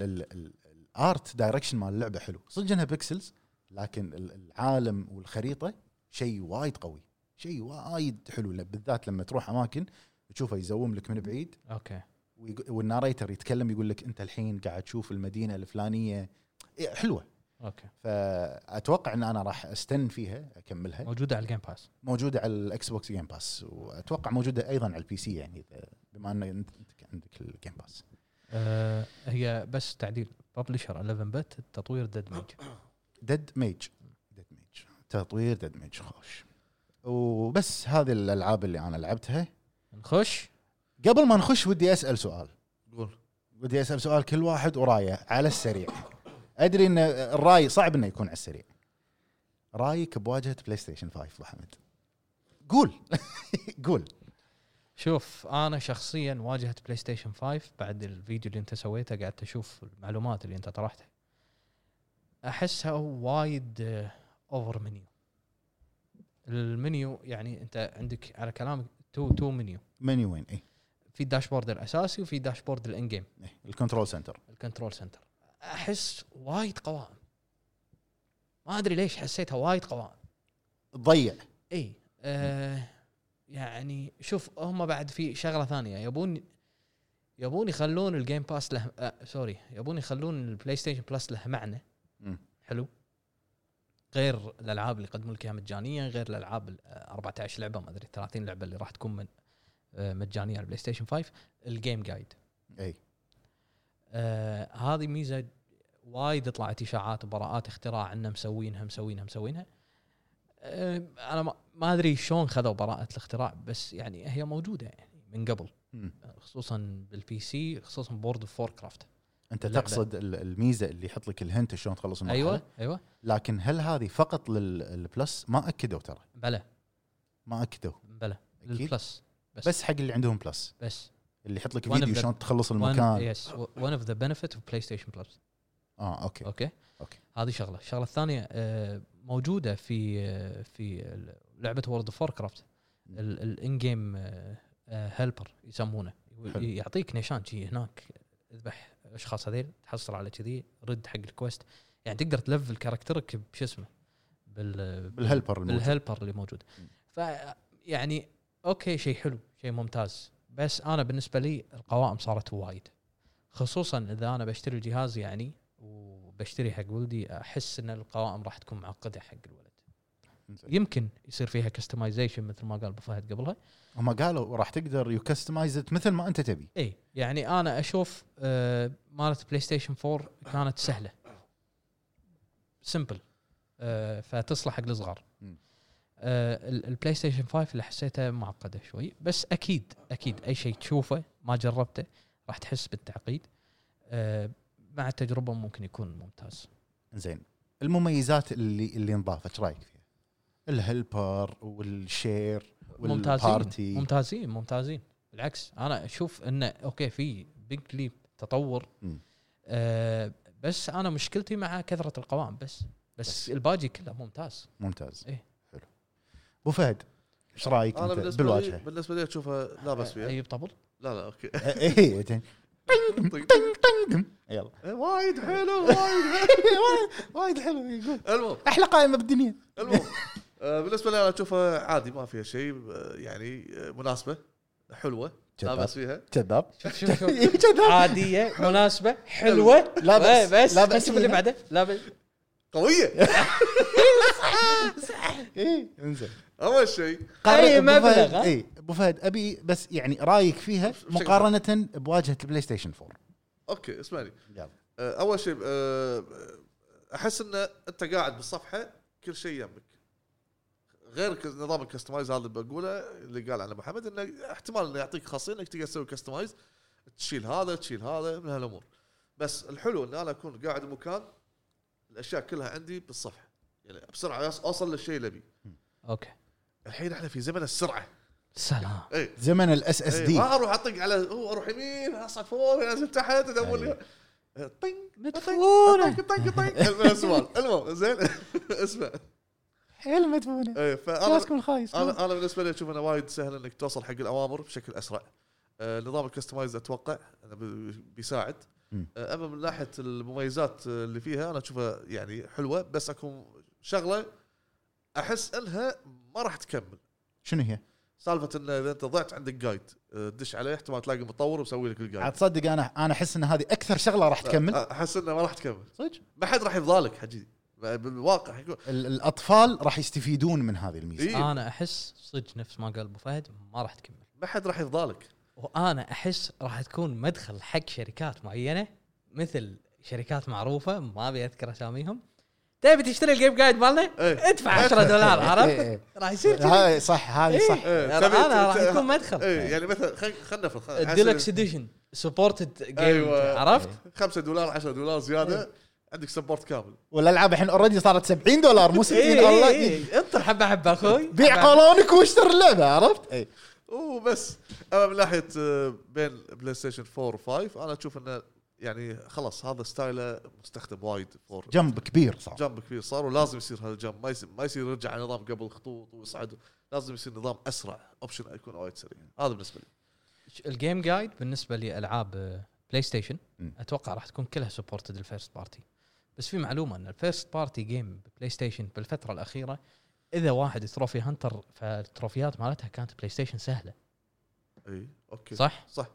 Speaker 1: والارت دايركشن مال اللعبه حلو صدق انها بيكسلز لكن ال- العالم والخريطه شيء وايد قوي شيء وايد حلو ل- بالذات لما تروح اماكن تشوفه يزوم لك من بعيد
Speaker 3: اوكي
Speaker 1: ويق- والناريتر يتكلم يقول لك انت الحين قاعد تشوف المدينه الفلانيه إيه، حلوه
Speaker 3: اوكي
Speaker 1: فاتوقع ان انا راح استن فيها اكملها
Speaker 3: موجوده على الجيم باس
Speaker 1: موجوده على الاكس بوكس جيم باس واتوقع موجوده ايضا على البي سي يعني إذا- بما ان انت أنت عندك الجيم باس
Speaker 3: أه هي بس تعديل ببلشر 11 بت التطوير ديد ميج
Speaker 1: ديد ميج ديد ميج تطوير ديد ميج خوش وبس هذه الالعاب اللي انا لعبتها
Speaker 3: نخش
Speaker 1: قبل ما نخش ودي اسال سؤال
Speaker 2: قول
Speaker 1: ودي اسال سؤال كل واحد ورايه على السريع ادري ان الراي صعب انه يكون على السريع رايك بواجهه بلاي ستيشن 5 ابو حمد قول قول
Speaker 3: شوف انا شخصيا واجهه بلاي ستيشن 5 بعد الفيديو اللي انت سويته قعدت اشوف المعلومات اللي انت طرحتها احسها وايد آه، اوفر منيو المنيو يعني انت عندك على كلامك تو تو منيو
Speaker 1: منيو وين إيه. اي
Speaker 3: في داشبورد الاساسي وفي داشبورد الان جيم
Speaker 1: إيه. الكنترول سنتر
Speaker 3: الكنترول سنتر احس وايد قوائم ما ادري ليش حسيتها وايد قوائم
Speaker 1: تضيع
Speaker 3: اي آه يعني شوف هم بعد في شغله ثانيه يبون يبون يخلون الجيم باس له آه سوري يبون يخلون البلاي ستيشن بلس له معنى
Speaker 1: مم.
Speaker 3: حلو غير الالعاب اللي يقدمون لك اياها مجانيه غير الالعاب ال 14 لعبه ما ادري 30 لعبه اللي راح تكون من آه مجانيه على البلاي ستيشن 5 الجيم جايد
Speaker 1: اي
Speaker 3: آه هذه ميزه وايد طلعت اشاعات وبراءات اختراع انه مسوينها مسوينها مسوينها آه انا ما- ما ادري شلون خذوا براءه الاختراع بس يعني هي موجوده يعني من قبل
Speaker 1: مم.
Speaker 3: خصوصا بالبي سي خصوصا بورد اوف فور كرافت
Speaker 1: انت
Speaker 3: اللعبة.
Speaker 1: تقصد ال- الميزه اللي يحط لك الهنت شلون تخلص المرحله
Speaker 3: ايوه ايوه
Speaker 1: لكن هل هذه فقط للبلس ما اكدوا ترى
Speaker 3: بلى
Speaker 1: ما اكدوا
Speaker 3: بلى
Speaker 1: اكيد
Speaker 3: للبلس بس.
Speaker 1: بس حق اللي عندهم بلس
Speaker 3: بس
Speaker 1: اللي يحط لك
Speaker 3: One إيه. of
Speaker 1: فيديو
Speaker 3: the-
Speaker 1: شلون تخلص المكان
Speaker 3: يس ون اوف ذا بنفيت اوف بلاي ستيشن بلس
Speaker 1: اه اوكي
Speaker 3: اوكي
Speaker 1: أوكي.
Speaker 3: هذه شغله الشغله الثانيه آه، موجوده في آه، في ال- لعبه وورد اوف كرافت الان جيم هيلبر آه، يسمونه يو-
Speaker 1: حلو.
Speaker 3: يعطيك نشان شي هناك اذبح اشخاص هذيل تحصل على كذي رد حق الكويست يعني تقدر تلفل كاركترك بش اسمه بال
Speaker 1: بالهلبر الموجود.
Speaker 3: بالهلبر اللي موجود
Speaker 1: م.
Speaker 3: ف يعني اوكي شيء حلو شيء ممتاز بس انا بالنسبه لي القوائم صارت وايد خصوصا اذا انا بشتري الجهاز يعني وبشتري حق ولدي احس ان القوائم راح تكون معقده حق الولد
Speaker 1: زين.
Speaker 3: يمكن يصير فيها كستمايزيشن مثل ما قال ابو فهد قبلها
Speaker 1: هم قالوا راح تقدر يكستمايز مثل ما انت تبي
Speaker 3: اي يعني انا اشوف آه، مالت بلاي ستيشن 4 كانت سهله سمبل آه، فتصلح حق الصغار
Speaker 1: مم.
Speaker 3: آه، ال- البلاي ستيشن 5 اللي حسيتها معقده شوي بس اكيد اكيد اي شيء تشوفه ما جربته راح تحس بالتعقيد آه، مع التجربه ممكن يكون ممتاز
Speaker 1: زين المميزات اللي اللي انضافت ايش رايك فيها؟ الهلبر والشير
Speaker 3: ممتازين
Speaker 1: والبارتي
Speaker 3: ممتازين ممتازين بالعكس انا اشوف انه اوكي في بيج ليب تطور
Speaker 1: مم.
Speaker 3: آه بس انا مشكلتي مع كثره القوائم بس بس,
Speaker 1: بس.
Speaker 3: بس. الباجي كله ممتاز
Speaker 1: ممتاز
Speaker 3: إيه.
Speaker 1: حلو ابو فهد ايش رايك
Speaker 2: انا
Speaker 1: انت
Speaker 2: بالنسبه لي
Speaker 1: بالواجهه؟
Speaker 2: بالنسبه لي اشوفها لا باس فيها
Speaker 1: أيوة.
Speaker 3: اي طبل
Speaker 2: لا لا اوكي
Speaker 1: اي إيه، زين.
Speaker 2: طيب.
Speaker 1: يلا
Speaker 2: إيه، وايد حلو وايد حلو
Speaker 1: وايد حلو يقول
Speaker 2: المهم
Speaker 1: احلى قائمه بالدنيا
Speaker 2: المهم آه، بالنسبه لي انا اشوفها عادي ما فيها شيء آه، يعني آه، مناسبه حلوه لا باس فيها
Speaker 1: كذاب
Speaker 3: شوف شوف شوف
Speaker 2: آه.
Speaker 1: كذاب
Speaker 3: عاديه مناسبه حلوه
Speaker 1: لا بأس.
Speaker 3: إيه، بس
Speaker 1: لا
Speaker 3: لا
Speaker 1: بأس
Speaker 3: بس اللي
Speaker 1: فيها.
Speaker 3: بعده لا بس
Speaker 2: قويه
Speaker 1: اي انزين
Speaker 2: اول شيء
Speaker 3: أي
Speaker 1: أبو
Speaker 3: مبلغ،
Speaker 1: فهد-
Speaker 3: ها؟
Speaker 1: اي ابو فهد ابي إيه، بس يعني رايك فيها
Speaker 2: بشكل عام.
Speaker 1: مقارنه بواجهه البلاي ستيشن 4
Speaker 2: اوكي اسمعني
Speaker 1: يلا
Speaker 2: آه، اول شيء آه، احس ان انت قاعد بالصفحه كل شيء يمك غير ك- نظام الكستمايز هذا اللي بقوله اللي قال عنه ابو حمد انه احتمال انه يعطيك خاصيه انك تقدر تسوي كستمايز تشيل هذا تشيل هذا من هالامور بس الحلو ان انا اكون قاعد بمكان الاشياء كلها عندي بالصفحه يعني بسرعه يس- اوصل للشيء اللي ابيه
Speaker 3: اوكي
Speaker 2: الحين احنا في زمن إيه. السرعه
Speaker 3: سلام
Speaker 2: اي
Speaker 1: زمن الاس اس
Speaker 2: إي،
Speaker 1: دي
Speaker 2: ما اروح اطق على هو اروح يمين اصعد فوق انزل تحت ادور لي
Speaker 1: أيوه.
Speaker 2: طق
Speaker 3: مدفونة.
Speaker 2: طق طق طق السؤال المهم زين اسمع إيه،
Speaker 1: حيل مدفونه
Speaker 2: اي فانا
Speaker 1: الخايس
Speaker 2: انا انا بالنسبه لي اشوف انه وايد سهل انك توصل حق الاوامر بشكل اسرع آه، نظام الكستمايز اتوقع أنا ب- بيساعد
Speaker 1: مم.
Speaker 2: آه، اما من ناحيه المميزات آه، اللي فيها انا اشوفها يعني حلوه بس اكون شغله احس انها ما راح تكمل
Speaker 1: شنو هي؟
Speaker 2: سالفه انه اذا انت ضعت عندك جايد آه، تدش عليه احتمال تلاقي مطور مسوي لك
Speaker 1: عاد
Speaker 2: الجايد
Speaker 1: تصدق انا انا احس ان هذه اكثر شغله راح
Speaker 2: آه،
Speaker 1: تكمل
Speaker 2: احس انه ما راح تكمل
Speaker 1: صدق
Speaker 2: ما حد راح يفضالك حجي بالواقع يكون
Speaker 1: ال- الاطفال راح يستفيدون من هذه الميزه
Speaker 2: إيه.
Speaker 3: انا احس صدق نفس ما قال ابو فهد ما راح تكمل
Speaker 2: ما حد راح يفضالك
Speaker 3: وانا احس راح تكون مدخل حق شركات معينه مثل شركات معروفه ما ابي اذكر اساميهم تبي تشتري الجيم جايد مالنا؟
Speaker 2: إيه.
Speaker 3: ادفع 10 دولار عرفت؟
Speaker 1: إيه.
Speaker 3: راح يصير كذي.
Speaker 1: هاي صح هاي
Speaker 3: إيه.
Speaker 1: صح
Speaker 2: إيه،
Speaker 3: أنا-
Speaker 2: تبي-
Speaker 3: انا راح
Speaker 2: ت-
Speaker 3: يكون مدخل
Speaker 2: اي يعني مثلا خلينا نفرض خل- أحس
Speaker 3: الديلكس
Speaker 2: إن-
Speaker 3: اديشن سبورتد جيم
Speaker 2: أيوة.
Speaker 3: عرفت؟
Speaker 2: 5 دولار 10 دولار
Speaker 3: إيه.
Speaker 2: زياده عندك سبورت كامل
Speaker 1: والالعاب الحين اوريدي صارت 70 دولار مو 60
Speaker 3: إيه، إيه،
Speaker 1: والله
Speaker 3: إيه. انطر حبه حبه اخوي
Speaker 1: بيع
Speaker 3: حبة-
Speaker 1: قولونك واشتر اللعبه عرفت؟ اي
Speaker 2: وبس اما من ناحيه آه، بين بلاي ستيشن 4 و5 انا اشوف انه يعني خلاص هذا ستايله مستخدم وايد 4
Speaker 1: جنب كبير صار
Speaker 2: جنب كبير صار ولازم يصير هذا الجنب ما يصير ما يصير يرجع على نظام قبل خطوط ويصعد لازم يصير نظام اسرع اوبشن يكون وايد سريع هذا بالنسبه لي
Speaker 3: الجيم جايد بالنسبه لالعاب بلاي ستيشن
Speaker 1: مم.
Speaker 3: اتوقع آه، راح تكون كلها سبورتد الفيرست بارتي بس في معلومه ان الفيرست بارتي جيم بلاي ستيشن بالفتره الاخيره اذا واحد تروفي هانتر فالتروفيات مالتها كانت بلاي ستيشن سهله
Speaker 2: اي اوكي
Speaker 3: صح؟
Speaker 2: صح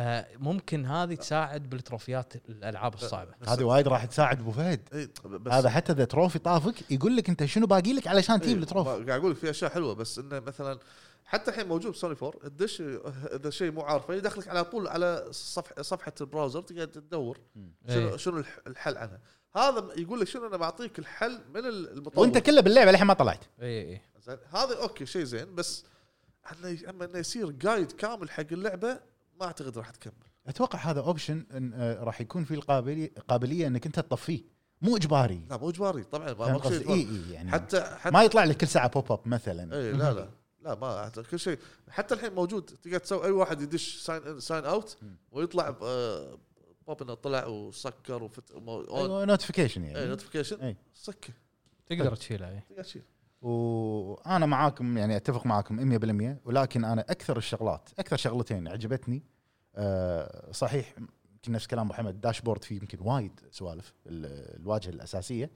Speaker 3: فممكن هذه تساعد بالتروفيات الالعاب
Speaker 1: أه،
Speaker 3: الصعبه
Speaker 2: بس-
Speaker 1: هذه وايد راح تساعد ابو فهد
Speaker 2: إي، بس
Speaker 1: هذا حتى اذا تروفي طافك يقول لك انت شنو باقي لك علشان تجيب
Speaker 2: إيه،
Speaker 1: التروفي
Speaker 2: قاعد اقول لك في اشياء حلوه بس انه مثلا حتى الحين موجود سوني 4 الدش اذا شيء مو عارفه يدخلك على طول على صفحه صفحه البراوزر تقعد تدور شنو
Speaker 3: إيه.
Speaker 2: شنو الح- الحل عنها هذا يقول لك شنو انا بعطيك الحل من المطور
Speaker 1: وانت كله باللعبه للحين ما طلعت
Speaker 3: اي اي
Speaker 2: زين، هذا اوكي شيء زين بس انه اما انه يصير جايد كامل حق اللعبه ما اعتقد راح تكمل
Speaker 1: اتوقع هذا اوبشن إن آه، راح يكون فيه القابليه قابليه انك انت تطفيه مو اجباري
Speaker 2: لا مو اجباري طبعا ما
Speaker 1: فاهم
Speaker 2: ماكو شيء
Speaker 1: قصدي؟ اي اي يعني
Speaker 2: يضمن. حتى حتى إيه،
Speaker 1: ما يطلع لك كل ساعه بوب اب مثلا
Speaker 2: اي لا لا لا ما أعتقد. كل شيء حتى الحين موجود تقدر تسوي اي واحد يدش ساين ان ساين اوت
Speaker 1: مم.
Speaker 2: ويطلع ب- آه، بوب انه طلع وسكر وفت
Speaker 1: أيوة.
Speaker 2: اي
Speaker 1: نوتيفيكيشن
Speaker 2: إيه،
Speaker 1: يعني
Speaker 2: نوتيفيكيشن
Speaker 1: إي.
Speaker 2: سكر
Speaker 3: تقدر تشيلها إيه. اي
Speaker 2: تقدر تشيل
Speaker 1: وانا معاكم يعني اتفق معاكم 100% ولكن انا اكثر الشغلات اكثر شغلتين عجبتني آه، صحيح يمكن نفس كلام محمد داشبورد فيه يمكن وايد سوالف ال- الواجهه الاساسيه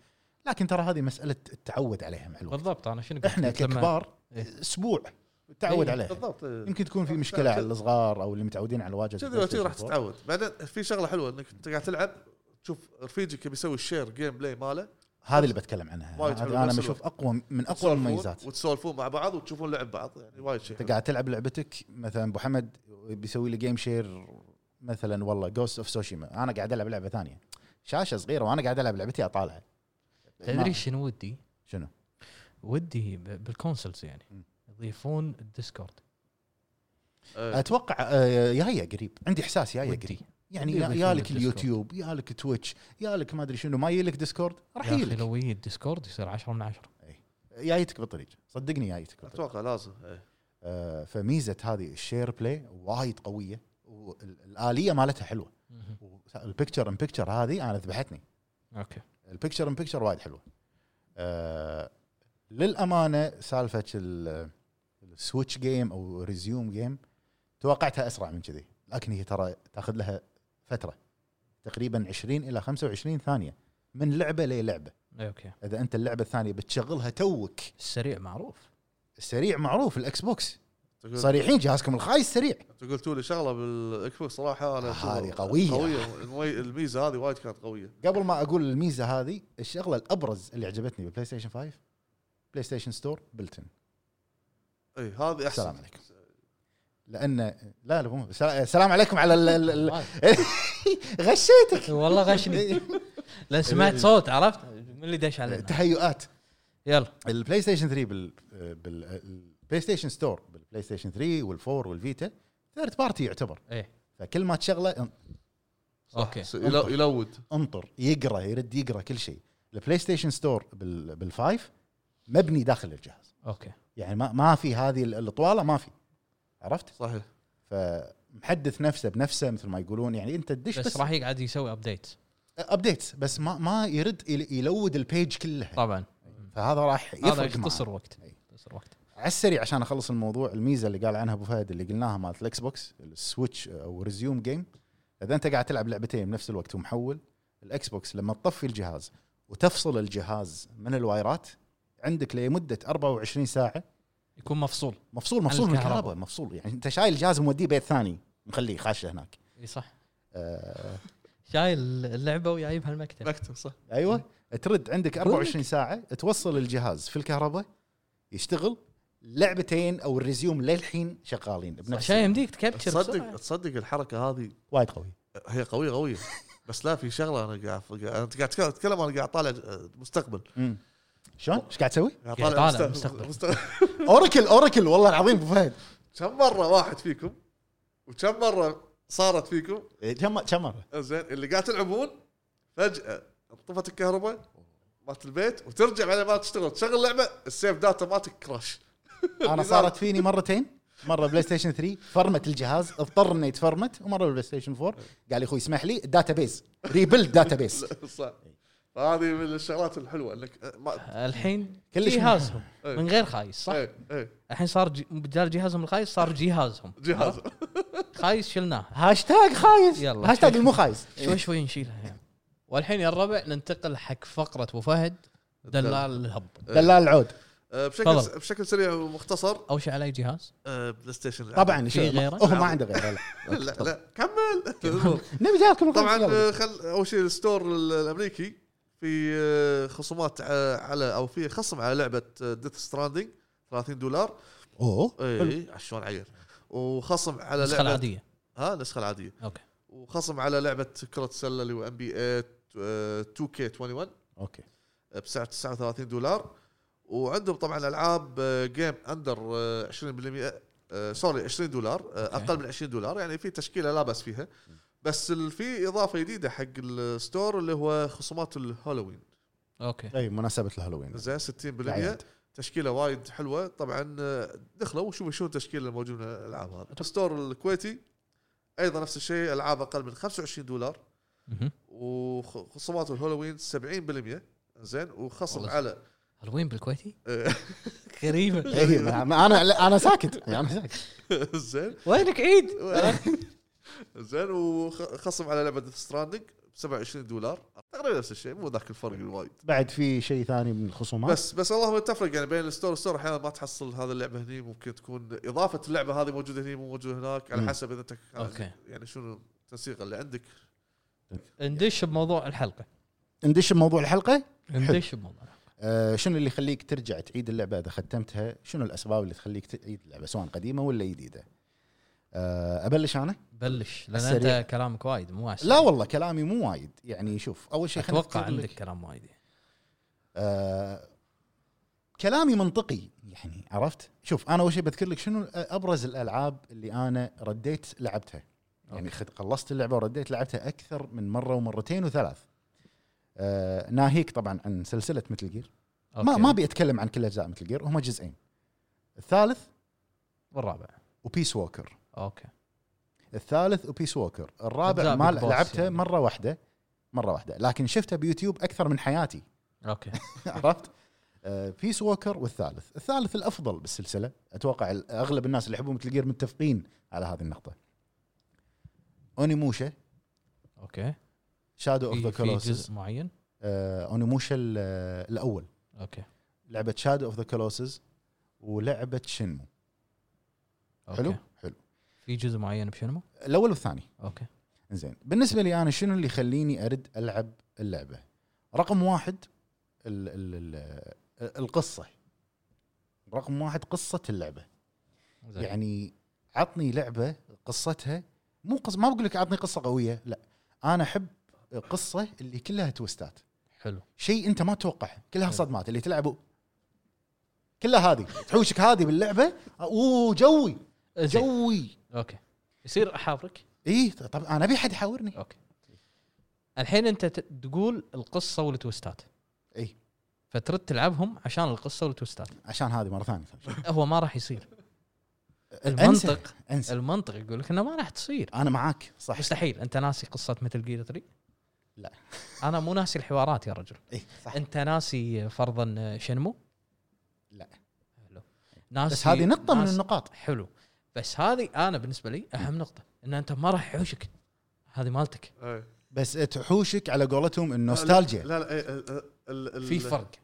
Speaker 1: لكن ترى هذه مساله التعود عليها مع الوقت
Speaker 3: بالضبط انا شنو قلت
Speaker 1: احنا
Speaker 3: لك لما-
Speaker 1: ككبار
Speaker 3: إيه.
Speaker 1: اسبوع تعود
Speaker 3: إيه،
Speaker 1: عليها
Speaker 2: بالضبط إي.
Speaker 1: يمكن تكون في مشكله على الصغار او اللي متعودين على الواجهه
Speaker 2: كذي وكذي راح تتعود بعدين في شغله حلوه انك انت قاعد تلعب تشوف رفيجك بيسوي الشير جيم بلاي ماله
Speaker 1: هذه اللي بتكلم عنها
Speaker 2: وايد حلو
Speaker 1: هذه انا
Speaker 2: بنفس
Speaker 1: بشوف اقوى من اقوى
Speaker 2: تسولفون
Speaker 1: المميزات
Speaker 2: وتسولفون مع بعض وتشوفون لعب بعض يعني وايد شيء
Speaker 1: انت قاعد تلعب لعبتك مثلا ابو حمد بيسوي لي جيم شير مثلا والله جوست اوف سوشيما انا قاعد العب لعبه ثانيه شاشه صغيره وانا قاعد العب لعبتي اطالعها
Speaker 3: تدري
Speaker 1: ما-
Speaker 3: شنو ودي؟
Speaker 1: شنو؟
Speaker 3: ودي ب- بالكونسلز
Speaker 1: مم.
Speaker 3: يعني يضيفون الديسكورد
Speaker 2: حلو
Speaker 1: اتوقع آه، جايه قريب عندي احساس جايه
Speaker 3: ودي
Speaker 1: قريب يعني
Speaker 3: ودي
Speaker 1: يا-
Speaker 3: يضيفون
Speaker 1: يا لك
Speaker 3: الديسكورد.
Speaker 1: اليوتيوب يا لك تويتش يا لك ما ادري شنو ما يجي لك ديسكورد راح
Speaker 3: يا اخي
Speaker 1: يجي
Speaker 3: لو يجي الديسكورد يصير 10 من 10
Speaker 1: جايتك بالطريق صدقني جايتك بالطريق
Speaker 2: اتوقع لازم إيه. إي.
Speaker 1: آه، فميزه هذه الشير بلاي وايد قويه والاليه مالتها حلوه البكتشر ان بكتشر هذه انا ذبحتني
Speaker 3: اوكي
Speaker 1: البكتشر ان بكتشر وايد حلوه آه، للامانه سالفه ال- السويتش جيم او ريزيوم جيم توقعتها اسرع من كذي لكن هي ترى تاخذ لها فتره تقريبا 20 الى 25 ثانيه من لعبه للعبه
Speaker 3: اي إيه، اوكي
Speaker 1: اذا انت اللعبه الثانيه بتشغلها توك
Speaker 3: السريع معروف
Speaker 1: السريع معروف الاكس بوكس
Speaker 2: تقول-
Speaker 1: صريحين جهازكم الخايس سريع
Speaker 2: انت قلتوا لي شغله بالاكس بوكس صراحه انا
Speaker 1: هذه قوية.
Speaker 2: قويه المي- الميزه هذه وايد كانت قويه
Speaker 1: قبل ما اقول الميزه هذه الشغله الابرز اللي عجبتني بالبلاي ستيشن 5 بلاي ستيشن ستور بلتن
Speaker 2: اي إيه، هذه احسن
Speaker 1: السلام عليكم. لان لا لا مو سلا- سلام عليكم على ال- ال- ال- غشيتك
Speaker 3: إيه، والله غشني لا سمعت صوت عرفت من اللي دش علينا
Speaker 1: إيه. تهيؤات
Speaker 3: يلا
Speaker 1: البلاي ستيشن 3 بال بال البلاي ستيشن ستور بالبلاي ستيشن 3 وال4 والفيتا ثيرد بارتي يعتبر
Speaker 3: ايه
Speaker 1: فكل ما تشغله ان-
Speaker 3: اوكي
Speaker 2: س- يلو- يلود
Speaker 1: انطر يقرا يرد يقرا كل شيء البلاي ستيشن ستور بال- بالفايف مبني داخل الجهاز
Speaker 3: اوكي
Speaker 1: يعني ما ما في هذه ال- الطواله ما في عرفت؟
Speaker 2: صحيح
Speaker 1: فمحدث نفسه بنفسه مثل ما يقولون يعني انت تدش
Speaker 3: بس,
Speaker 1: بس,
Speaker 3: راح يقعد يسوي ابديت
Speaker 1: ابديتس بس ما ما يرد يل- يلود البيج كلها
Speaker 3: طبعا
Speaker 1: فهذا راح
Speaker 3: هذا
Speaker 1: إيه. يفرق معه. إيه.
Speaker 3: يختصر وقت
Speaker 1: إي.
Speaker 3: يختصر وقت
Speaker 1: على السريع عشان اخلص الموضوع الميزه اللي قال عنها ابو فهد اللي قلناها مالت الاكس بوكس السويتش او ريزيوم جيم اذا انت قاعد تلعب لعبتين بنفس الوقت ومحول الاكس بوكس لما تطفي الجهاز وتفصل الجهاز من الوايرات عندك لمده 24 ساعه
Speaker 3: يكون مفصول
Speaker 1: مفصول مفصول من
Speaker 3: الكهرباء.
Speaker 1: الكهرباء مفصول يعني انت شايل الجهاز وموديه بيت ثاني مخليه خاشه هناك
Speaker 3: اي صح
Speaker 1: آه
Speaker 3: شايل اللعبه وجايبها المكتب
Speaker 2: مكتب صح
Speaker 1: ايوه ترد عندك 24 ساعه توصل الجهاز في الكهرباء يشتغل لعبتين او الريزيوم للحين شغالين بنفس
Speaker 3: عشان يمديك تكبتشر
Speaker 2: تصدق
Speaker 3: بسرعة.
Speaker 2: تصدق الحركه هذه
Speaker 1: وايد قوي
Speaker 2: هي قويه قويه بس لا في شغله انا قاعد قاعد- انا قاعد أتكلم- اتكلم انا قاعد طالع مستقبل
Speaker 1: مم. شلون؟ ايش قاعد تسوي؟
Speaker 2: قاعد
Speaker 3: قاعد
Speaker 2: طالع
Speaker 3: طالع
Speaker 2: مستقبل,
Speaker 3: مستقبل.
Speaker 2: مستقبل.
Speaker 1: اوراكل اوراكل والله العظيم ابو فهد
Speaker 2: كم مره واحد فيكم وكم مره صارت فيكم
Speaker 1: إيه، كم كم مره؟
Speaker 2: آه، زين اللي قاعد تلعبون فجاه انطفت الكهرباء مالت البيت وترجع على ما تشتغل تشغل لعبه السيف داتا مالتك كراش
Speaker 1: انا صارت فيني مرتين مره بلاي ستيشن 3 فرمت الجهاز اضطر انه يتفرمت ومره بلاي ستيشن 4 قال لي اخوي اسمح لي داتا بيز ريبيلد داتا بيز
Speaker 2: صح فهذه من الشغلات الحلوه انك ما
Speaker 3: الحين
Speaker 1: كلش إيه.
Speaker 3: جهازهم
Speaker 2: إي.
Speaker 3: من غير خايس صح؟
Speaker 2: ايه ايه
Speaker 3: الحين صار ج- بدال جهازهم الخايس صار جهازهم
Speaker 2: جهاز
Speaker 3: خايس شلناه
Speaker 1: هاشتاج خايس
Speaker 3: يلا.
Speaker 1: هاشتاج المو خايس
Speaker 3: شوي شوي نشيلها يعني. والحين يا الربع ننتقل حق فقره ابو فهد دلال الهب
Speaker 1: دلال العود
Speaker 2: آه،
Speaker 3: تفضل.
Speaker 2: بشكل بشكل سريع ومختصر
Speaker 3: اول شيء على اي جهاز؟
Speaker 2: آه، بلاي ستيشن
Speaker 1: طبعا
Speaker 3: في
Speaker 1: شو-
Speaker 3: غيره؟ نعم.
Speaker 1: هو ما عنده غيره لا.
Speaker 2: لا لا كمل
Speaker 1: نبي جاكم
Speaker 2: طبعا آه، خل اول شيء الستور ال- الامريكي في آه، خصومات ع- على او في خصم على آه، لعبه ديث ستراندنج 30 دولار
Speaker 1: اوه
Speaker 2: اي شلون عيل وخصم على
Speaker 3: النسخه
Speaker 2: لعبه
Speaker 3: العاديه
Speaker 2: ها النسخه العاديه
Speaker 3: اوكي
Speaker 2: وخصم على لعبه كره السله اللي هو ام بي 2 كي 21
Speaker 1: اوكي
Speaker 2: آه، بسعر 39 دولار وعندهم طبعا العاب آه، جيم اندر آه، 20% آه، سوري 20 دولار آه،
Speaker 3: أوكي.
Speaker 2: اقل من 20 دولار يعني في تشكيله لا باس فيها بس ال- في اضافه جديده حق الستور اللي هو خصومات الهالوين
Speaker 3: اوكي
Speaker 1: اي مناسبه الهالوين
Speaker 2: زين 60%
Speaker 1: العيد.
Speaker 2: تشكيله وايد حلوه طبعا آه، دخلوا وشوفوا شو التشكيله الموجوده من الالعاب هذه الستور الكويتي ايضا نفس الشيء العاب اقل من 25 دولار
Speaker 3: مهم.
Speaker 2: وخصومات الهالوين 70% زين وخصم
Speaker 3: والله
Speaker 2: على
Speaker 3: هالوين بالكويتي؟
Speaker 2: آه،
Speaker 3: غريبه
Speaker 1: اي ما- إيه، ما- انا لا، انا ساكت يعني انا ساكت
Speaker 2: زين
Speaker 3: وينك عيد؟
Speaker 2: زين وخصم على لعبه ستراندنج ب 27 دولار تقريبا نفس الشيء مو ذاك الفرق الوايد
Speaker 1: بعد في شيء ثاني من الخصومات
Speaker 2: بس بس اللهم تفرق يعني بين الستور والستور احيانا ما تحصل هذه اللعبه هني ممكن تكون اضافه اللعبه هذه موجوده هني مو موجوده هناك على
Speaker 1: مم.
Speaker 2: حسب اذا انت كان-
Speaker 3: أوكي.
Speaker 2: يعني شنو التنسيق اللي عندك
Speaker 3: ندش بموضوع الحلقه
Speaker 1: ندش بموضوع الحلقه
Speaker 3: ندش بموضوع
Speaker 1: آه، شنو اللي يخليك ترجع تعيد اللعبه اذا ختمتها؟ شنو الاسباب اللي تخليك تعيد اللعبه سواء قديمه ولا جديده؟ آه، ابلش انا؟
Speaker 3: بلش لان
Speaker 1: السريع.
Speaker 3: انت كلامك وايد مو عشان
Speaker 1: لا والله كلامي مو وايد يعني شوف اول شيء خليني
Speaker 3: اتوقع
Speaker 1: أذكر لك،
Speaker 3: عندك كلام وايد
Speaker 1: آه، كلامي منطقي يعني عرفت؟ شوف انا اول شيء بذكر لك شنو ابرز الالعاب اللي انا رديت لعبتها يعني خد- خلصت اللعبه ورديت لعبتها اكثر من مره ومرتين وثلاث. آه، ناهيك طبعا عن سلسله مثل جير ما
Speaker 3: أوكي.
Speaker 1: ما ابي اتكلم عن كل اجزاء مثل جير هم جزئين الثالث
Speaker 3: والرابع
Speaker 1: وبيس ووكر
Speaker 3: اوكي
Speaker 1: الثالث وبيس ووكر الرابع
Speaker 3: أجزاء
Speaker 1: ما
Speaker 3: بيج بوس
Speaker 1: لعبته
Speaker 3: يعني.
Speaker 1: مره واحده مره واحده لكن شفته بيوتيوب اكثر من حياتي
Speaker 3: اوكي
Speaker 1: عرفت بيس ووكر والثالث الثالث الافضل بالسلسله اتوقع ال- اغلب الناس اللي يحبون مثل جير متفقين على هذه النقطه اونيموشا
Speaker 3: اوكي
Speaker 1: شادو اوف ذا
Speaker 3: في- في
Speaker 1: كولوسز
Speaker 3: جزء معين
Speaker 1: اونيموشا آه، ال- الاول
Speaker 3: اوكي
Speaker 1: لعبه شادو اوف ذا كولوسز ولعبه شنمو
Speaker 3: أوكي.
Speaker 1: حلو حلو
Speaker 3: في جزء معين بشنمو
Speaker 1: الاول والثاني
Speaker 3: اوكي
Speaker 1: زين بالنسبه لي انا شنو اللي يخليني ارد العب اللعبه رقم واحد ال ال ال القصه رقم واحد قصه اللعبه
Speaker 3: زين.
Speaker 1: يعني عطني لعبه قصتها مو قص ما بقول لك عطني قصه قويه لا انا احب قصه اللي كلها تويستات
Speaker 3: حلو
Speaker 1: شيء انت ما تتوقعه كلها صدمات اللي تلعبه كلها هذه تحوشك هذه باللعبه اوه جوي
Speaker 3: زين.
Speaker 1: جوي
Speaker 3: اوكي يصير احاورك
Speaker 1: ايه طب انا ابي حد يحاورني
Speaker 3: اوكي الحين انت ت- تقول القصه والتويستات
Speaker 1: اي
Speaker 3: فترد تلعبهم عشان القصه والتويستات
Speaker 1: عشان هذه مره ثانيه
Speaker 3: هو ما راح يصير
Speaker 1: انسى
Speaker 3: المنطق
Speaker 1: انسى
Speaker 3: المنطق يقول لك انه ما راح تصير
Speaker 1: انا معاك صح
Speaker 3: مستحيل انت ناسي قصه مثل جير 3
Speaker 1: لا.
Speaker 3: انا مو ناسي الحوارات يا رجل
Speaker 1: اي إيه، صح
Speaker 3: انت ناسي فرضا شنمو
Speaker 1: لا.
Speaker 3: حلو ناسي
Speaker 1: بس هذه نقطه من
Speaker 3: ناسي-
Speaker 1: النقاط
Speaker 3: حلو بس هذه انا بالنسبه لي اهم نقطه ان انت ما راح يحوشك هذه مالتك
Speaker 2: إيه.
Speaker 1: بس تحوشك على قولتهم النوستالجيا
Speaker 2: لا لا إيه، إيه، إيه، ال- ال-
Speaker 3: في فرق
Speaker 2: شلون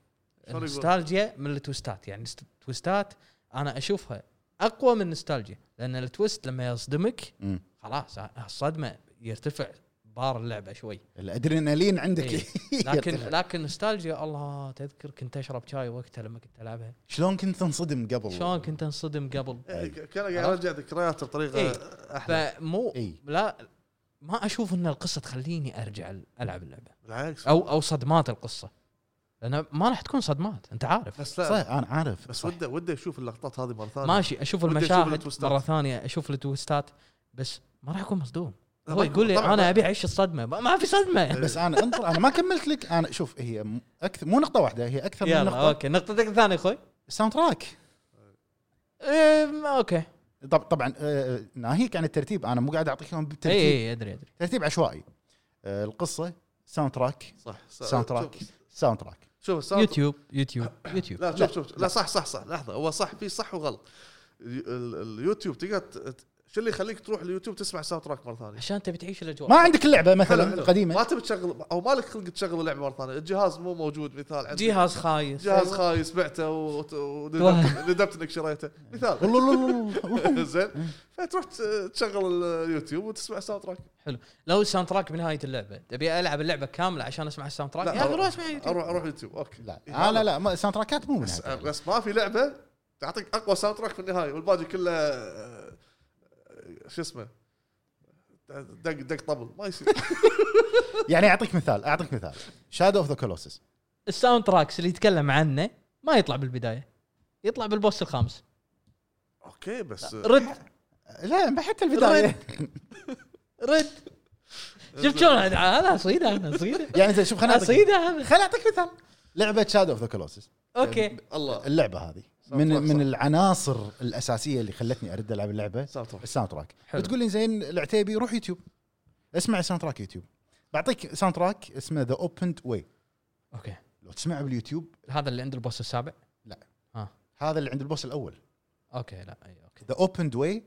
Speaker 2: يقول؟
Speaker 3: النوستالجيا من التويستات يعني است- التويستات انا اشوفها اقوى من النوستالجيا لان التويست لما يصدمك
Speaker 1: مم.
Speaker 3: خلاص الصدمه يرتفع بار اللعبه شوي
Speaker 1: الادرينالين عندك
Speaker 3: إيه. لكن لكن نوستالجيا الله تذكر كنت اشرب شاي وقتها لما كنت العبها
Speaker 1: شلون كنت انصدم قبل
Speaker 3: شلون كنت انصدم قبل
Speaker 2: إيه، كان قاعد ارجع ذكريات
Speaker 3: إيه.
Speaker 2: بطريقه احلى
Speaker 3: فمو
Speaker 1: اي
Speaker 3: لا ما اشوف ان القصه تخليني ارجع العب اللعبه
Speaker 2: بالعكس
Speaker 3: او او صدمات القصه لان ما راح تكون صدمات انت عارف
Speaker 2: بس لا
Speaker 1: صح انا عارف
Speaker 2: بس
Speaker 1: صح.
Speaker 2: وده وده يشوف اللقطات هذه مره ثانيه
Speaker 3: ماشي اشوف
Speaker 2: ودي أشوف
Speaker 3: المشاهد
Speaker 2: التويستات.
Speaker 3: مره ثانيه اشوف التويستات بس ما راح اكون مصدوم
Speaker 2: لا،
Speaker 3: هو
Speaker 2: ما-
Speaker 3: يقول لي
Speaker 2: طبعاً
Speaker 3: انا
Speaker 2: ما-
Speaker 3: ابي اعيش الصدمه ما- ما في صدمه
Speaker 1: بس انا انطر انا ما كملت لك انا شوف هي م- اكثر مو نقطه واحده هي اكثر من
Speaker 3: يلا
Speaker 1: نقطه
Speaker 3: اوكي نقطتك الثانيه يا اخوي
Speaker 1: الساوند تراك
Speaker 3: أم، اوكي
Speaker 1: طب طبعا آه، ناهيك عن الترتيب انا مو قاعد اعطيك إياهم
Speaker 3: اي
Speaker 1: بالترتيب
Speaker 3: اي ادري ادري
Speaker 1: ترتيب عشوائي آه، القصه ساوند تراك
Speaker 2: صح س-
Speaker 1: ساوند تراك
Speaker 2: شوف-
Speaker 1: ساوند تراك
Speaker 2: شوف الساوند
Speaker 3: يوتيوب يوتيوب يوتيوب
Speaker 2: لا شوف شوف لا صح صح صح لحظه هو صح في صح وغلط ال- ال- اليوتيوب تقدر ت- ت- شو اللي يخليك تروح اليوتيوب تسمع ساوند تراك مره ثانيه
Speaker 3: عشان تبي تعيش الاجواء
Speaker 1: ما عندك اللعبه
Speaker 2: حلو،
Speaker 1: مثلا
Speaker 2: حلو.
Speaker 1: قديمه
Speaker 2: ما تبي تشغل او مالك خلق تشغل اللعبه مره ثانيه الجهاز مو موجود مثال عندك
Speaker 3: جهاز خايس
Speaker 2: جهاز خايس بعته وت- وندمت ندمت انك شريته مثال زين فتروح ت- تشغل اليوتيوب وتسمع ساوند تراك
Speaker 3: لو الساوند تراك بنهايه اللعبه تبي العب اللعبه كامله عشان اسمع الساوند تراك
Speaker 2: لا،
Speaker 3: طيب، يا اخي
Speaker 2: أروح-
Speaker 3: روح اسمع يوتيوب
Speaker 2: اروح اروح يوتيوب اوكي
Speaker 1: لا
Speaker 2: إيه،
Speaker 1: آه لا لا ما- ساوند تراكات مو
Speaker 2: بس,
Speaker 1: منها
Speaker 2: بس ما في لعبه تعطيك اقوى ساوند تراك في النهايه والباقي كله آه، شو اسمه دق دق طبل ما يصير
Speaker 1: يعني اعطيك مثال اعطيك مثال شادو اوف ذا كولوسس
Speaker 3: الساوند تراكس اللي يتكلم عنه ما يطلع بالبدايه يطلع بالبوس الخامس
Speaker 2: اوكي بس آه،
Speaker 3: رد
Speaker 1: لا ما حتى البدايه
Speaker 3: رد شفت شلون هذا- هذا صيده انا صيده
Speaker 1: يعني زين شوف خليني
Speaker 3: انا
Speaker 1: أعطيك-
Speaker 3: صيده هذا
Speaker 1: خليني اعطيك مثال لعبه شادو اوف ذا كولوسس
Speaker 3: اوكي
Speaker 2: الله
Speaker 1: اللعبه هذه من من العناصر الاساسيه اللي خلتني ارد العب اللعبه
Speaker 2: ساوند تراك
Speaker 1: الساوند تراك
Speaker 3: حلو.
Speaker 1: بتقول لي زين العتيبي روح يوتيوب اسمع الساوند تراك يوتيوب بعطيك ساوند تراك اسمه ذا اوبن واي
Speaker 3: اوكي
Speaker 1: لو تسمعه باليوتيوب
Speaker 3: هذا اللي عند البوس السابع
Speaker 1: هذا اللي عند البوس الاول
Speaker 3: اوكي لا أي، اوكي
Speaker 1: ذا اوبن واي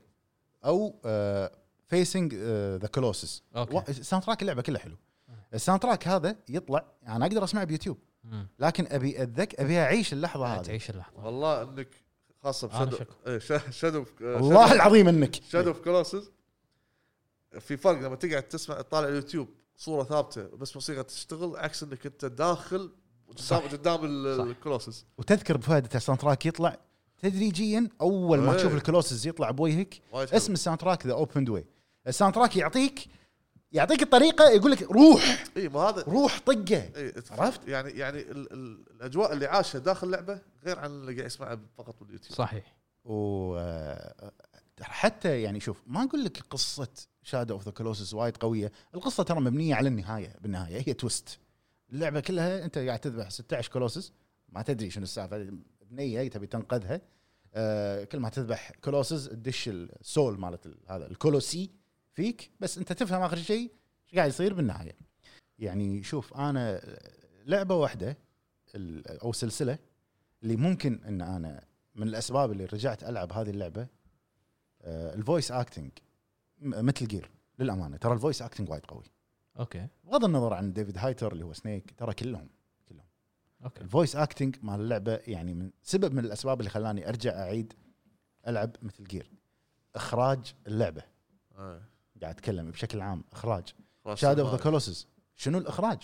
Speaker 1: او آه، فيسنج ذا كولوسس
Speaker 3: اوكي
Speaker 1: الساوند تراك اللعبه كلها حلو الساوند تراك هذا يطلع يعني انا اقدر اسمعه بيوتيوب
Speaker 3: مم.
Speaker 1: لكن ابي اتذكر ابي اعيش اللحظه هذه
Speaker 3: تعيش اللحظه
Speaker 2: والله انك خاصه
Speaker 3: أنا
Speaker 2: بشادو
Speaker 3: شكو.
Speaker 2: إيه، شا- شادو
Speaker 1: والله العظيم انك
Speaker 2: شادو اوف كلاسز في فرق لما تقعد تسمع تطالع اليوتيوب صوره ثابته بس موسيقى تشتغل عكس انك انت داخل قدام
Speaker 3: صح.
Speaker 2: قدام
Speaker 3: صح.
Speaker 2: الكلاسز
Speaker 1: وتذكر بفائده الساوند تراك يطلع تدريجيا اول ما
Speaker 2: إيه.
Speaker 1: تشوف الكلوسز يطلع بوجهك
Speaker 2: وايد حلو.
Speaker 1: اسم الساوند تراك ذا اوبن واي الساوند تراك يعطيك يعطيك الطريقه يقول لك روح
Speaker 2: اي إيه، ما هذا
Speaker 1: روح طقه
Speaker 2: إيه،
Speaker 1: عرفت؟
Speaker 2: يعني يعني ال ال الاجواء اللي عاشها داخل اللعبه غير عن اللي قاعد يسمعها فقط باليوتيوب
Speaker 3: صحيح
Speaker 1: و آه، حتى يعني شوف ما اقول لك قصه شادو اوف ذا كلوسس وايد قويه القصه ترى مبنيه على النهايه بالنهايه هي تويست اللعبه كلها انت قاعد تذبح 16 كلوسس ما تدري شنو السالفه بنيه تبي تنقذها آه كل ما تذبح كلوسس تدش السول مالت ال- هذا الكولوسي فيك بس انت تفهم اخر شيء ايش قاعد يصير بالنهايه يعني شوف انا لعبه واحده ال- او سلسله اللي ممكن ان انا من الاسباب اللي رجعت العب هذه اللعبه آه الفويس اكتنج مثل جير للامانه ترى الفويس اكتنج وايد قوي
Speaker 3: اوكي
Speaker 1: بغض النظر عن ديفيد هايتر اللي هو سنيك ترى كلهم
Speaker 3: اوكي
Speaker 1: الفويس اكتنج مال اللعبه يعني من سبب من الاسباب اللي خلاني ارجع اعيد العب مثل جير اخراج اللعبه
Speaker 2: إيه.
Speaker 1: قاعد اتكلم بشكل عام اخراج
Speaker 2: خلاص،
Speaker 1: شادو
Speaker 2: ما-
Speaker 1: اوف ذا كولوسس شنو الاخراج؟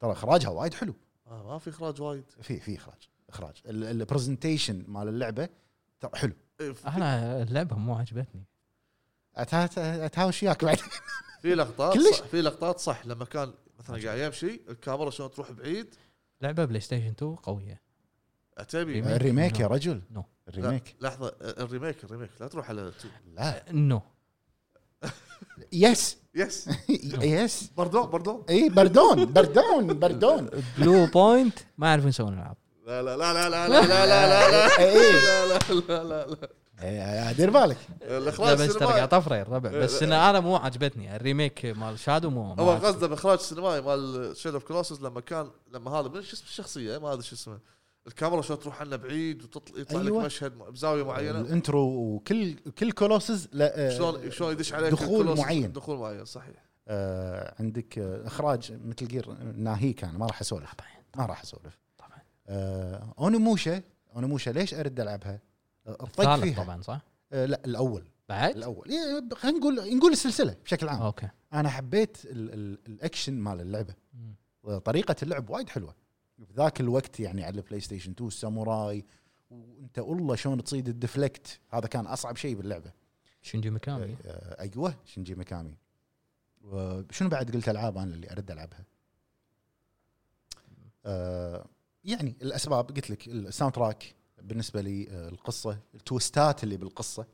Speaker 1: ترى اخراجها وايد حلو
Speaker 2: آه، ما في اخراج وايد
Speaker 1: في في اخراج اخراج البرزنتيشن مال اللعبه ترى حلو
Speaker 2: إيه، في-
Speaker 3: انا اللعبه مو عجبتني
Speaker 1: أتها- اتهاوش وياك بعد
Speaker 2: في لقطات
Speaker 1: كلش.
Speaker 2: صح في لقطات صح لما كان مثلا قاعد يمشي الكاميرا شلون تروح بعيد
Speaker 3: لعبه بلاي ستيشن 2 قويه
Speaker 2: عتيبي
Speaker 3: ريميك.
Speaker 1: الريميك يا رجل
Speaker 3: نو.
Speaker 1: الريميك
Speaker 2: لا، لحظه الريميك الريميك لا تروح على تو.
Speaker 1: لا
Speaker 3: نو
Speaker 1: يس
Speaker 2: يس
Speaker 1: يس
Speaker 2: بردون بردون
Speaker 1: اي إيه، بردون بردون بردون
Speaker 3: بلو بوينت ما يعرفون يسوون العاب
Speaker 2: لا لا لا لا لا لا لا لا لا لا لا لا لا لا لا
Speaker 1: إيه، دير بالك
Speaker 2: الاخراج
Speaker 3: ربع اشترك
Speaker 2: السينمائي
Speaker 3: طف رير ربع
Speaker 1: آه،
Speaker 3: بس ان انا مو عجبتني الريميك مال شادو مو ما
Speaker 2: هو
Speaker 3: عجبتني.
Speaker 2: قصده باخراج السينمائي مال شيل اوف كلوسس لما كان لما هذا من شو اسم الشخصيه ما ادري شو اسمه الكاميرا شلون تروح عنه بعيد وتطلع يطلع
Speaker 1: أيوة.
Speaker 2: لك مشهد بزاويه معينه
Speaker 1: الانترو وكل كل كولوسز آه،
Speaker 2: شلون شلون يدش عليك
Speaker 1: دخول
Speaker 2: الكلوسس-
Speaker 1: معين.
Speaker 2: دخول معين صحيح
Speaker 1: آه عندك آه اخراج مثل جير ناهيك انا ما راح اسولف ما راح اسولف
Speaker 3: طبعاً.
Speaker 1: آه اونيموشا اونيموشا ليش ارد العبها؟ آه، الطق
Speaker 3: الثالث
Speaker 1: فيها
Speaker 3: طبعا صح؟
Speaker 1: آه لا الاول
Speaker 3: بعد؟
Speaker 1: الاول يعني خلينا نقول نقول السلسله بشكل عام
Speaker 3: اوكي
Speaker 1: انا حبيت ال- ال- الاكشن مال اللعبه
Speaker 3: مم.
Speaker 1: طريقه اللعب وايد حلوه بذاك الوقت يعني على البلاي ستيشن 2 الساموراي وانت والله شلون تصيد الدفلكت هذا كان اصعب شيء باللعبه
Speaker 3: شنجي ميكامي
Speaker 1: آه، ايوه شنجي ميكامي وشنو بعد قلت العاب انا اللي ارد العبها آه، يعني الاسباب قلت لك الساوند تراك بالنسبه لي آه، القصه التويستات اللي بالقصه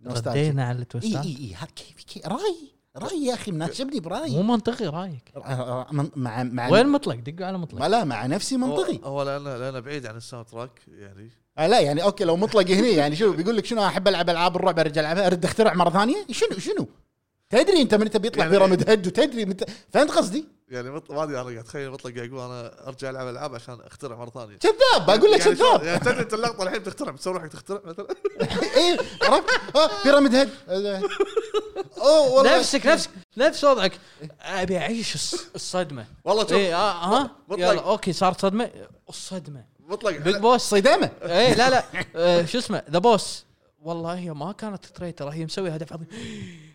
Speaker 1: نوستالجيا.
Speaker 3: ردينا على
Speaker 1: اي
Speaker 3: التوستات
Speaker 1: اي اي ها- كيف كيف راي راي يا اخي مناسبني برايي
Speaker 3: مو منطقي رايك
Speaker 1: آه، آه، من- مع مع
Speaker 3: وين مطلق دقوا على مطلق
Speaker 1: ما لا مع نفسي منطقي
Speaker 2: هو- هو لانه لانه بعيد عن الساوند تراك يعني
Speaker 1: آه لا يعني اوكي لو مطلق هنا يعني شو بيقول لك شنو احب العب العاب الرعب ارجع العبها ارد اخترع مره ثانيه شنو شنو تدري انت من تبي يطلع
Speaker 2: يعني-
Speaker 1: بيراميد هيد وتدري متى فهمت قصدي؟
Speaker 2: يعني مط- ما ادري انا قاعد اتخيل مطلق قاعد يقول انا ارجع العب العاب عشان اخترع مره ثانيه
Speaker 1: كذاب بقول لك
Speaker 2: يعني شلون-
Speaker 1: كذاب
Speaker 2: يعني تدري انت اللقطه الحين بتخترع بتسوي روحك تخترع مثلا
Speaker 1: اي إيه، عرفت آه، بيراميد هيد آه. اوه والله
Speaker 3: نفسك نفسك نفس وضعك ابي اعيش الص- الصدمه
Speaker 2: والله شوف
Speaker 3: اي آه ها
Speaker 2: مطلق.
Speaker 3: يلا اوكي صارت صدمه الصدمه بيج
Speaker 2: مطلق
Speaker 3: بوس
Speaker 1: صدامه
Speaker 3: اي لا لا آه، شو اسمه ذا بوس والله هي ما كانت تريتر هي مسوي هدف عظيم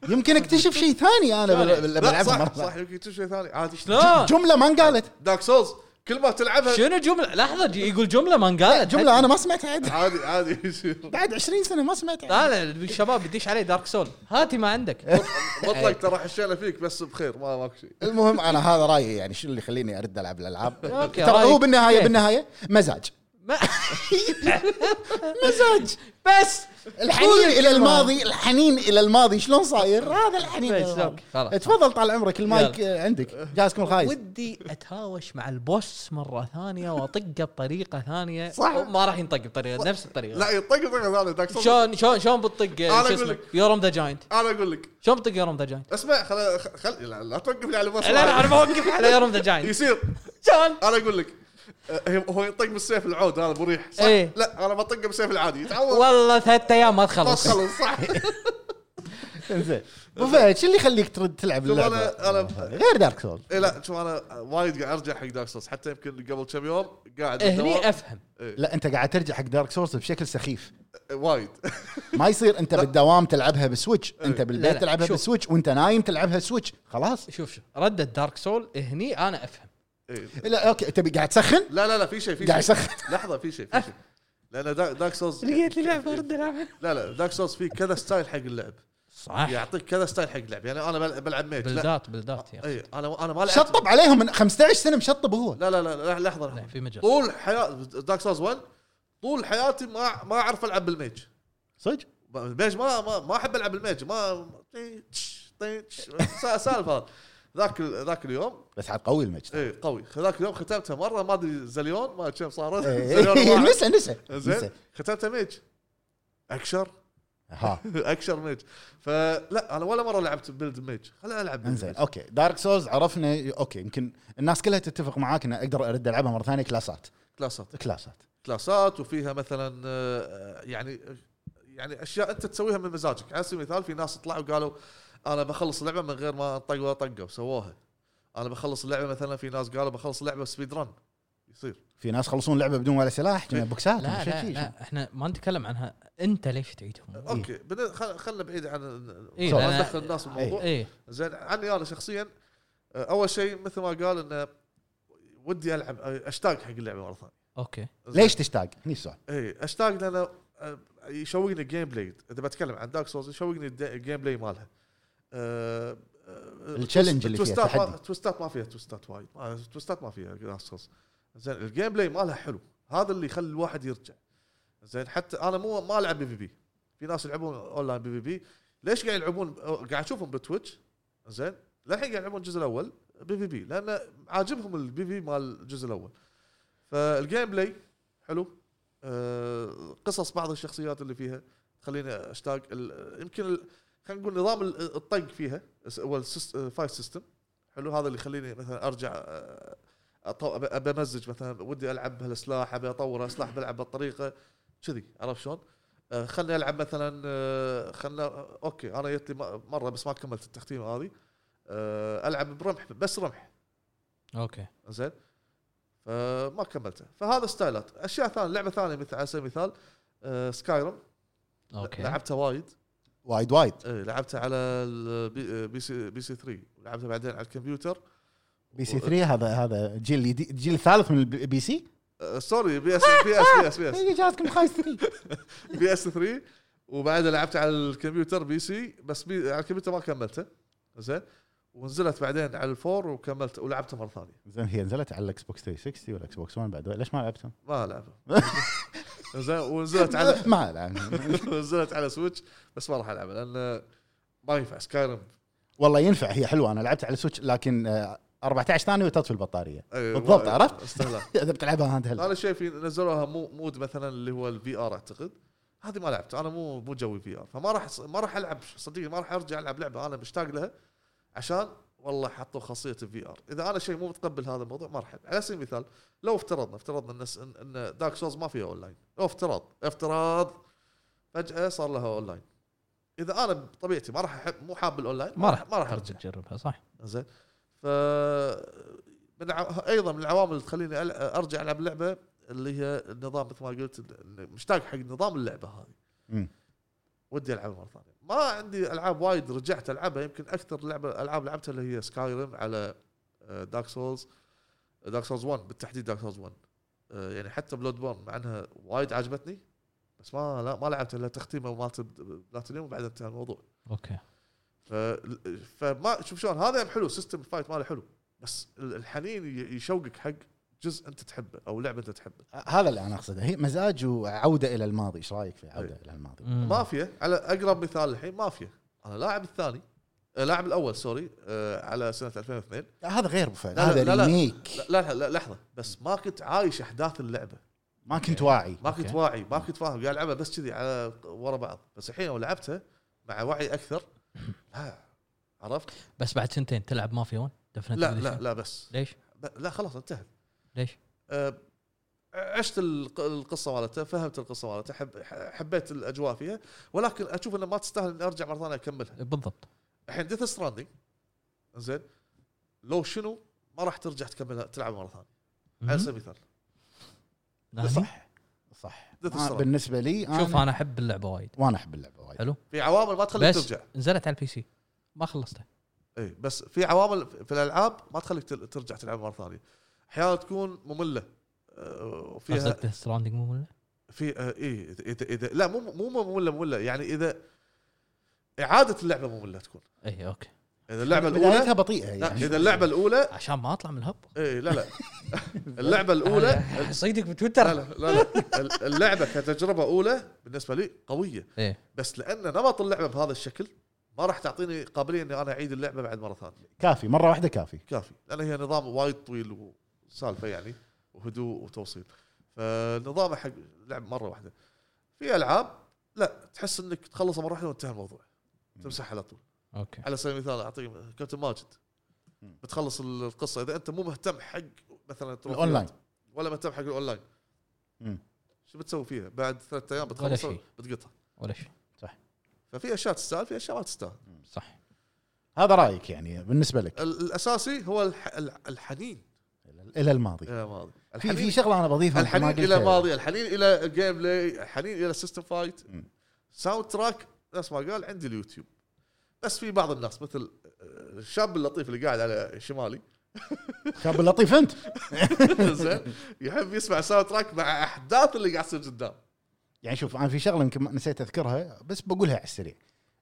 Speaker 1: يمكن اكتشف شيء ثاني انا بال- بال-
Speaker 2: لا
Speaker 1: بلعبها
Speaker 2: صح
Speaker 1: مرة.
Speaker 2: صح يمكن تشوف شيء ثاني عادي
Speaker 3: شلون
Speaker 1: جمله ما انقالت
Speaker 2: دارك سولز كل ما تلعبها
Speaker 3: شنو جمله لحظه ج- يقول جمله ما انقالت
Speaker 1: جمله انا ما سمعتها عدل
Speaker 2: عادي عادي يصير.
Speaker 1: بعد 20 سنه ما سمعتها
Speaker 3: لا لا الشباب بديش علي دارك سول هاتي ما عندك
Speaker 2: مطلق ترى حشينا فيك بس بخير ما ماك شيء
Speaker 1: المهم انا هذا رايي يعني شنو اللي يخليني ارد العب الالعاب
Speaker 3: أوكي،
Speaker 1: ترى هو
Speaker 3: رأيك.
Speaker 1: بالنهايه
Speaker 2: إيه.
Speaker 3: كيف؟
Speaker 1: بالنهايه مزاج
Speaker 3: ما-
Speaker 1: مزاج
Speaker 3: بس
Speaker 1: الحنين الى الماضي الحنين الى الماضي شلون صاير هذا الحنين إلى
Speaker 3: بس،
Speaker 1: الماضي.
Speaker 3: خلاص.
Speaker 1: تفضل طال عمرك المايك آه، عندك جاهز كل
Speaker 2: طيب.
Speaker 1: خايس
Speaker 3: ودي اتهاوش مع البوس مره ثانيه واطقه بطريقه ثانيه
Speaker 2: صح.
Speaker 3: ما راح ينطق بطريقه نفس الطريقه
Speaker 2: لا يطق طق ثاني دارك سولز
Speaker 3: شلون شلون شلون بتطق
Speaker 2: أنا
Speaker 3: شو
Speaker 2: أقول
Speaker 3: اسمه
Speaker 2: لك.
Speaker 3: يورم ذا جاينت
Speaker 2: انا اقول لك
Speaker 3: شلون بتطق يورم ذا جاينت؟
Speaker 2: اسمع خل خل لا, لا توقفني على
Speaker 3: لا لا انا
Speaker 2: المصنع
Speaker 3: بوقف على يورم ذا جاينت
Speaker 2: يصير
Speaker 3: شلون؟
Speaker 2: انا اقول لك أه، هي- هو ينطق بالسيف العود هذا مريح صح؟
Speaker 3: إيه.
Speaker 2: لا انا بطقه بالسيف العادي يتعود
Speaker 3: والله ثلاث ايام ما
Speaker 2: ما
Speaker 3: تخلص
Speaker 2: تخلص صح
Speaker 1: زين ابو فهد شو اللي يخليك ترد تلعب
Speaker 2: شوف
Speaker 1: اللعبه
Speaker 2: أنا- أنا-
Speaker 1: غير دارك سول
Speaker 2: اي لا شوف انا وايد قاعد ارجع حق دارك سولز حتى يمكن قبل كم يوم قاعد
Speaker 3: إيه، هني افهم
Speaker 1: لا انت قاعد ترجع حق دارك سولز بشكل سخيف
Speaker 2: أه، وايد
Speaker 1: ما يصير انت بالدوام تلعبها بسويتش
Speaker 2: إيه.
Speaker 1: انت
Speaker 3: لا،
Speaker 1: بالبيت
Speaker 3: لا،
Speaker 1: تلعبها
Speaker 3: شوف.
Speaker 1: بسويتش وانت نايم تلعبها سويتش خلاص
Speaker 3: شوف شوف ردة دارك سول هني انا افهم
Speaker 2: إيه.
Speaker 1: لا اوكي تبي قاعد تسخن
Speaker 2: لا لا لا في شيء في
Speaker 1: قاعد
Speaker 2: شيء
Speaker 1: يسخن
Speaker 2: لحظه في شيء في شيء لان دا- دارك سولز
Speaker 3: لي لعبه رد لعبه
Speaker 2: لا لا دارك سولز في كذا ستايل حق اللعب
Speaker 3: صح
Speaker 2: يعطيك كذا ستايل حق اللعب يعني انا بل- بلعب ميج لا
Speaker 3: بلدات بلدات يا أخي.
Speaker 2: اي انا انا ما لعبت
Speaker 1: شطب عليهم من 15 سنه مشطب هو
Speaker 2: لا لا لا لحظه
Speaker 3: لا،
Speaker 2: لحظه
Speaker 3: في مجال
Speaker 2: طول حياه دارك سولز 1 طول حياتي ما ما اعرف العب بالميج
Speaker 1: صدق
Speaker 2: الميج ما ما, ما احب العب بالميج ما طيش- طيش. سا- سالفه هذا. ذاك ال- ذاك اليوم
Speaker 1: بس عاد قوي المجد
Speaker 2: اي قوي ذاك اليوم ختمتها مره ما ادري زليون ما أدري كم صارت زليون
Speaker 1: إيه،
Speaker 2: واحد.
Speaker 1: نسى نسى
Speaker 2: زين
Speaker 1: نسى
Speaker 2: ختمتها ميج اكشر
Speaker 1: ها
Speaker 2: اكشر ميج فلا انا ولا مره لعبت بيلد ميج خليني العب build
Speaker 1: انزين
Speaker 2: mage.
Speaker 1: اوكي دارك سولز عرفنا اوكي يمكن الناس كلها تتفق معاك ان اقدر ارد العبها مره ثانيه كلاسات
Speaker 2: كلاسات
Speaker 1: كلاسات
Speaker 2: كلاسات وفيها مثلا آه، يعني يعني اشياء انت تسويها من مزاجك على سبيل المثال في ناس طلعوا قالوا انا بخلص اللعبه من غير ما انطق ولا طقه وسووها انا بخلص اللعبه مثلا في ناس قالوا بخلص اللعبه سبيد رن يصير
Speaker 1: في ناس خلصون لعبه بدون ولا سلاح جميع بوكسات
Speaker 3: لا
Speaker 1: شو
Speaker 3: لا
Speaker 1: في؟
Speaker 3: لا احنا ما نتكلم عنها انت ليش تعيدهم
Speaker 2: اوكي بن- خل- خلنا بعيد عن
Speaker 3: إيه،
Speaker 2: ما
Speaker 3: لأن-
Speaker 2: ندخل الناس بالموضوع
Speaker 3: ايه
Speaker 2: زين عني انا شخصيا آه، اول شيء مثل ما قال انه ودي العب آه، اشتاق حق اللعبه مره ثانيه
Speaker 3: اوكي
Speaker 2: زين.
Speaker 1: ليش تشتاق؟ هني السؤال
Speaker 2: اي اشتاق لان أه، يشوقني الجيم بلاي اذا بتكلم عن دارك سولز يشوقني الد- الجيم بلاي مالها أه، أه،
Speaker 1: التشالنج اللي فيها،
Speaker 2: توستات ما
Speaker 1: التحدي.
Speaker 2: توستات ما فيها توستات وايد ما- توستات ما فيها دارك سولز زين الجيم بلاي مالها حلو هذا اللي يخلي الواحد يرجع زين حتى انا مو ما العب بي في بي في ناس يلعبون اونلاين بي في بي ليش قاعد يلعبون آه، قاعد اشوفهم بتويتش زين للحين قاعد يلعبون الجزء الاول بي في بي لان عاجبهم البي في مال الجزء الاول فالجيم بلاي حلو آه، قصص بعض الشخصيات اللي فيها خليني اشتاق ال- يمكن ال- خلينا نقول نظام ال- الطق فيها س- هو الفايف سيستم حلو هذا اللي يخليني مثلا ارجع آه، أط- أب- ابى امزج مثلا ودي العب بهالسلاح ابي اطور سلاح بلعب بالطريقه كذي عرفت شلون؟ آه، خلني العب مثلا آه، خلنا آه، اوكي انا جت لي م- مره بس ما كملت التختيمه هذه آه، العب برمح بس رمح
Speaker 3: اوكي
Speaker 2: زين فما كملته فهذا ستايلات اشياء ثانيه لعبه ثانيه مثل على سبيل المثال سكايرم
Speaker 3: اوكي
Speaker 2: لعبتها وايد
Speaker 1: وايد وايد
Speaker 2: إيه، لعبتها على آه، البي- بي سي بي سي 3 لعبتها بعدين على الكمبيوتر
Speaker 1: بي سي 3 هذا هذا الجيل الجديد- الجيل الثالث من البي سي
Speaker 2: آه، سوري بي اس بي اس بي اس بي اس
Speaker 1: جهازكم خايس 3
Speaker 2: بي اس 3 وبعدها لعبت على الكمبيوتر بي سي بس بي على الكمبيوتر ما كملته زين ونزلت بعدين على الفور وكملت ولعبته مره ثانيه
Speaker 1: زين هي نزلت على الاكس بوكس 360 والاكس بوكس 1 بعد ليش ما لعبتهم؟
Speaker 2: ما العبه زين ونزلت على
Speaker 1: ما العب
Speaker 2: نزلت على سويتش بس ما راح العبها لان ما ينفع سكايرم
Speaker 1: والله ينفع هي حلوه انا لعبت على سويتش لكن آه، 14 ثانيه وتطفي البطاريه بالضبط، عرفت؟
Speaker 2: استهلاك
Speaker 1: اذا بتلعبها هاند هيلد
Speaker 2: انا شايف إن نزلوها مو مود مثلا اللي هو الفي ار اعتقد هذه ما لعبت انا مو مو جوي في ار فما راح ما راح العب صدقني ما راح ارجع العب لعبه انا مشتاق لها عشان والله حطوا خاصيه الفي ار اذا انا شيء مو متقبل هذا الموضوع ما راح ألعب. على سبيل المثال لو افترضنا افترضنا ان س- ان دارك سوز ما فيها اونلاين لو افتراض افتراض فجاه صار لها اونلاين اذا انا بطبيعتي ما راح احب مو حاب الاونلاين
Speaker 3: ما راح
Speaker 2: ما راح ارجع
Speaker 3: تجربها صح
Speaker 2: زين ف من ع- ايضا من العوامل اللي تخليني أل- ارجع العب لعبه اللي هي النظام مثل ما قلت ال- ال- مشتاق حق نظام اللعبه هذه
Speaker 1: مم.
Speaker 2: ودي العبها مره ثانيه ما عندي العاب وايد رجعت العبها يمكن اكثر لعبه العاب لعبتها اللي هي سكايرم على آه، دارك سولز دارك سولز 1 بالتحديد دارك سولز 1 آه، يعني حتى بلود بورن مع انها وايد عجبتني بس ما لا ما لعبت الا تختيمه مالت بلاتينيوم وبعدين انتهى الموضوع
Speaker 3: اوكي
Speaker 2: ف... فما شوف شلون هذا يم حلو سيستم الفايت ماله حلو بس ال- الحنين ي- يشوقك حق جزء انت تحبه او لعبه انت تحبها
Speaker 1: هذا اللي انا اقصده هي مزاج وعوده الى الماضي ايش رايك في عوده الى الماضي؟
Speaker 3: مم.
Speaker 2: مافيا على اقرب مثال الحين مافيا انا لاعب الثاني آه، لاعب الاول سوري آه، على سنه 2002
Speaker 1: لا، هذا غير ابو فهد
Speaker 2: لا، لا،
Speaker 1: هذا
Speaker 2: لا، لا.
Speaker 1: ريميك
Speaker 2: لا- لا لا لحظه بس ما كنت عايش احداث اللعبه
Speaker 1: ما كنت واعي
Speaker 2: ما كنت
Speaker 3: أوكي.
Speaker 2: واعي ما كنت فاهم قاعد العبها بس كذي على ورا بعض بس الحين لو لعبتها مع وعي اكثر لا عرفت
Speaker 3: بس بعد سنتين تلعب مافيا 1
Speaker 2: لا لا لا بس
Speaker 3: ليش؟
Speaker 2: ب- لا خلاص انتهت
Speaker 3: ليش؟
Speaker 2: آه، عشت الق- القصه مالته فهمت القصه مالته حب حبيت الاجواء فيها ولكن اشوف انه ما تستاهل اني ارجع مره ثانيه اكملها
Speaker 3: بالضبط
Speaker 2: الحين ديث ستراندنج زين لو شنو ما راح ترجع تكملها تلعب مره ثانيه على سبيل المثال
Speaker 3: ناني؟
Speaker 1: صح صح
Speaker 2: Death
Speaker 1: ما-
Speaker 2: Stranding.
Speaker 1: بالنسبه لي
Speaker 3: يعني شوف انا احب اللعبه وايد
Speaker 1: وانا احب اللعبه وايد
Speaker 3: حلو
Speaker 2: في عوامل ما تخليك
Speaker 3: بس
Speaker 2: ترجع
Speaker 3: نزلت على البي سي ما خلصتها
Speaker 2: اي بس في عوامل في الالعاب ما تخليك تل- ترجع تلعب مره ثانيه احيانا تكون ممله آه، وفيها
Speaker 3: قصدك ستراندنج مو ملا؟
Speaker 2: في آه، ايه اذا اذا, إذا لا مو مو ممله ممله يعني اذا اعاده اللعبه ممله تكون
Speaker 3: اي اوكي
Speaker 2: اذا اللعبه الاولى
Speaker 1: بدايتها بطيئه
Speaker 2: لا
Speaker 1: يعني
Speaker 2: اذا اللعبه الاولى
Speaker 3: عشان ما اطلع من الهب
Speaker 2: ايه لا لا اللعبه الاولى
Speaker 3: صيدك
Speaker 2: لا
Speaker 3: بتويتر
Speaker 2: لا لا, لا. اللعبه كتجربه اولى بالنسبه لي قويه
Speaker 3: ايه
Speaker 2: بس لان نمط اللعبه بهذا الشكل ما راح تعطيني قابليه اني انا اعيد اللعبه بعد مره ثانيه
Speaker 1: كافي مره واحده كافي
Speaker 2: كافي لان هي نظام وايد طويل وسالفه يعني وهدوء وتوصيل فنظامه حق لعب مره واحده في العاب لا تحس انك تخلصها مره واحده وانتهى الموضوع تمسحها على طول
Speaker 3: اوكي
Speaker 2: على سبيل المثال اعطيك كابتن ماجد بتخلص القصه اذا انت مو مهتم حق مثلا التروفيات
Speaker 1: الأونلاين.
Speaker 2: ولا مهتم حق الاونلاين
Speaker 1: مم.
Speaker 2: شو بتسوي فيها؟ بعد ثلاثة ايام
Speaker 3: ولا
Speaker 2: بتخلص
Speaker 3: شيء.
Speaker 2: بتقطع
Speaker 3: ولا شيء
Speaker 2: ففي اشياء تستاهل في اشياء ما تستاهل
Speaker 3: صح
Speaker 1: هذا رايك يعني بالنسبه لك
Speaker 2: ال- الاساسي هو الح... الح- الحنين
Speaker 1: الى الماضي
Speaker 2: الى الماضي
Speaker 1: في في
Speaker 2: الحنين
Speaker 1: شغله انا بضيفها أنت ما
Speaker 2: الحنين الى
Speaker 1: قلتها.
Speaker 2: الماضي الحنين الى الجيم بلاي الحنين الى السيستم فايت
Speaker 1: مم.
Speaker 2: ساوند تراك نفس ما قال عندي اليوتيوب بس في بعض الناس مثل آه، الشاب اللطيف اللي قاعد على شمالي
Speaker 1: شاب لطيف انت
Speaker 2: زين يحب يسمع ساوند تراك مع احداث اللي قاعد تصير قدام
Speaker 1: يعني شوف انا في شغله يمكن ما- نسيت اذكرها بس بقولها على السريع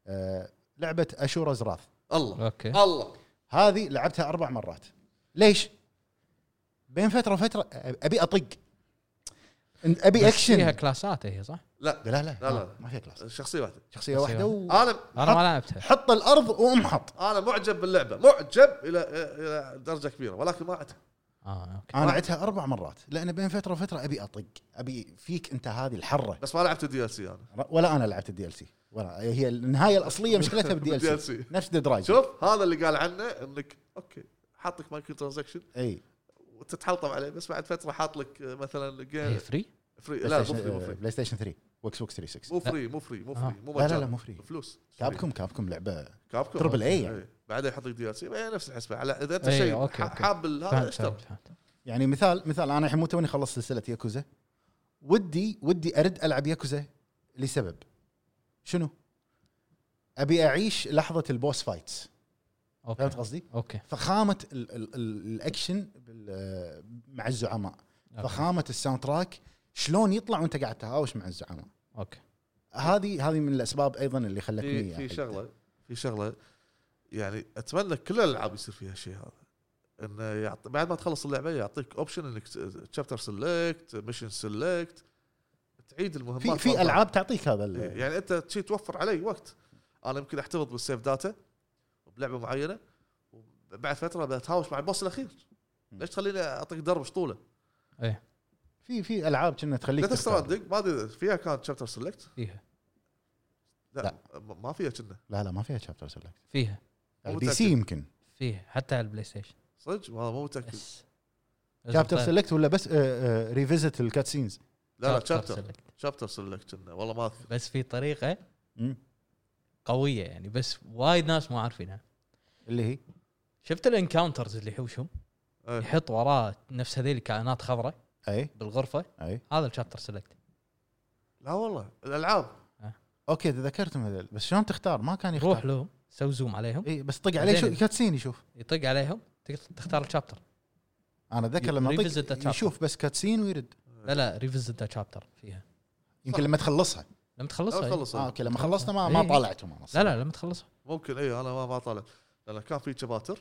Speaker 1: أه لعبه اشورا زراث
Speaker 2: الله
Speaker 3: اوكي
Speaker 2: الله
Speaker 1: هذه لعبتها اربع مرات ليش؟ بين فتره وفتره ابي اطق ابي
Speaker 3: بس فيها
Speaker 1: اكشن
Speaker 3: كلاسات هي صح؟
Speaker 1: لا لا لا,
Speaker 2: لا، لا.
Speaker 1: ما فيها كلاس
Speaker 2: شخصيه واحده
Speaker 1: شخصيه واحده و...
Speaker 2: انا
Speaker 3: انا ما لعبتها
Speaker 1: حط الارض وامحط
Speaker 2: انا معجب باللعبه معجب الى الى درجه كبيره ولكن ما عدت
Speaker 3: اه اوكي
Speaker 1: انا
Speaker 2: واحد.
Speaker 1: لعبتها اربع مرات لان بين فتره وفتره ابي اطق ابي فيك انت هذه الحره
Speaker 2: بس ما لعبت الدي ال سي انا
Speaker 1: ولا انا لعبت الدي ال سي ولا هي النهايه الاصليه مشكلتها بالدي ال سي
Speaker 2: DLC.
Speaker 1: نفس درايف
Speaker 2: شوف هذا اللي قال عنه انك اوكي حاطك مايكرو ترانزكشن
Speaker 1: اي
Speaker 2: وتتحلطم عليه بس بعد فتره حاط لك آه، مثلا
Speaker 3: هي
Speaker 2: جيم
Speaker 3: فري
Speaker 2: فري
Speaker 1: بلاي
Speaker 2: لا مو
Speaker 1: ستيشن-
Speaker 2: فري مو فري
Speaker 1: بلاي ستيشن 3 واكس بوكس 360
Speaker 2: مو فري مو فري مو
Speaker 3: آه.
Speaker 2: فري مو
Speaker 1: لا لا لا
Speaker 2: مجانا
Speaker 1: مو فري
Speaker 2: فلوس
Speaker 1: كابكم كابكم لعبه
Speaker 2: كابكم
Speaker 1: تربل A يعني.
Speaker 2: بعدين يحط لك دي ال سي إيه، نفس الحسبه على اذا انت
Speaker 3: إيه،
Speaker 2: شيء
Speaker 3: أوكي،
Speaker 2: ح-
Speaker 3: أوكي.
Speaker 2: حاب ال- هذا
Speaker 3: فهمت
Speaker 2: اشتر
Speaker 3: فهمت فهمت.
Speaker 1: يعني مثال مثال انا الحين مو توني خلصت سلسله ياكوزا ودي ودي ارد العب ياكوزا لسبب شنو؟ ابي اعيش لحظه البوس فايتس فهمت
Speaker 3: اوكي
Speaker 1: قصدي؟
Speaker 3: اوكي
Speaker 1: فخامه ال ال ال الاكشن بال- مع الزعماء
Speaker 3: أوكي.
Speaker 1: فخامه الساوند تراك شلون يطلع وانت قاعد تهاوش مع الزعماء
Speaker 3: اوكي
Speaker 1: هذه هذه من الاسباب ايضا اللي خلتني يعني
Speaker 2: في, في
Speaker 1: أحب.
Speaker 2: شغله في شغله يعني اتمنى كل الالعاب يصير فيها شيء هذا انه يعطي بعد ما تخلص اللعبه يعطيك اوبشن انك تشابتر سيلكت ميشن سيلكت تعيد المهمات
Speaker 1: في في
Speaker 2: مرة
Speaker 1: العاب تعطيك هذا ال-
Speaker 2: إيه، يعني انت شيء توفر علي وقت انا يمكن احتفظ بالسيف داتا بلعبه معينه وبعد فتره بتهاوش مع البوس الاخير ليش تخليني اعطيك درب شطوله؟
Speaker 1: في في العاب كنا تخليك
Speaker 2: لا
Speaker 1: تختار.
Speaker 2: تستردق ما ادري إذا فيها كانت شابتر سيلكت
Speaker 3: فيها
Speaker 2: لا, م- ما فيها كنا
Speaker 1: لا لا ما فيها شابتر سيلكت
Speaker 3: فيها
Speaker 2: مو
Speaker 1: دي
Speaker 2: متأكد.
Speaker 1: سي يمكن
Speaker 3: فيها حتى على البلاي ستيشن
Speaker 2: صدق والله مو متاكد
Speaker 3: بس إيه،
Speaker 1: شابتر
Speaker 3: طيب.
Speaker 1: سيلكت ولا بس آه، ريفيزت الكات سينز
Speaker 2: لا لا
Speaker 3: Chapter
Speaker 2: شابتر
Speaker 3: select.
Speaker 2: شابتر سيلكت كنا والله ما اذكر
Speaker 3: بس في طريقه قويه يعني بس وايد ناس ما عارفينها
Speaker 1: اللي هي
Speaker 3: شفت الانكاونترز اللي يحوشهم
Speaker 2: إيه.
Speaker 3: يحط وراه نفس هذيل الكائنات خضراء
Speaker 1: اي
Speaker 3: بالغرفه
Speaker 1: اي
Speaker 3: هذا الشابتر سيلكت
Speaker 2: لا والله الالعاب
Speaker 1: اوكي تذكرتهم هذول بس شلون تختار ما كان يختار
Speaker 3: روح لهم سوي زوم عليهم
Speaker 1: اي بس طق عليه شو
Speaker 3: بعدين.
Speaker 1: كاتسين يشوف
Speaker 3: يطق عليهم تقدر تختار الشابتر
Speaker 1: انا اتذكر لما
Speaker 3: Revisit the
Speaker 1: طق
Speaker 3: chapter.
Speaker 1: يشوف بس كاتسين ويرد
Speaker 3: لا لا ريفيزت شابتر فيها
Speaker 1: يمكن لما تخلصها
Speaker 3: لما
Speaker 2: لا
Speaker 3: تخلصها
Speaker 2: خلص
Speaker 1: اه اوكي لما خلصنا ما ما
Speaker 3: إيه.
Speaker 1: طالعتهم انا
Speaker 3: لا لا لما تخلصها
Speaker 2: ممكن اي انا ما ما طالع لان كان في شباتر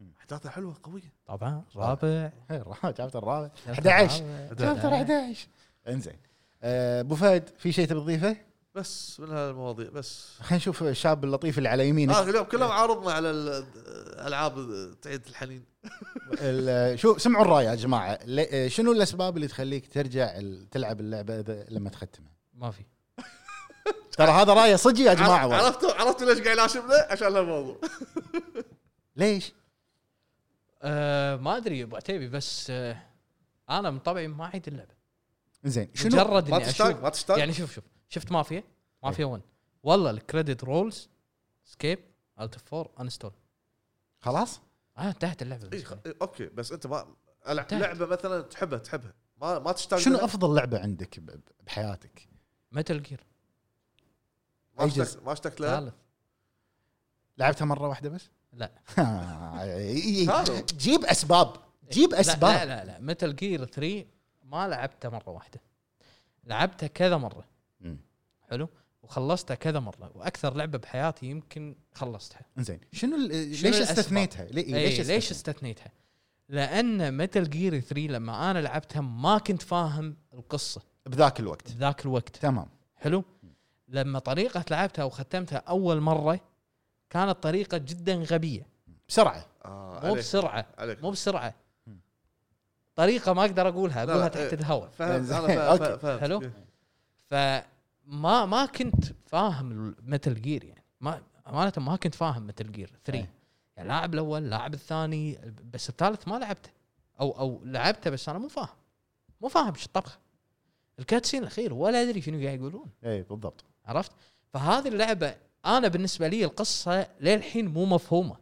Speaker 1: مم.
Speaker 2: احداثها حلوه قويه
Speaker 3: طبعا رابع
Speaker 1: إيه، شابتر الرابع 11. شابتر
Speaker 3: رابع.
Speaker 1: 11
Speaker 3: إيه.
Speaker 1: انزين آه، ابو فهد في شيء تبي تضيفه؟
Speaker 2: بس من هالمواضيع بس
Speaker 1: خلينا نشوف الشاب اللطيف اللي على يمينك
Speaker 3: آه. يعني
Speaker 2: هذا اليوم كلهم عارضنا على الالعاب تعيد الحنين
Speaker 1: ال- آه، شو سمعوا الراي يا جماعه ل- آه، شنو الاسباب اللي تخليك ترجع ال- تلعب اللعبه اذا لما تختمها
Speaker 3: ما في
Speaker 1: ترى
Speaker 3: آه.
Speaker 1: هذا رايه صدق يا جماعه
Speaker 2: عرف-
Speaker 1: والله.
Speaker 2: عرفتوا عرفتوا ليش قاعد يناشبنا عشان هالموضوع
Speaker 1: ليش
Speaker 3: أه ما ادري ابو عتيبي بس أه انا من طبعي ما اعيد اللعبه
Speaker 1: زين شنو
Speaker 3: مجرد
Speaker 2: ما
Speaker 3: اني
Speaker 2: تشتاق
Speaker 3: اشوف
Speaker 2: ما تشتاق
Speaker 3: يعني شوف شوف شفت مافيا مافيا 1 والله الكريدت رولز سكيب الت اوف 4 انستول
Speaker 1: خلاص
Speaker 3: انا آه، انتهت اللعبه
Speaker 2: إيه،
Speaker 3: بالنسبة
Speaker 2: خ-
Speaker 3: لي.
Speaker 2: إيه، اوكي بس انت ما ألع-
Speaker 3: انتهت.
Speaker 2: لعبه مثلا تحبها تحبها ما ما
Speaker 3: طيب،
Speaker 2: تشتاق
Speaker 1: شنو
Speaker 2: لها؟
Speaker 1: افضل لعبه عندك ب- ب- بحياتك
Speaker 3: متل جير
Speaker 2: ما
Speaker 1: أي جزء؟
Speaker 2: اشتقت ما اشتقت لها
Speaker 3: ثالث
Speaker 1: لعبتها مره واحده بس آه،
Speaker 3: لا. آه.
Speaker 2: هذا.
Speaker 1: جيب اسباب جيب
Speaker 3: لا لا
Speaker 1: اسباب
Speaker 3: لا, لا. متل جير 3 ما لعبته مره واحده لعبته كذا مره
Speaker 1: مم.
Speaker 3: حلو وخلصتها كذا مره واكثر لعبه بحياتي يمكن خلصتها
Speaker 1: زين شنو ال-
Speaker 3: شنو
Speaker 1: ليش
Speaker 3: الأسباب؟
Speaker 1: استثنيتها لي-
Speaker 3: اي
Speaker 1: إيه، ليش
Speaker 3: ليش, ليش
Speaker 1: ليش
Speaker 3: استثنيتها؟ لان متل جير 3 لما انا لعبتها ما كنت فاهم القصه
Speaker 1: بذاك الوقت
Speaker 3: ذاك الوقت
Speaker 1: تمام
Speaker 3: حلو لما طريقه لعبتها وختمتها اول مره كانت طريقه جدا غبيه
Speaker 1: بسرعه
Speaker 2: آه،
Speaker 3: مو
Speaker 2: عليك.
Speaker 3: بسرعه
Speaker 2: عليك
Speaker 3: مو بسرعه طريقه ما اقدر اقولها
Speaker 2: لا،
Speaker 3: اقولها
Speaker 2: لا،
Speaker 3: تحت
Speaker 2: إيه.
Speaker 3: الهواء
Speaker 2: فهمت انا
Speaker 1: أوكي.
Speaker 2: فهمت- فهمت
Speaker 3: حلو؟
Speaker 2: إيه.
Speaker 3: فما ما كنت فاهم متل جير يعني ما امانه ما كنت فاهم متل جير 3
Speaker 1: إيه.
Speaker 3: يعني لاعب الاول لاعب الثاني بس الثالث ما لعبته او او لعبته بس انا مو فاهم مو فاهم شو الطبخه الكاتسين الاخير ولا ادري شنو قاعد يقولون
Speaker 1: اي بالضبط
Speaker 3: عرفت فهذه اللعبه انا بالنسبه لي القصه للحين مو مفهومه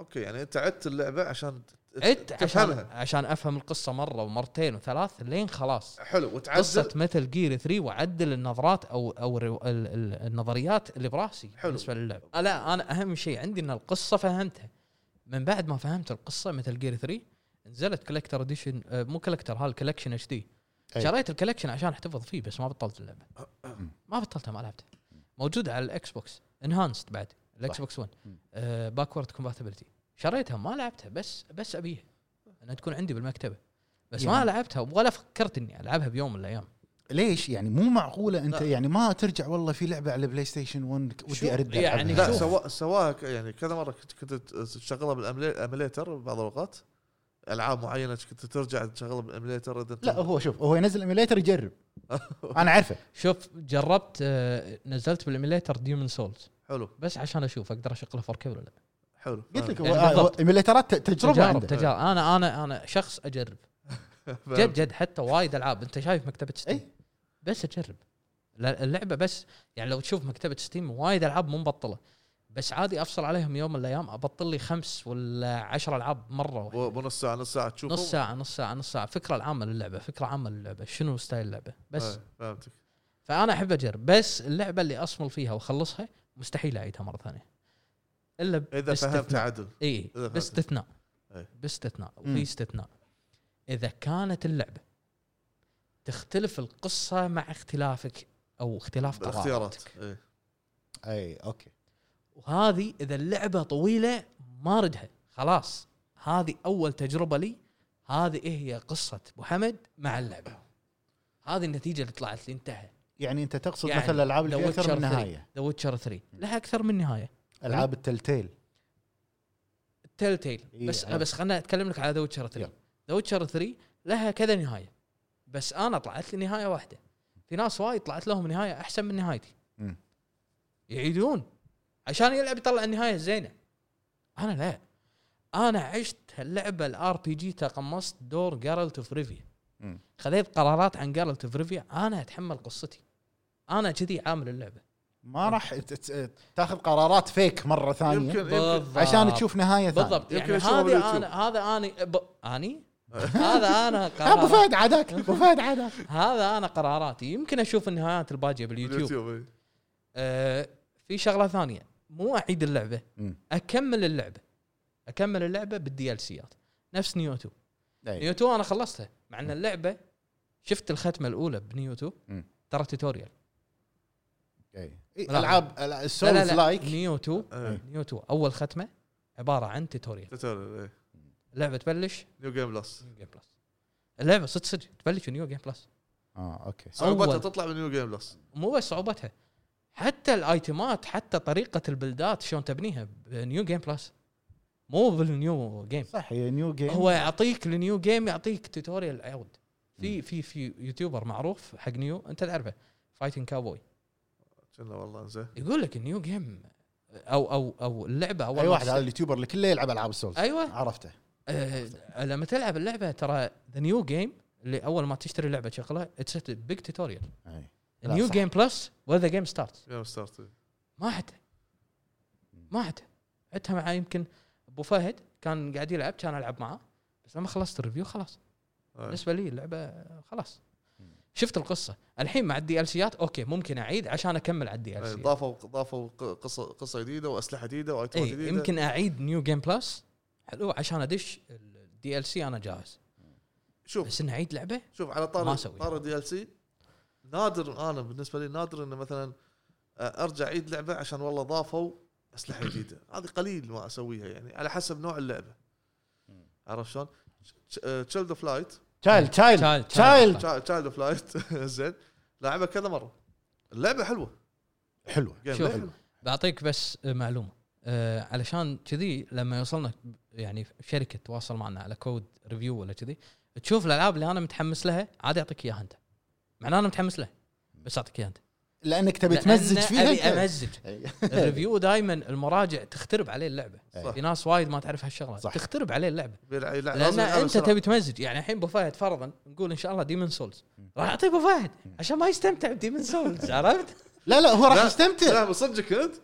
Speaker 2: اوكي يعني انت عدت اللعبه عشان ت-
Speaker 3: عدت عشان
Speaker 2: تفهمها
Speaker 3: عشان افهم القصه مره ومرتين وثلاث لين خلاص
Speaker 2: حلو
Speaker 3: قصه
Speaker 2: وتعدل
Speaker 3: متل جير 3 واعدل النظرات او او الرو- ال- ال- النظريات اللي براسي
Speaker 2: حلو.
Speaker 3: بالنسبه للعب آه لا انا اهم شيء عندي ان القصه فهمتها من بعد ما فهمت القصه متل جير 3 نزلت كولكتر اديشن مو كولكتر ها الكولكشن اتش دي
Speaker 1: أي.
Speaker 3: شريت الكولكشن عشان احتفظ فيه بس ما بطلت اللعبه
Speaker 2: أه،
Speaker 3: ما بطلتها ما لعبتها موجوده على الاكس بوكس انهانسد بعد الاكس
Speaker 1: صح.
Speaker 3: بوكس 1
Speaker 1: مم.
Speaker 3: باكورد كومباتبلتي شريتها ما لعبتها بس بس ابيها انها تكون عندي بالمكتبه بس ما
Speaker 1: يعني.
Speaker 3: لعبتها ولا فكرت اني العبها بيوم من الايام
Speaker 1: ليش يعني مو معقوله انت
Speaker 2: لا.
Speaker 1: يعني ما ترجع والله في لعبه على بلاي ستيشن 1
Speaker 3: شو؟
Speaker 1: ودي ارد
Speaker 3: يعني
Speaker 1: ألعبها.
Speaker 2: لا
Speaker 3: شوف.
Speaker 2: سوا سواها ك- يعني كذا مره كنت كنت تشغلها بالاميليتر بعض الاوقات العاب معينه كنت ترجع تشغلها بالاميليتر إذا أنت-
Speaker 1: لا هو شوف هو ينزل ايميليتر يجرب انا عارفه
Speaker 3: شوف جربت آه، نزلت بالايميليتر ديمون سولز
Speaker 2: حلو
Speaker 3: بس عشان اشوف اقدر اشغله 4K ولا لا
Speaker 2: حلو
Speaker 1: قلت لك هو-
Speaker 3: يعني
Speaker 1: هو
Speaker 3: بالضبط.
Speaker 1: ايميليترات ت- تجربه
Speaker 3: تجارب
Speaker 1: عنده
Speaker 3: تجارب انا انا انا شخص اجرب جد جد حتى وايد العاب انت شايف مكتبه ستيم
Speaker 1: اي
Speaker 3: بس اجرب لا- اللعبه بس يعني لو تشوف مكتبه ستيم وايد العاب مو مبطله بس عادي افصل عليهم يوم من الايام ابطل لي خمس ولا عشر العاب مره واحدة.
Speaker 2: بو- بنص ساعه نص ساعه تشوفه
Speaker 3: نص ساعه نص ساعه نص ساعه فكره العامه للعبه فكره عامه للعبه شنو ستايل اللعبه بس
Speaker 2: إيه، فهمتك
Speaker 3: فانا احب اجرب بس اللعبه اللي اصمل فيها واخلصها مستحيل اعيدها مره ثانيه الا
Speaker 2: اذا فهمت
Speaker 3: باستثناء.
Speaker 2: عدل
Speaker 3: اي
Speaker 2: إيه. إذا فهمت.
Speaker 3: إيه، باستثناء
Speaker 2: إي.
Speaker 3: باستثناء
Speaker 1: مم.
Speaker 3: وفي استثناء اذا كانت اللعبه تختلف القصه مع اختلافك او اختلاف
Speaker 2: اختيارات
Speaker 3: قراراتك
Speaker 2: إيه.
Speaker 1: اي
Speaker 3: إيه،
Speaker 1: اوكي
Speaker 3: وهذه اذا اللعبه طويله ما ردها خلاص هذه اول تجربه لي هذه إيه هي قصه ابو حمد مع اللعبه هذه النتيجه اللي طلعت لي انتهى
Speaker 1: يعني انت تقصد
Speaker 3: يعني
Speaker 1: مثلا الالعاب اللي
Speaker 3: لو
Speaker 1: فيها اكثر من
Speaker 3: Witcher three. إيه.
Speaker 1: نهايه
Speaker 3: ذا ويتشر 3 لها اكثر من نهايه
Speaker 1: العاب التلتيل
Speaker 3: تيل تيل
Speaker 1: إي،
Speaker 3: بس
Speaker 1: عرفت.
Speaker 3: بس خلنا اتكلم لك على ذا ويتشر 3
Speaker 1: يلا.
Speaker 3: ذا ويتشر 3 لها كذا نهايه بس انا طلعت لي نهايه واحده في ناس وايد طلعت لهم نهايه احسن من نهايتي
Speaker 1: مم.
Speaker 3: يعيدون عشان يلعب يطلع النهايه الزينه انا لا انا عشت اللعبه الار بي جي تقمصت دور جارلت اوف ريفيا
Speaker 1: مم.
Speaker 3: خذيت قرارات عن جارلت اوف ريفيا انا اتحمل قصتي انا كذي عامل اللعبه إيه.
Speaker 1: ما راح ت- ت- تاخذ قرارات فيك مره ثانيه
Speaker 2: يمكن يمكن
Speaker 1: عشان تشوف نهايه ثانيه
Speaker 3: آه. بالضبط يعني
Speaker 2: يمكن يشوفها
Speaker 3: هذا
Speaker 2: باليوتيوب.
Speaker 3: انا هذا انا ب... اني هذا انا
Speaker 1: ابو
Speaker 3: قرارات
Speaker 1: فهد عداك ابو فهد عداك
Speaker 3: هذا انا قراراتي يمكن اشوف النهايات الباجيه باليوتيوب
Speaker 2: اليوتيوب إيه.
Speaker 3: آه في شغله ثانيه مو اعيد اللعبه
Speaker 1: مم.
Speaker 3: اكمل اللعبه اكمل اللعبه بالدي ال سيات نفس نيو 2
Speaker 1: أي.
Speaker 3: نيو 2 انا خلصتها مع ان اللعبه شفت الختمه الاولى بنيو 2
Speaker 1: مم.
Speaker 3: ترى توتوريال
Speaker 1: أي. إي،
Speaker 3: إيه، لا.
Speaker 1: العاب
Speaker 3: لا
Speaker 1: السولز
Speaker 3: لا
Speaker 1: لايك
Speaker 3: لا نيو 2
Speaker 2: إيه.
Speaker 3: نيو 2 اول ختمه عباره عن توتوريال
Speaker 2: تتولى، إيه.
Speaker 3: اللعبه تبلش
Speaker 2: نيو جيم بلس
Speaker 3: نيو جيم بلس اللعبه صدق صدق تبلش نيو جيم بلس
Speaker 1: اه اوكي
Speaker 2: صعوبتها
Speaker 3: أول.
Speaker 2: تطلع من نيو جيم بلس
Speaker 3: مو بس صعوبتها حتى الايتمات حتى طريقه البلدات شلون تبنيها بنيو جيم بلس مو بالنيو جيم
Speaker 1: صح هي نيو جيم
Speaker 3: هو يعطيك النيو جيم يعطيك توتوريال عود في في في يوتيوبر معروف حق نيو انت تعرفه فايتنج كاوبوي
Speaker 2: شنو والله زين
Speaker 3: يقول لك النيو جيم او او او اللعبه اول
Speaker 1: اي
Speaker 3: ما
Speaker 1: واحد
Speaker 3: تست-
Speaker 1: هذا اليوتيوبر اللي كله يلعب العاب السولز
Speaker 3: ايوه
Speaker 1: عرفته
Speaker 3: آه لما تلعب اللعبه ترى ذا نيو جيم اللي اول ما تشتري لعبه تشغلها اتس بيج توتوريال
Speaker 1: أي. لا،
Speaker 3: نيو
Speaker 1: صح.
Speaker 3: جيم بلس وذا جيم ستارت
Speaker 2: جيم ستارت إيه.
Speaker 3: ما حتى ما حتى عدتها مع يمكن ابو فهد كان قاعد يلعب كان العب معاه بس لما خلصت الريفيو خلاص
Speaker 2: إيه.
Speaker 3: بالنسبه لي اللعبه خلاص شفت القصه الحين مع الدي ال سيات اوكي ممكن اعيد عشان اكمل على الدي ال
Speaker 2: إيه،
Speaker 3: سيات
Speaker 2: ضافوا ضافوا ق- قصه قصه جديده واسلحه جديده وايتمات
Speaker 3: اي
Speaker 2: جديده
Speaker 3: إيه، يمكن اعيد نيو جيم بلس حلو عشان ادش الدي ال سي انا جاهز
Speaker 2: شوف
Speaker 3: بس اني اعيد لعبه
Speaker 2: شوف على
Speaker 3: ما
Speaker 2: طار
Speaker 3: أسوي.
Speaker 2: طار دي ال سي نادر انا بالنسبه لي نادر انه مثلا آه، ارجع اعيد لعبه عشان والله ضافوا اسلحه جديده هذه قليل ما اسويها يعني على حسب نوع اللعبه عرفت شلون؟ آه، تشيلد اوف لايت
Speaker 1: تشايلد تشايلد
Speaker 3: تشايلد
Speaker 1: تشايلد.
Speaker 2: تشايلد اوف لايت زين لعبها كذا مره اللعبه حلوه
Speaker 1: حلوه
Speaker 2: جيم
Speaker 3: شوف.
Speaker 2: بلاي حلو
Speaker 3: بعطيك بس معلومه آه علشان كذي لما يوصلنا يعني شركه تواصل معنا على كود ريفيو ولا كذي تشوف الالعاب اللي انا متحمس لها عادي اعطيك اياها انت مع إن انا متحمس لها بس اعطيك اياها انت
Speaker 1: لانك تبي تمزج
Speaker 3: لأن
Speaker 1: فيها
Speaker 3: ابي
Speaker 1: أنت.
Speaker 3: امزج
Speaker 1: أي.
Speaker 3: الريفيو دائما المراجع تخترب عليه اللعبه
Speaker 2: صح.
Speaker 3: في ناس وايد ما تعرف هالشغله
Speaker 1: صح.
Speaker 3: تخترب عليه اللعبه
Speaker 2: بيلع- يلع-
Speaker 3: لان
Speaker 2: لازم يلعب
Speaker 3: انت
Speaker 2: بسرعة.
Speaker 3: تبي تمزج يعني الحين ابو فهد فرضا نقول ان شاء الله ديمن سولز راح اعطيه ابو فهد عشان ما يستمتع بديمن سولز عرفت؟
Speaker 1: لا لا هو راح
Speaker 2: لا،
Speaker 1: يستمتع
Speaker 2: لا بصدقك انت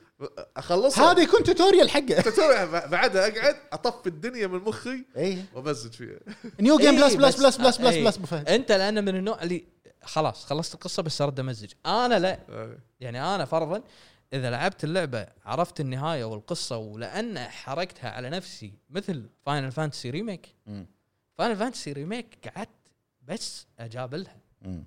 Speaker 2: اخلصها
Speaker 1: هذا يكون توتوريال حقه
Speaker 2: تتوقع بعدها اقعد اطفي الدنيا من مخي
Speaker 1: اي
Speaker 2: وابزج فيها
Speaker 1: نيو جيم
Speaker 3: إي،
Speaker 1: بلس بلس
Speaker 3: بس-
Speaker 1: بلس بلس بلس
Speaker 3: إي.
Speaker 1: بلس ابو فهد
Speaker 3: انت لان من النوع اللي خلاص خلصت القصه بس ارد امزج انا لا
Speaker 2: إيه.
Speaker 3: يعني انا فرضا اذا لعبت اللعبه عرفت النهايه والقصه ولان حركتها على نفسي مثل فاينل فانتسي ريميك
Speaker 1: مم.
Speaker 3: فاينل فانتسي ريميك قعدت بس اجابلها
Speaker 1: مم.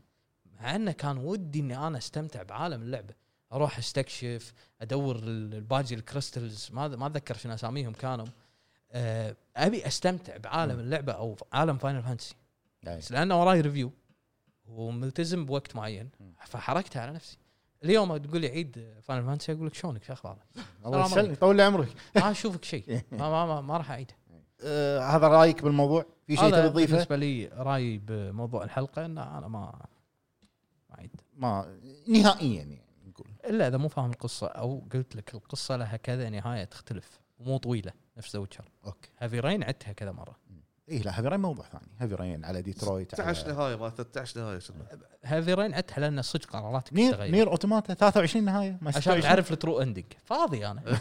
Speaker 3: مع انه كان ودي اني انا استمتع بعالم اللعبه اروح استكشف ادور ال- الباجي الكريستلز ما ما اتذكر شنو اساميهم كانوا آه، ابي استمتع بعالم اللعبه او ف- عالم فاينل فانتسي
Speaker 1: أي.
Speaker 3: بس لانه وراي ريفيو وملتزم بوقت معين فحركتها على نفسي اليوم تقول لي عيد فاينل فانتسي اقول لك شلونك شو اخبارك؟
Speaker 1: الله
Speaker 3: السلام
Speaker 1: يسلمك طول لي عمرك
Speaker 3: ما اشوفك شيء ما ما, ما, ما راح اعيدها
Speaker 1: آه هذا رايك بالموضوع في شيء
Speaker 3: هذا
Speaker 1: تبي تضيفه
Speaker 3: بالنسبه لي رايي بموضوع الحلقه ان انا ما ما عيد
Speaker 1: ما نهائيا يعني نقول
Speaker 3: الا اذا مو فاهم القصه او قلت لك القصه لها كذا نهايه تختلف مو طويله نفس ذا ويتشر
Speaker 1: اوكي
Speaker 3: هافي رين عدتها كذا مره
Speaker 1: اي إيه، لا هافي رين موضوع ثاني هافي رين على ديترويت
Speaker 2: 16
Speaker 1: على
Speaker 2: نهايه ما 13 نهايه شنو
Speaker 3: هافي رين عدتها لان صدق قراراتك
Speaker 1: نير
Speaker 3: تتغير
Speaker 1: نير اوتوماتا 23 نهايه ما
Speaker 3: عشان
Speaker 1: 26.
Speaker 3: تعرف الترو اندنج فاضي انا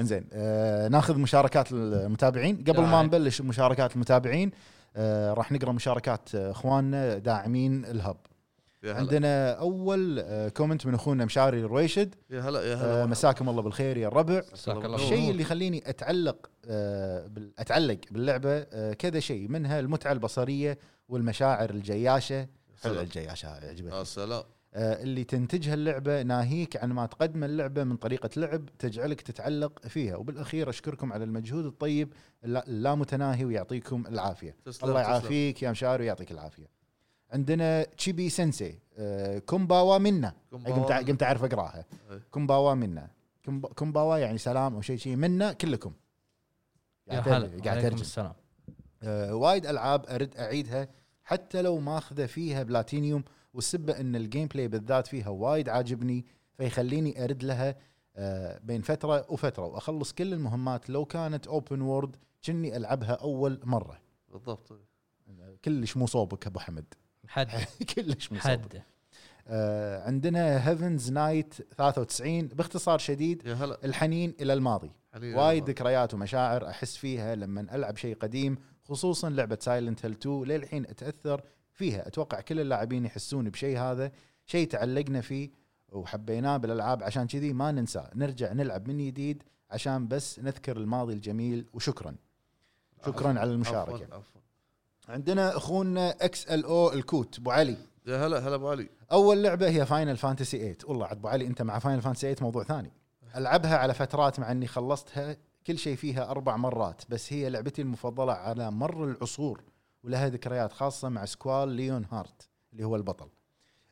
Speaker 1: انزين آه ناخذ مشاركات المتابعين قبل ما
Speaker 3: داعي.
Speaker 1: نبلش مشاركات المتابعين آه راح نقرا مشاركات آه، اخواننا داعمين الهب
Speaker 2: يا هلا
Speaker 1: عندنا اول آه كومنت من اخونا مشاري الرويشد
Speaker 2: يا هلا يا
Speaker 1: آه
Speaker 2: هلا
Speaker 1: مساكم الله بالخير يا الربع
Speaker 3: جزاك الله
Speaker 1: الشيء
Speaker 3: بالنور.
Speaker 1: اللي يخليني اتعلق آه بال- اتعلق باللعبه آه كذا شيء منها المتعه البصريه والمشاعر الجياشه حلوه الجياشه هاي عجبتني
Speaker 2: يا سلام
Speaker 1: آه، اللي تنتجها اللعبه ناهيك عن ما تقدم اللعبه من طريقه لعب تجعلك تتعلق فيها وبالاخير اشكركم على المجهود الطيب اللا- اللامتناهي ويعطيكم العافيه
Speaker 2: تسلم،
Speaker 1: الله
Speaker 2: تسلم.
Speaker 1: يعافيك يا مشار ويعطيك العافيه عندنا تشيبي سensei آه، كومباوا منا
Speaker 2: كومباوا
Speaker 1: قمت
Speaker 2: منا. إيه.
Speaker 1: قمت اعرف اقراها
Speaker 2: أي.
Speaker 1: كومباوا منا كومب- كومباوا يعني سلام او شيء شيء منا كلكم
Speaker 3: يا
Speaker 1: قاعد
Speaker 3: هلا
Speaker 1: أرجم-
Speaker 3: عليكم
Speaker 1: قاعد ترجم
Speaker 3: السلام
Speaker 1: آه، وايد العاب ارد اعيدها حتى لو ماخذه فيها بلاتينيوم والسبه ان الجيم بلاي بالذات فيها وايد عاجبني فيخليني ارد لها آه، بين فتره وفتره واخلص كل المهمات لو كانت اوبن وورد كني العبها اول مره
Speaker 2: بالضبط
Speaker 1: كلش مو صوبك ابو حمد
Speaker 3: حد
Speaker 1: كلش مو صوبك
Speaker 3: حد
Speaker 1: آه، عندنا هيفنز نايت 93 باختصار شديد
Speaker 2: يا هلا
Speaker 1: الحنين الى الماضي
Speaker 2: حنين
Speaker 1: وايد
Speaker 2: الله.
Speaker 1: ذكريات ومشاعر احس فيها لما العب شيء قديم خصوصا لعبه سايلنت هيل 2 للحين اتاثر فيها اتوقع كل اللاعبين يحسون بشيء هذا شيء تعلقنا فيه وحبيناه بالالعاب عشان كذي ما ننساه نرجع نلعب من جديد عشان بس نذكر الماضي الجميل وشكرا شكرا على المشاركه
Speaker 2: عفواً، عفواً.
Speaker 1: عندنا اخونا اكس ال او الكوت ابو علي
Speaker 2: يا هلا هلا ابو علي
Speaker 1: اول لعبه هي فاينل فانتسي 8 والله عاد ابو علي انت مع فاينل فانتسي 8 موضوع ثاني العبها على فترات مع اني خلصتها كل شيء فيها اربع مرات بس هي لعبتي المفضله على مر العصور ولها ذكريات خاصه مع سكوال ليون هارت اللي هو البطل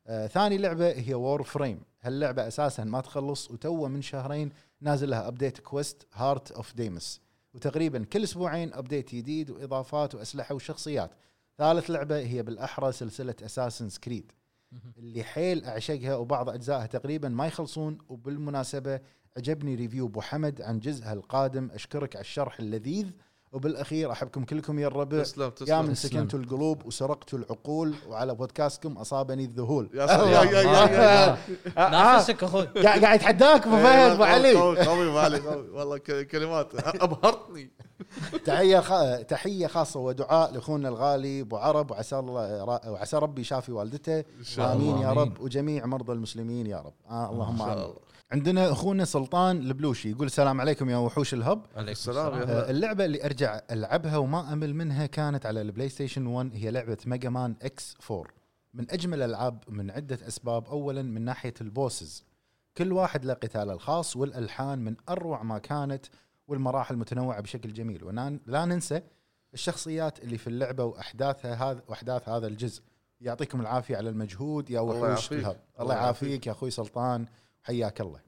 Speaker 1: آه ثاني لعبه هي وور فريم هاللعبه اساسا ما تخلص وتوه من شهرين نازل لها ابديت كويست هارت اوف ديمس وتقريبا كل اسبوعين ابديت جديد واضافات واسلحه وشخصيات ثالث لعبه هي بالاحرى سلسله اساسن كريد اللي حيل اعشقها وبعض اجزائها تقريبا ما يخلصون وبالمناسبه عجبني ريفيو ابو حمد عن جزءها القادم اشكرك على الشرح اللذيذ وبالاخير احبكم كلكم يا الربع
Speaker 2: تسلم
Speaker 1: يا
Speaker 2: تسلم
Speaker 1: من
Speaker 3: تسلم.
Speaker 1: سكنتوا القلوب وسرقتوا العقول وعلى بودكاستكم اصابني الذهول آه،
Speaker 2: يا سلام يا يا يا
Speaker 3: آه.
Speaker 2: يا
Speaker 3: نافسك اخوي
Speaker 1: قاعد قاعد يتحداك ابو فهد ابو علي
Speaker 2: إيه، قوي قوي ابو علي قوي والله ك- كلمات ابهرتني
Speaker 1: تحيه خ- تحيه خاصه ودعاء لاخونا الغالي ابو عرب وعسى الله وعسى ربي يشافي والدته
Speaker 2: ان شاء الله
Speaker 1: امين يا
Speaker 3: آمين.
Speaker 1: رب وجميع مرضى المسلمين يا رب آه اللهم
Speaker 2: ان شاء
Speaker 1: امين
Speaker 2: الله
Speaker 1: عندنا اخونا سلطان البلوشي يقول السلام عليكم يا وحوش الهب
Speaker 3: عليكم
Speaker 2: السلام يا هلا
Speaker 1: آه، اللعبه اللي ارجع العبها وما امل منها كانت على البلاي ستيشن 1 هي لعبه ميجا مان اكس 4 من اجمل الالعاب من عده اسباب اولا من ناحيه البوسز كل واحد له قتاله الخاص والالحان من اروع ما كانت والمراحل متنوعه بشكل جميل ولا لا ننسى الشخصيات اللي في اللعبه واحداثها هذا واحداث هذا الجزء يعطيكم العافيه على المجهود يا
Speaker 2: الله
Speaker 1: وحوش
Speaker 2: يعافيك.
Speaker 1: الهب الله
Speaker 2: الله
Speaker 1: يعافيك
Speaker 2: يعافيك.
Speaker 1: يا اخوي سلطان حياك الله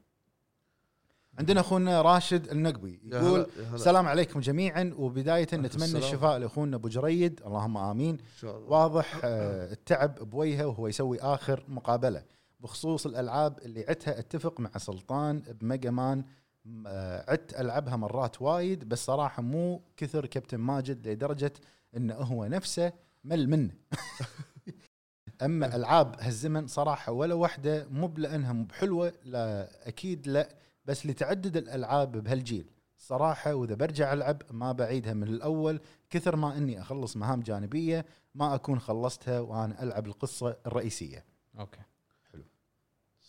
Speaker 1: عندنا اخونا راشد النقبي
Speaker 2: يا
Speaker 1: يقول
Speaker 2: هلا، يا هلا.
Speaker 1: السلام عليكم جيعا وبدايه نتمنى
Speaker 2: السلام.
Speaker 1: الشفاء لاخونا ابو جريد اللهم امين
Speaker 2: ان شاء الله
Speaker 1: واضح آه، التعب بوجهه وهو يسوي اخر مقابله بخصوص الالعاب اللي عدتها اتفق مع سلطان بميجا مان م- آه، عدت العبها مرات وايد بس صراحه مو كثر كابتن ماجد لدرجه انه هو نفسه مل منه اما العاب هالزمن صراحه ولا واحده مو بلانها مو بحلوه لا اكيد لا بس لتعدد الالعاب بهالجيل صراحه واذا برجع العب ما بعيدها من الاول كثر ما اني اخلص مهام جانبيه ما اكون خلصتها وانا العب القصه الرئيسيه.
Speaker 3: اوكي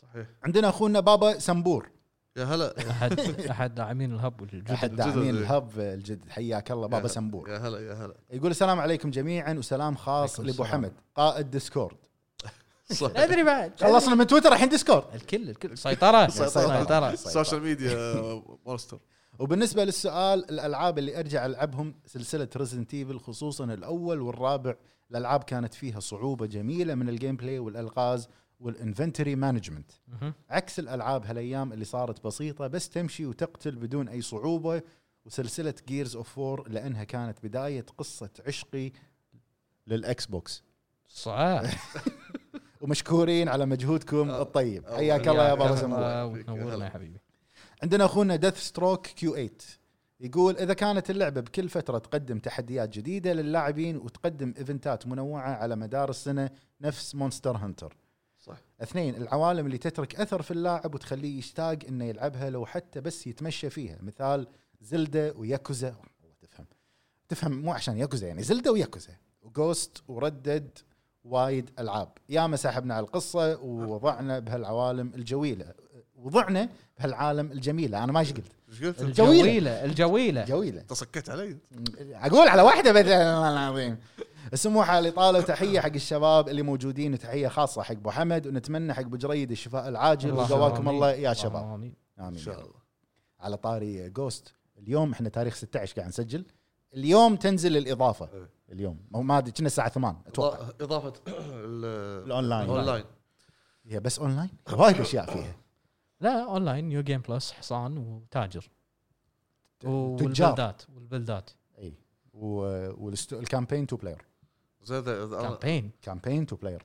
Speaker 2: صحيح
Speaker 1: عندنا اخونا بابا سمبور
Speaker 2: يا هلا
Speaker 3: احد احد داعمين الهب والجدد
Speaker 1: احد داعمين
Speaker 2: الجدد. إيه.
Speaker 1: الهب الجدد حياك الله
Speaker 2: يا
Speaker 1: بابا
Speaker 2: هلا.
Speaker 1: سمبور
Speaker 2: يا هلا يا هلا
Speaker 1: يقول السلام عليكم جميعا وسلام خاص
Speaker 3: عليكم
Speaker 1: لابو
Speaker 3: السلام.
Speaker 1: حمد قائد ديسكورد
Speaker 2: صح
Speaker 3: ادري بعد
Speaker 1: خلصنا من تويتر الحين ديسكورد
Speaker 3: الكل الكل سيطره
Speaker 1: سيطرة.
Speaker 3: سيطره
Speaker 2: السوشيال ميديا مونستر
Speaker 1: وبالنسبه للسؤال الالعاب اللي ارجع العبهم سلسله ريزنت ايفل خصوصا الاول والرابع الالعاب كانت فيها صعوبه جميله من الجيم بلاي والالغاز والانفنتوري مانجمنت
Speaker 3: مهم.
Speaker 1: عكس الالعاب هالايام اللي صارت بسيطه بس تمشي وتقتل بدون اي صعوبه وسلسله جيرز اوف 4 لانها كانت بدايه قصه عشقي للاكس بوكس
Speaker 3: صعب
Speaker 1: ومشكورين على مجهودكم
Speaker 2: آه.
Speaker 1: الطيب
Speaker 2: آه.
Speaker 1: حياك الله يا
Speaker 2: حياك
Speaker 1: بابا
Speaker 2: الله.
Speaker 1: سمو
Speaker 2: سموه.
Speaker 3: ونورنا يا حبيبي
Speaker 1: عندنا اخونا ديث ستروك كيو 8 يقول اذا كانت اللعبه بكل فتره تقدم تحديات جديده للاعبين وتقدم ايفنتات منوعه على مدار السنه نفس مونستر هانتر
Speaker 2: صح
Speaker 1: اثنين العوالم اللي تترك اثر في اللاعب وتخليه يشتاق انه يلعبها لو حتى بس يتمشى فيها مثال زلدة وياكوزا والله تفهم تفهم مو عشان ياكوزا يعني زلدة وياكوزا وجوست وردد وايد العاب ياما سحبنا على القصه ووضعنا بهالعوالم الجويله وضعنا بهالعالم الجميله انا ما ايش قلت
Speaker 2: ايش قلت؟ انت
Speaker 1: الجويلة.
Speaker 3: الجويله الجويله
Speaker 1: جويله
Speaker 2: صكيت علي
Speaker 1: اقول على واحده بس والله العظيم السموحه الاطاله وتحيه حق الشباب اللي موجودين وتحيه خاصه حق ابو حمد ونتمنى حق ابو جريد الشفاء العاجل
Speaker 3: اللهم
Speaker 1: وقواكم
Speaker 3: آمين.
Speaker 1: الله يا
Speaker 3: اللهم
Speaker 1: شباب
Speaker 3: آمين.
Speaker 2: ان
Speaker 1: امين يا
Speaker 2: شاء
Speaker 1: رب.
Speaker 2: الله
Speaker 1: على طاري جوست اليوم احنا تاريخ 16 قاعد نسجل اليوم تنزل الاضافه
Speaker 2: إيه.
Speaker 1: اليوم ما- ما ادري كنا الساعه 8 اتوقع
Speaker 2: إضا- اضافه ال-
Speaker 1: الاونلاين
Speaker 2: الاونلاين
Speaker 1: هي بس اونلاين وايد اشياء فيها
Speaker 3: لا اونلاين نيو جيم بلس حصان وتاجر
Speaker 1: تجار
Speaker 3: والبلدات والبلدات
Speaker 1: اي والكامبين تو بلاير
Speaker 2: زين إذا- إذا أنا-
Speaker 3: كامبين
Speaker 1: كامبين تو بلاير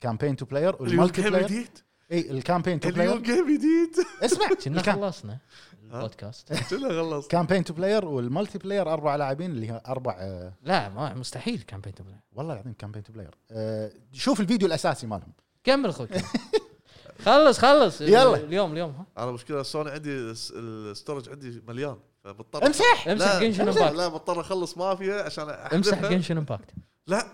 Speaker 1: كامبين تو بلاير
Speaker 2: اليوم
Speaker 1: والمالتي
Speaker 2: جيم
Speaker 1: بلاير
Speaker 2: جديد
Speaker 1: اي الكامبين تو بلاير
Speaker 2: اليوم جيم جديد
Speaker 1: اسمع
Speaker 3: كنا
Speaker 1: الكام-
Speaker 3: خلصنا البودكاست
Speaker 2: كنا خلص
Speaker 1: كامبين تو بلاير والمالتي بلاير اربع لاعبين اللي هي اربع آه،
Speaker 3: لا ما مستحيل كامبين تبلع
Speaker 1: والله العظيم كامبين تو بلاير آه، شوف الفيديو الاساسي مالهم
Speaker 3: كمل اخوك خلص خلص
Speaker 1: يلا.
Speaker 3: اليوم اليوم ها
Speaker 2: انا مشكله سوني عندي الس- الستورج عندي مليان فبضطر
Speaker 1: امسح
Speaker 3: امسح
Speaker 2: لا،
Speaker 3: جنشن
Speaker 2: لا
Speaker 3: امباكت
Speaker 2: لا بضطر اخلص مافيا عشان أحذفها.
Speaker 3: امسح جنشن امباكت
Speaker 2: لا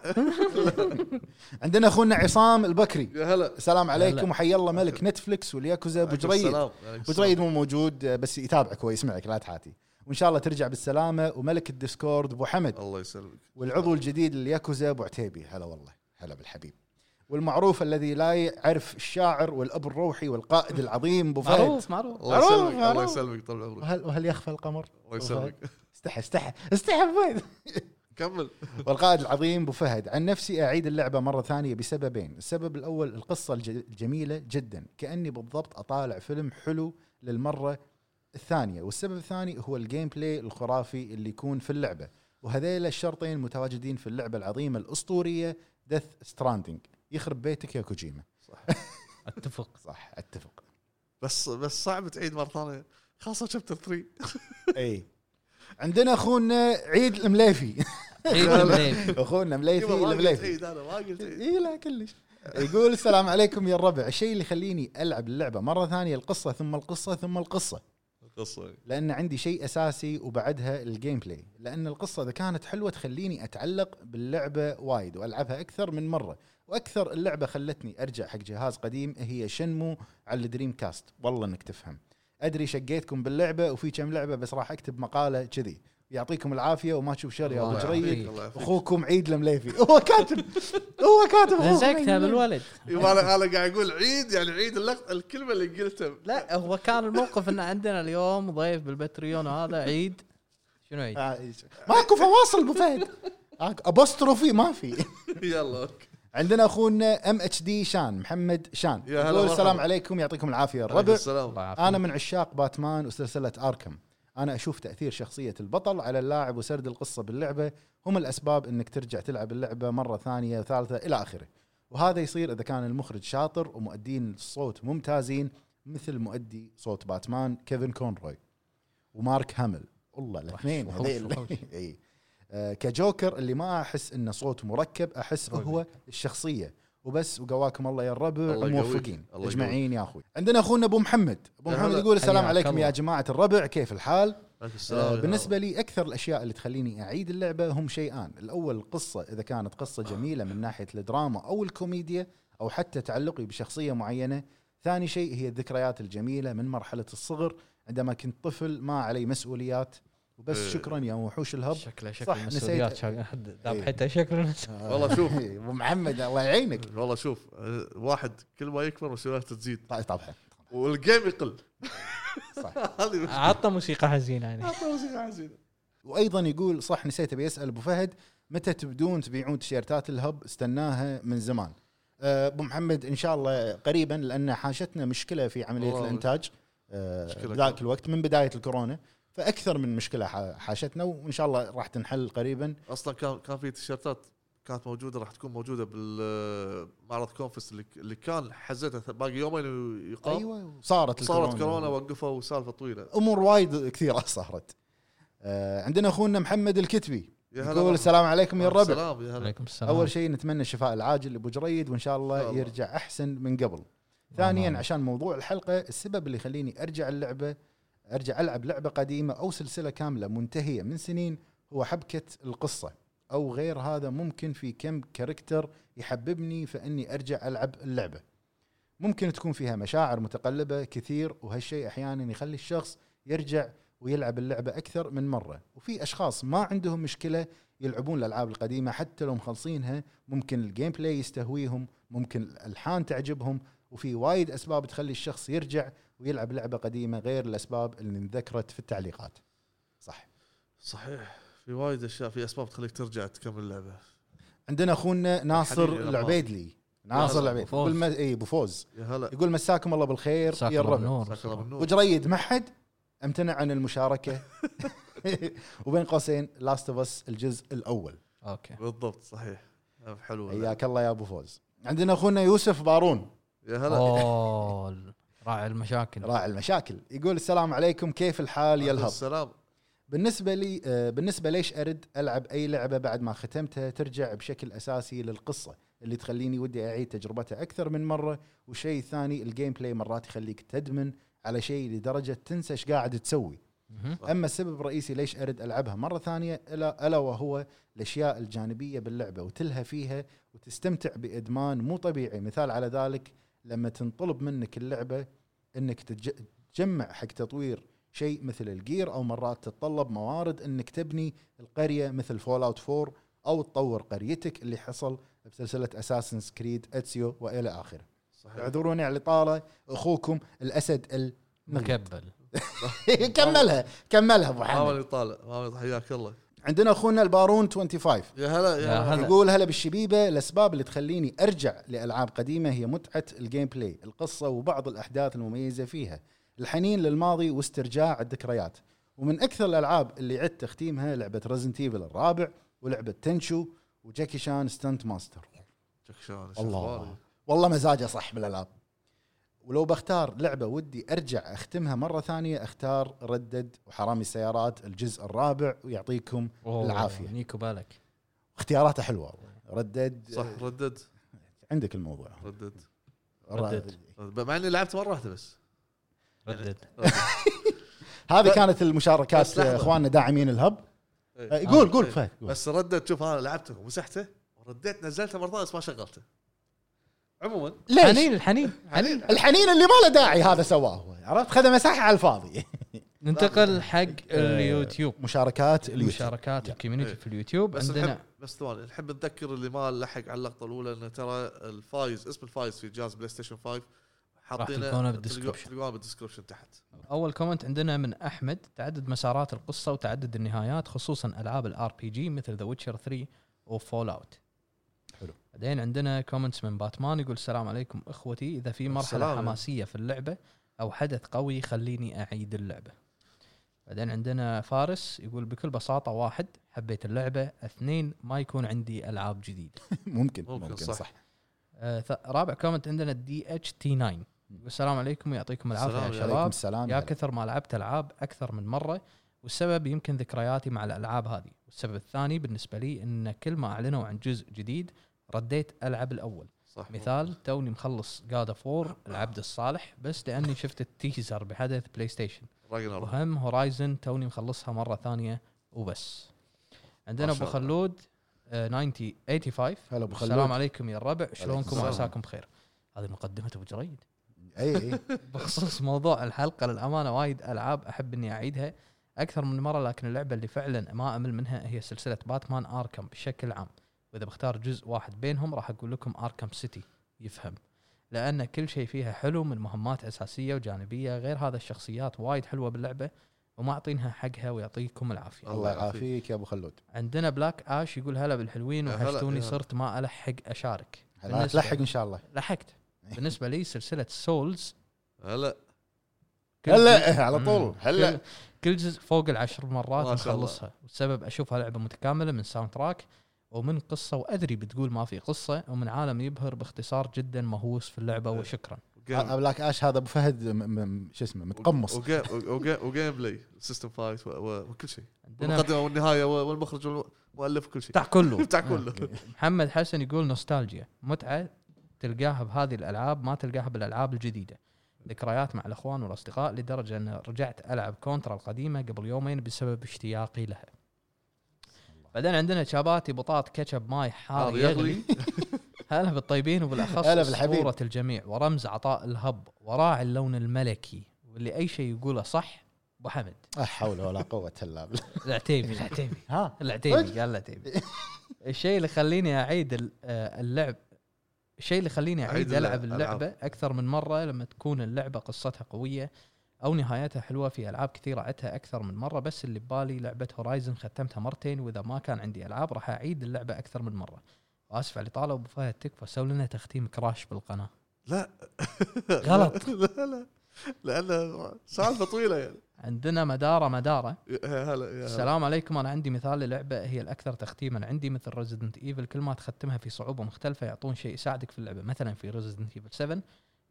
Speaker 1: عندنا اخونا عصام البكري
Speaker 2: يا هلا
Speaker 1: السلام عليكم
Speaker 3: هلا.
Speaker 1: وحيا الله ملك نتفلكس والياكوزا ابو جريد
Speaker 2: السلام. عليكم
Speaker 1: ابو جريد مو موجود آه، بس يتابعك ويسمعك لا تحاتي وان شاء الله ترجع بالسلامه وملك الديسكورد ابو حمد
Speaker 2: السلام. الله يسلمك
Speaker 1: والعضو الجديد للياكوزا ابو عتيبي هلا والله هلا بالحبيب والمعروف الذي لا يعرف الشاعر والاب الروحي والقائد العظيم ابو فهد
Speaker 3: معروف معروف
Speaker 2: الله
Speaker 1: معروف،
Speaker 2: يسلمك الله
Speaker 1: معروف.
Speaker 2: يسلمك طول عمرك
Speaker 1: وهل وهل يخفى القمر؟
Speaker 2: الله يسلمك
Speaker 1: استحى استحى استحى أبو فهد
Speaker 2: كمل
Speaker 1: والقائد العظيم ابو فهد عن نفسي اعيد اللعبه مره ثانيه بسببين، السبب الاول القصه الج- الجميله جدا كاني بالضبط اطالع فيلم حلو للمره الثانيه، والسبب الثاني هو الجيم بلاي الخرافي اللي يكون في اللعبه، وهذيل الشرطين متواجدين في اللعبه العظيمه الاسطوريه دث ستراندنج، يخرب بيتك يا كوجيما،
Speaker 3: اتفق
Speaker 1: صح اتفق.
Speaker 2: بس بس صعب تعيد مره ثانيه خاصه شابتر 3
Speaker 1: اي عندنا اخونا عيد المليفي،
Speaker 3: عيد الميلاد.
Speaker 1: اخونا مليفي
Speaker 2: يبا، ما قلت
Speaker 1: المليفي
Speaker 2: عيد انا ما قلت عيد
Speaker 1: اي إيه، لا كلش يقول السلام عليكم يا الربع الشيء اللي يخليني العب اللعبه مره ثانيه القصه ثم القصه ثم القصه
Speaker 2: القصه
Speaker 1: لان عندي شيء اساسي وبعدها الجيم بلاي لان القصه اذا كانت حلوه تخليني اتعلق باللعبه وايد والعبها اكثر من مره واكثر اللعبه خلتني ارجع حق جهاز قديم هي شنمو على الدريم كاست والله انك تفهم ادري شقيتكم باللعبه وفي كم لعبه بس راح اكتب مقاله كذي يعطيكم العافيه وما تشوف شر يا ابو
Speaker 3: الله
Speaker 1: جريد
Speaker 3: يعافيك.
Speaker 2: الله يعافيك.
Speaker 1: اخوكم عيد المليفي هو كاتب هو كاتب أخوكم عيد
Speaker 3: لزقتها
Speaker 1: المليفي.
Speaker 3: بالولد
Speaker 2: يبا، انا انا قاعد اقول عيد يعني عيد اللقطه الكلمه اللي قلتها
Speaker 3: لا هو كان الموقف ان عندنا اليوم ضيف بالبتريون هذا عيد شنو عيد؟
Speaker 1: آه، إيش. ماكو فواصل ابو فهد آك- ابوستروفي ما في
Speaker 2: يلا اوكي
Speaker 1: عندنا اخونا ام اتش دي شان محمد شان
Speaker 2: يا هلا
Speaker 1: يقول
Speaker 2: مرحبا.
Speaker 1: السلام عليكم يعطيكم العافيه يا
Speaker 2: عليكم
Speaker 1: الربع
Speaker 2: السلام
Speaker 3: الله يعافيك.
Speaker 1: انا من عشاق باتمان وسلسله اركم انا اشوف تاثير شخصيه البطل على اللاعب وسرد القصه باللعبه هم الاسباب انك ترجع تلعب اللعبه مره ثانيه وثالثه الى اخره وهذا يصير اذا كان المخرج شاطر ومؤدين الصوت ممتازين مثل مؤدي صوت باتمان كيفن كونروي ومارك هامل والله الاثنين
Speaker 3: وحوش،
Speaker 1: هذيل.
Speaker 3: وحوش.
Speaker 1: إي. آه، كجوكر اللي ما احس انه صوت مركب احس
Speaker 3: ربع.
Speaker 1: هو الشخصيه وبس وقواكم الله يا الربع
Speaker 2: طيب. الله يقويك.
Speaker 1: موفقين
Speaker 2: الله
Speaker 1: اجمعين يا اخوي عندنا اخونا ابو محمد ابو
Speaker 2: يا
Speaker 1: محمد
Speaker 2: هلا.
Speaker 1: يقول السلام
Speaker 3: حياك
Speaker 1: عليكم
Speaker 3: الله.
Speaker 1: يا جماعه الربع كيف الحال
Speaker 2: عليكم
Speaker 1: آه،
Speaker 2: السلام
Speaker 1: بالنسبه لي اكثر الاشياء اللي تخليني اعيد اللعبه هم شيئان الاول القصه اذا كانت قصه جميله من ناحيه الدراما او الكوميديا او حتى تعلقي بشخصيه معينه ثاني شيء هي الذكريات الجميله من مرحله الصغر عندما كنت طفل ما علي مسؤوليات وبس
Speaker 2: إيه.
Speaker 1: شكرا يا وحوش الهب
Speaker 3: شكله
Speaker 1: صح،
Speaker 3: شكل
Speaker 1: نسيت. إيه.
Speaker 3: مسؤوليات شا- حد ذابحته شكله
Speaker 2: والله شوف.
Speaker 1: ابو محمد الله يعينك
Speaker 2: والله شوف آه، واحد كل ما يكبر مسؤولياته تزيد
Speaker 1: طبعا طبعا
Speaker 2: والجيم يقل
Speaker 1: صح
Speaker 2: هذه
Speaker 1: إيه.
Speaker 2: مشكلة.
Speaker 3: عطى موسيقى حزينه يعني
Speaker 2: أعطى موسيقى حزينة.
Speaker 1: وايضا يقول صح نسيت ابي اسال ابو فهد متى تبدون تبيعون تيشيرتات الهب استناها من زمان أه، ابو محمد ان شاء الله قريبا لان حاشتنا مشكله في عمليه
Speaker 2: والله.
Speaker 1: الانتاج أه،
Speaker 2: مشكلة
Speaker 1: ذاك الوقت من بدايه الكورونا فاكثر من مشكله ح- حاشتنا وان شاء الله راح تنحل قريبا
Speaker 2: اصلا كان كان في تيشيرتات كانت موجوده راح تكون موجوده بالمعرض كونفس اللي, اللي كان حزتها باقي يومين يقام
Speaker 1: ايوه صارت
Speaker 2: طيب. صارت كورونا وقفوا سالفه طويله
Speaker 1: امور وايد كثيره صارت آه عندنا اخونا محمد الكتبي
Speaker 2: يا
Speaker 1: يقول السلام عليكم يا الربع
Speaker 2: سلام يا هلا
Speaker 3: عليكم السلام
Speaker 1: اول شيء نتمنى الشفاء العاجل لابو جريد وان شاء
Speaker 2: إن شاء
Speaker 1: الله
Speaker 2: الله.
Speaker 1: يرجع احسن من قبل ثانيا
Speaker 3: آمين.
Speaker 1: عشان موضوع الحلقه السبب اللي يخليني ارجع اللعبه ارجع العب لعبه قديمه او سلسله كامله منتهيه من سنين هو حبكه القصه او غير هذا ممكن في كم كاركتر يحببني فاني ارجع العب اللعبه ممكن تكون فيها مشاعر متقلبه كثير وهالشيء احيانا يخلي الشخص يرجع ويلعب اللعبه اكثر من مره وفي اشخاص ما عندهم مشكله يلعبون الالعاب القديمه حتى لو مخلصينها ممكن الجيم بلاي يستهويهم ممكن الالحان تعجبهم وفي وايد اسباب تخلي الشخص يرجع ويلعب لعبه قديمه غير الاسباب اللي انذكرت في التعليقات صح
Speaker 2: صحيح في وايد اشياء في اسباب تخليك ترجع تكمل اللعبه
Speaker 1: عندنا اخونا ناصر
Speaker 2: الحبيب
Speaker 1: العبيدلي ناصر
Speaker 3: ناصر
Speaker 1: العبيدلي
Speaker 3: بوفوز.
Speaker 1: يقول ما- اي بوفوز
Speaker 2: يا هلا
Speaker 1: يقول مساكم الله بالخير
Speaker 3: مساك
Speaker 1: يا
Speaker 3: الله
Speaker 1: الربع
Speaker 3: بالنور.
Speaker 2: جزاك الله بالنور
Speaker 1: وجريد محد امتنع عن المشاركه وبين قوسين لاست اوف اس الجزء الاول
Speaker 3: اوكي
Speaker 2: بالضبط صحيح حلوه
Speaker 1: حياك الله يا ابو فوز عندنا اخونا يوسف بارون
Speaker 2: يا هلا
Speaker 3: اوه راعي المشاكل
Speaker 1: راعي المشاكل يقول السلام عليكم كيف الحال يا الهب
Speaker 2: السلام
Speaker 1: بالنسبه لي آه، بالنسبه ليش ارد العب اي لعبه بعد ما ختمتها ترجع بشكل اساسي للقصه اللي تخليني ودي اعيد تجربتها اكثر من مره وشيء ثاني الجيم بلاي مرات يخليك تدمن على شيء لدرجه تنسى ايش قاعد تسوي
Speaker 3: مهم.
Speaker 2: صح.
Speaker 1: اما السبب الرئيسي ليش ارد العبها مره ثانيه الا الا وهو الاشياء الجانبيه باللعبه وتلهى فيها وتستمتع بادمان مو طبيعي مثال على ذلك لما تنطلب منك اللعبه انك تتج- تجمع حق تطوير شيء مثل الجير او مرات تتطلب موارد انك تبني القريه مثل فول اوت 4 او تطور قريتك اللي حصل بسلسله اساسنز كريد اتسيو والى اخره.
Speaker 2: صحيح
Speaker 1: اعذروني على الاطاله اخوكم الاسد المغرب
Speaker 3: مكبل
Speaker 1: كملها كملها ابو
Speaker 2: ما
Speaker 1: حمد
Speaker 2: ولي طالع ما ولي- حياك الله
Speaker 1: عندنا اخونا البارون 25
Speaker 2: يا هلا يا
Speaker 3: يا
Speaker 2: هلا
Speaker 3: هلا.
Speaker 1: يقول هلا بالشبيبه الاسباب اللي تخليني ارجع لالعاب قديمه هي متعه الجيم بلاي، القصه وبعض الاحداث المميزه فيها، الحنين للماضي واسترجاع الذكريات، ومن اكثر الالعاب اللي عدت تختيمها لعبه ريزنت ايفل الرابع ولعبه تنشو وجاكي شان ستانت ماستر.
Speaker 2: شك شلون
Speaker 1: الله والله مزاجه صح بالالعاب. ولو بختار لعبه ودي ارجع اختمها مره ثانيه اختار ردد وحرامي السيارات الجزء الرابع ويعطيكم
Speaker 3: أوه،
Speaker 1: العافية.
Speaker 3: نيكو بالك
Speaker 1: اختياراته حلوه والله. ردد
Speaker 2: صح ردد
Speaker 1: عندك الموضوع
Speaker 2: ردد
Speaker 3: ردد.
Speaker 2: مع اني لعبت مره واحده بس
Speaker 3: ردد
Speaker 1: هذه كانت المشاركات
Speaker 2: طيب. بس لحظة.
Speaker 1: اخواننا داعمين الهب
Speaker 2: إيه.
Speaker 1: آه، قول قول
Speaker 2: إيه.
Speaker 1: فهد قول.
Speaker 2: بس ردت شوف انا لعبته ومسحته ورديت نزلته مره ثانيه بس ما شغلته عموما
Speaker 1: ليش
Speaker 3: حنين الحنين حنين
Speaker 1: الحنين اللي ما له داعي هذا سواه هو عرفت خذ مساحه على الفاضي
Speaker 3: ننتقل حق اليوتيوب
Speaker 1: مشاركات اليوتيوب
Speaker 3: مشاركات
Speaker 1: يا.
Speaker 3: الكوميونتي
Speaker 2: إيه.
Speaker 3: في اليوتيوب
Speaker 2: بس
Speaker 3: عندنا
Speaker 2: نحب بس ثواني نحب نذكر اللي ما لحق على اللقطه الاولى انه ترى الفايز اسم الفايز في جهاز بلاي ستيشن 5 حاطينه
Speaker 3: تلقونه
Speaker 2: تلقو-
Speaker 3: بالدسكربشن.
Speaker 2: تلقونه بالدسكربشن تحت
Speaker 3: اول كومنت عندنا من احمد تعدد مسارات القصه وتعدد النهايات خصوصا العاب الار بي جي مثل ذا ويتشر 3 وفول اوت
Speaker 1: حلو.
Speaker 3: بعدين عندنا كومنتس من باتمان يقول السلام عليكم اخوتي اذا في مرحله
Speaker 2: السلام.
Speaker 3: حماسيه في اللعبه او حدث قوي خليني اعيد اللعبه بعدين عندنا فارس يقول بكل بساطه واحد حبيت اللعبه اثنين ما يكون عندي العاب جديده
Speaker 1: ممكن
Speaker 2: ممكن،
Speaker 1: ممكن
Speaker 2: صح.
Speaker 1: صح
Speaker 3: آه ث- رابع كومنت عندنا دي اتش تي 9 يقول السلام عليكم ويعطيكم العافيه يا
Speaker 2: السلام
Speaker 1: عليكم
Speaker 3: شباب
Speaker 1: السلام
Speaker 3: يا
Speaker 1: هلا.
Speaker 3: كثر ما لعبت العاب اكثر من مره والسبب يمكن ذكرياتي مع الالعاب هذه والسبب الثاني بالنسبه لي ان كل ما اعلنوا عن جزء جديد رديت العب الاول
Speaker 2: صح
Speaker 3: مثال توني مخلص جاد فور العبد الصالح بس لاني شفت التيزر بحدث بلاي ستيشن
Speaker 2: راجنر
Speaker 3: وهم هورايزن توني مخلصها مره ثانيه وبس عندنا
Speaker 2: ما
Speaker 3: ابو
Speaker 2: شاء الله.
Speaker 3: خلود آه، 90 85
Speaker 1: هلا أبو خلود.
Speaker 3: السلام عليكم يا الربع شلونكم
Speaker 1: السلام.
Speaker 3: عساكم بخير هذه مقدمه ابو جريد
Speaker 1: اي اي
Speaker 3: بخصوص موضوع الحلقه للامانه وايد العاب احب اني اعيدها اكثر من مره لكن اللعبه اللي فعلا ما امل منها هي سلسله باتمان اركم بشكل عام واذا بختار جزء واحد بينهم راح اقول لكم اركم سيتي يفهم لان كل شيء فيها حلو من مهمات اساسيه وجانبيه غير هذا الشخصيات وايد حلوه باللعبه وما عطينها حقها ويعطيكم العافيه
Speaker 1: الله يعافيك يا ابو خلود
Speaker 3: عندنا بلاك اش يقول هلا بالحلوين
Speaker 2: يا هلا، يا
Speaker 3: وحشتوني
Speaker 2: هلا.
Speaker 3: صرت ما الحق اشارك
Speaker 1: هلا
Speaker 3: بالنسبة-
Speaker 1: تلحق ان شاء الله
Speaker 3: لحقت بالنسبه لي سلسله سولز
Speaker 2: هلا
Speaker 3: كل
Speaker 1: هلا على طول هلا
Speaker 3: كل- كل جزء فوق العشر مرات
Speaker 2: ما شاء الله.
Speaker 3: مخلصها والسبب اشوفها لعبه متكامله من ساوند تراك ومن قصه وادري بتقول ما في قصه ومن عالم يبهر باختصار جدا مهووس في اللعبه وشكرا
Speaker 1: آه، بلاك اش هذا ابو فهد م- م- شو اسمه متقمص
Speaker 2: وجيم بلاي سيستم فايت و- و- وكل شيء
Speaker 3: عندنا
Speaker 2: المقدمه والنهايه و- والمخرج والمؤلف وكل شيء
Speaker 3: بتاع كله
Speaker 2: بتاع كله
Speaker 3: محمد حسن يقول نوستالجيا متعه تلقاها بهذه الالعاب ما تلقاها بالالعاب الجديده ذكريات مع الاخوان والاصدقاء لدرجه ان رجعت العب كونترا القديمه قبل يومين بسبب اشتياقي لها بعدين عندنا شاباتي بطاط كاتشب ماي حار يغلي هلا بالطيبين وبالاخص
Speaker 1: هلا بالحبيب.
Speaker 3: صورة الجميع ورمز عطاء الهب وراعي اللون الملكي واللي اي شيء يقوله صح ابو حمد
Speaker 1: لا حول ولا قوه الا بالله
Speaker 3: العتيبي العتيبي
Speaker 1: ها
Speaker 3: العتيبي قال العتيبي الشيء اللي خليني اعيد ال- آه، اللعب الشيء اللي خليني
Speaker 2: أعيد
Speaker 3: اعيد العب
Speaker 2: اللعب-
Speaker 3: اللعبه اكثر من مره لما تكون اللعبه قصتها قويه او نهايتها حلوه في العاب كثيره عدتها اكثر من مره بس اللي ببالي لعبه هورايزن ختمتها مرتين واذا ما كان عندي العاب راح اعيد اللعبه اكثر من مره واسف على الاطاله ابو فهد تكفى سوي لنا تختيم كراش بالقناه
Speaker 2: لا
Speaker 3: غلط.
Speaker 2: لا لا لان سالفه طويله يعني
Speaker 3: عندنا مداره مداره
Speaker 2: يا هلا يا هلا.
Speaker 3: السلام عليكم انا عندي مثال للعبه هي الاكثر تختيما عندي مثل ريزدنت ايفل كل ما تختمها في صعوبه مختلفه يعطون شيء يساعدك في اللعبه مثلا في ريزدنت ايفل 7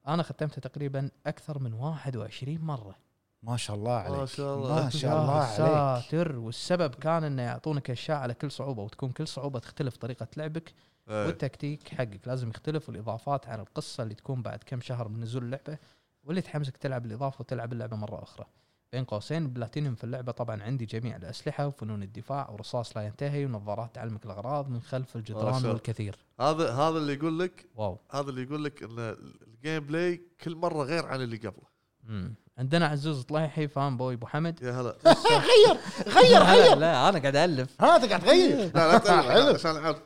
Speaker 3: انا ختمتها تقريبا اكثر من 21 مره
Speaker 1: ما شاء الله عليك
Speaker 2: ما شاء الله.
Speaker 1: ما شاء الله
Speaker 3: يا
Speaker 1: عليك
Speaker 3: ساتر والسبب كان انه يعطونك اشياء على كل صعوبه وتكون كل صعوبه تختلف طريقه لعبك
Speaker 2: إيه.
Speaker 3: والتكتيك حقك لازم يختلف والاضافات عن القصه اللي تكون بعد كم شهر من نزول اللعبه واللي تحمسك تلعب الاضافه وتلعب اللعبه مره اخرى بين قوسين بلاتينيوم في اللعبه طبعا عندي جميع الاسلحه وفنون الدفاع ورصاص لا ينتهي ونظارات تعلمك الاغراض من خلف
Speaker 2: ما شاء
Speaker 3: الجدران
Speaker 2: الله.
Speaker 3: والكثير
Speaker 2: هذا هذا اللي يقول لك
Speaker 3: واو
Speaker 2: هذا اللي يقول لك ان الجيم بلاي كل مره غير عن اللي قبله
Speaker 3: مم. عندنا عزوز طليحي فان بوي ابو حمد
Speaker 2: يا هلا
Speaker 1: غير غير
Speaker 3: لا, لا انا قاعد الف
Speaker 1: ها انت قاعد تغير
Speaker 2: لا لا تعال،
Speaker 1: حلو.
Speaker 2: عشان نعرف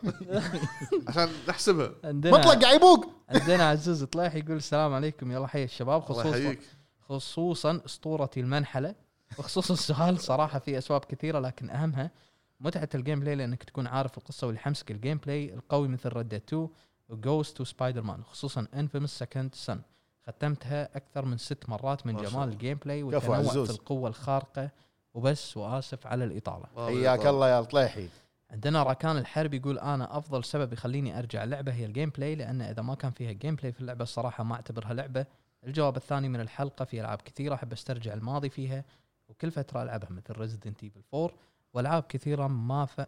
Speaker 2: عشان نحسبها
Speaker 3: عندنا
Speaker 1: مطلق قاعد يبوق
Speaker 3: عندنا عزوز طليحي يقول السلام عليكم يلا حي الشباب
Speaker 2: الله
Speaker 3: خصوصا
Speaker 2: يحييك
Speaker 3: خصوصا اسطورتي المنحله بخصوص السؤال صراحه في اسباب كثيره لكن اهمها متعه الجيم بلاي لانك تكون عارف القصه واللي حمسك الجيم بلاي القوي مثل ريد 2 وجوست وسبايدر مان خصوصا انفيمس سكند سن ختمتها اكثر من ست مرات من
Speaker 2: ما شاء
Speaker 3: جمال
Speaker 2: الله.
Speaker 3: الجيم بلاي والتنوع
Speaker 1: عزوز.
Speaker 3: في القوه الخارقه وبس واسف على الاطاله
Speaker 1: حياك الله يا الطليحي
Speaker 3: عندنا راكان الحرب يقول انا افضل سبب يخليني ارجع لعبه هي الجيم بلاي لان اذا ما كان فيها جيم بلاي في اللعبه الصراحه ما اعتبرها لعبه الجواب الثاني من الحلقه في العاب كثيره احب استرجع الماضي فيها وكل فتره العبها مثل ريزدنت ايفل 4 والعاب كثيره ما ف...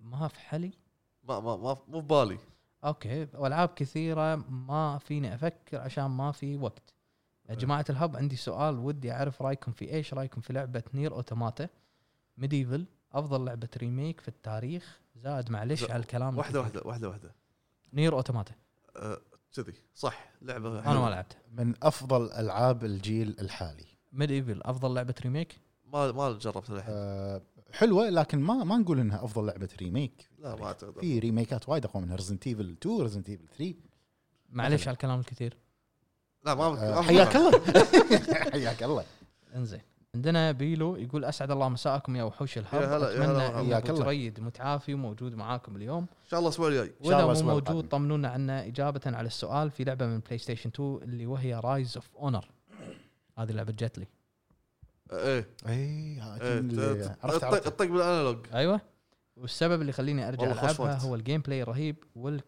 Speaker 3: ما في حلي
Speaker 2: ما ما ما مو ببالي
Speaker 3: اوكي والعاب كثيره ما فيني افكر عشان ما في وقت يا جماعه الهب عندي سؤال ودي اعرف رايكم في ايش رايكم في لعبه نير اوتوماتا ميديفل افضل لعبه ريميك في التاريخ زائد معلش
Speaker 2: زائد
Speaker 3: على الكلام
Speaker 2: واحده
Speaker 3: الكثير.
Speaker 2: واحده واحده واحده
Speaker 3: نير اوتوماتا
Speaker 2: آه، كذي صح لعبه
Speaker 3: انا ما لعبتها
Speaker 1: من افضل العاب الجيل الحالي
Speaker 3: ميد ايفل افضل لعبه ريميك
Speaker 2: ما ما جربتها للحين
Speaker 1: أه حلوه لكن ما ما نقول انها افضل لعبه ريميك
Speaker 2: لا ما اعتقد
Speaker 1: آه، في ريميكات وايد اقوى منها ريزنت ايفل 2 ريزنت ايفل 3
Speaker 3: معليش
Speaker 1: مثلاً.
Speaker 3: على الكلام الكثير
Speaker 2: لا ما
Speaker 1: أه
Speaker 2: ما-
Speaker 1: حياك الله حياك الله
Speaker 3: انزين عندنا بيلو يقول اسعد الله مساءكم يا وحوش الهب
Speaker 2: يا هلا- يا هلا
Speaker 3: اتمنى
Speaker 2: مرحبا.
Speaker 3: ان
Speaker 1: حياك
Speaker 3: ابو
Speaker 1: الله.
Speaker 3: جريد متعافي وموجود معاكم اليوم
Speaker 2: ان شاء الله الاسبوع الجاي
Speaker 1: إن شاء
Speaker 3: واذا
Speaker 1: الله
Speaker 3: مو
Speaker 1: أسبوع
Speaker 3: موجود
Speaker 1: القادم.
Speaker 3: طمنونا عنه اجابه على السؤال في لعبه من بلاي ستيشن 2 اللي وهي رايز اوف اونر هذه لعبه جت لي
Speaker 2: آه، ايه
Speaker 1: اي ها،
Speaker 2: إيه،
Speaker 1: كل-
Speaker 2: ت- ت-
Speaker 1: عرفت
Speaker 2: الطق
Speaker 1: عرفت
Speaker 2: الطق بالانالوج
Speaker 3: ايوه والسبب اللي خليني ارجع
Speaker 2: والله خوش
Speaker 3: العبها
Speaker 2: وقت.
Speaker 3: هو الجيم بلاي الرهيب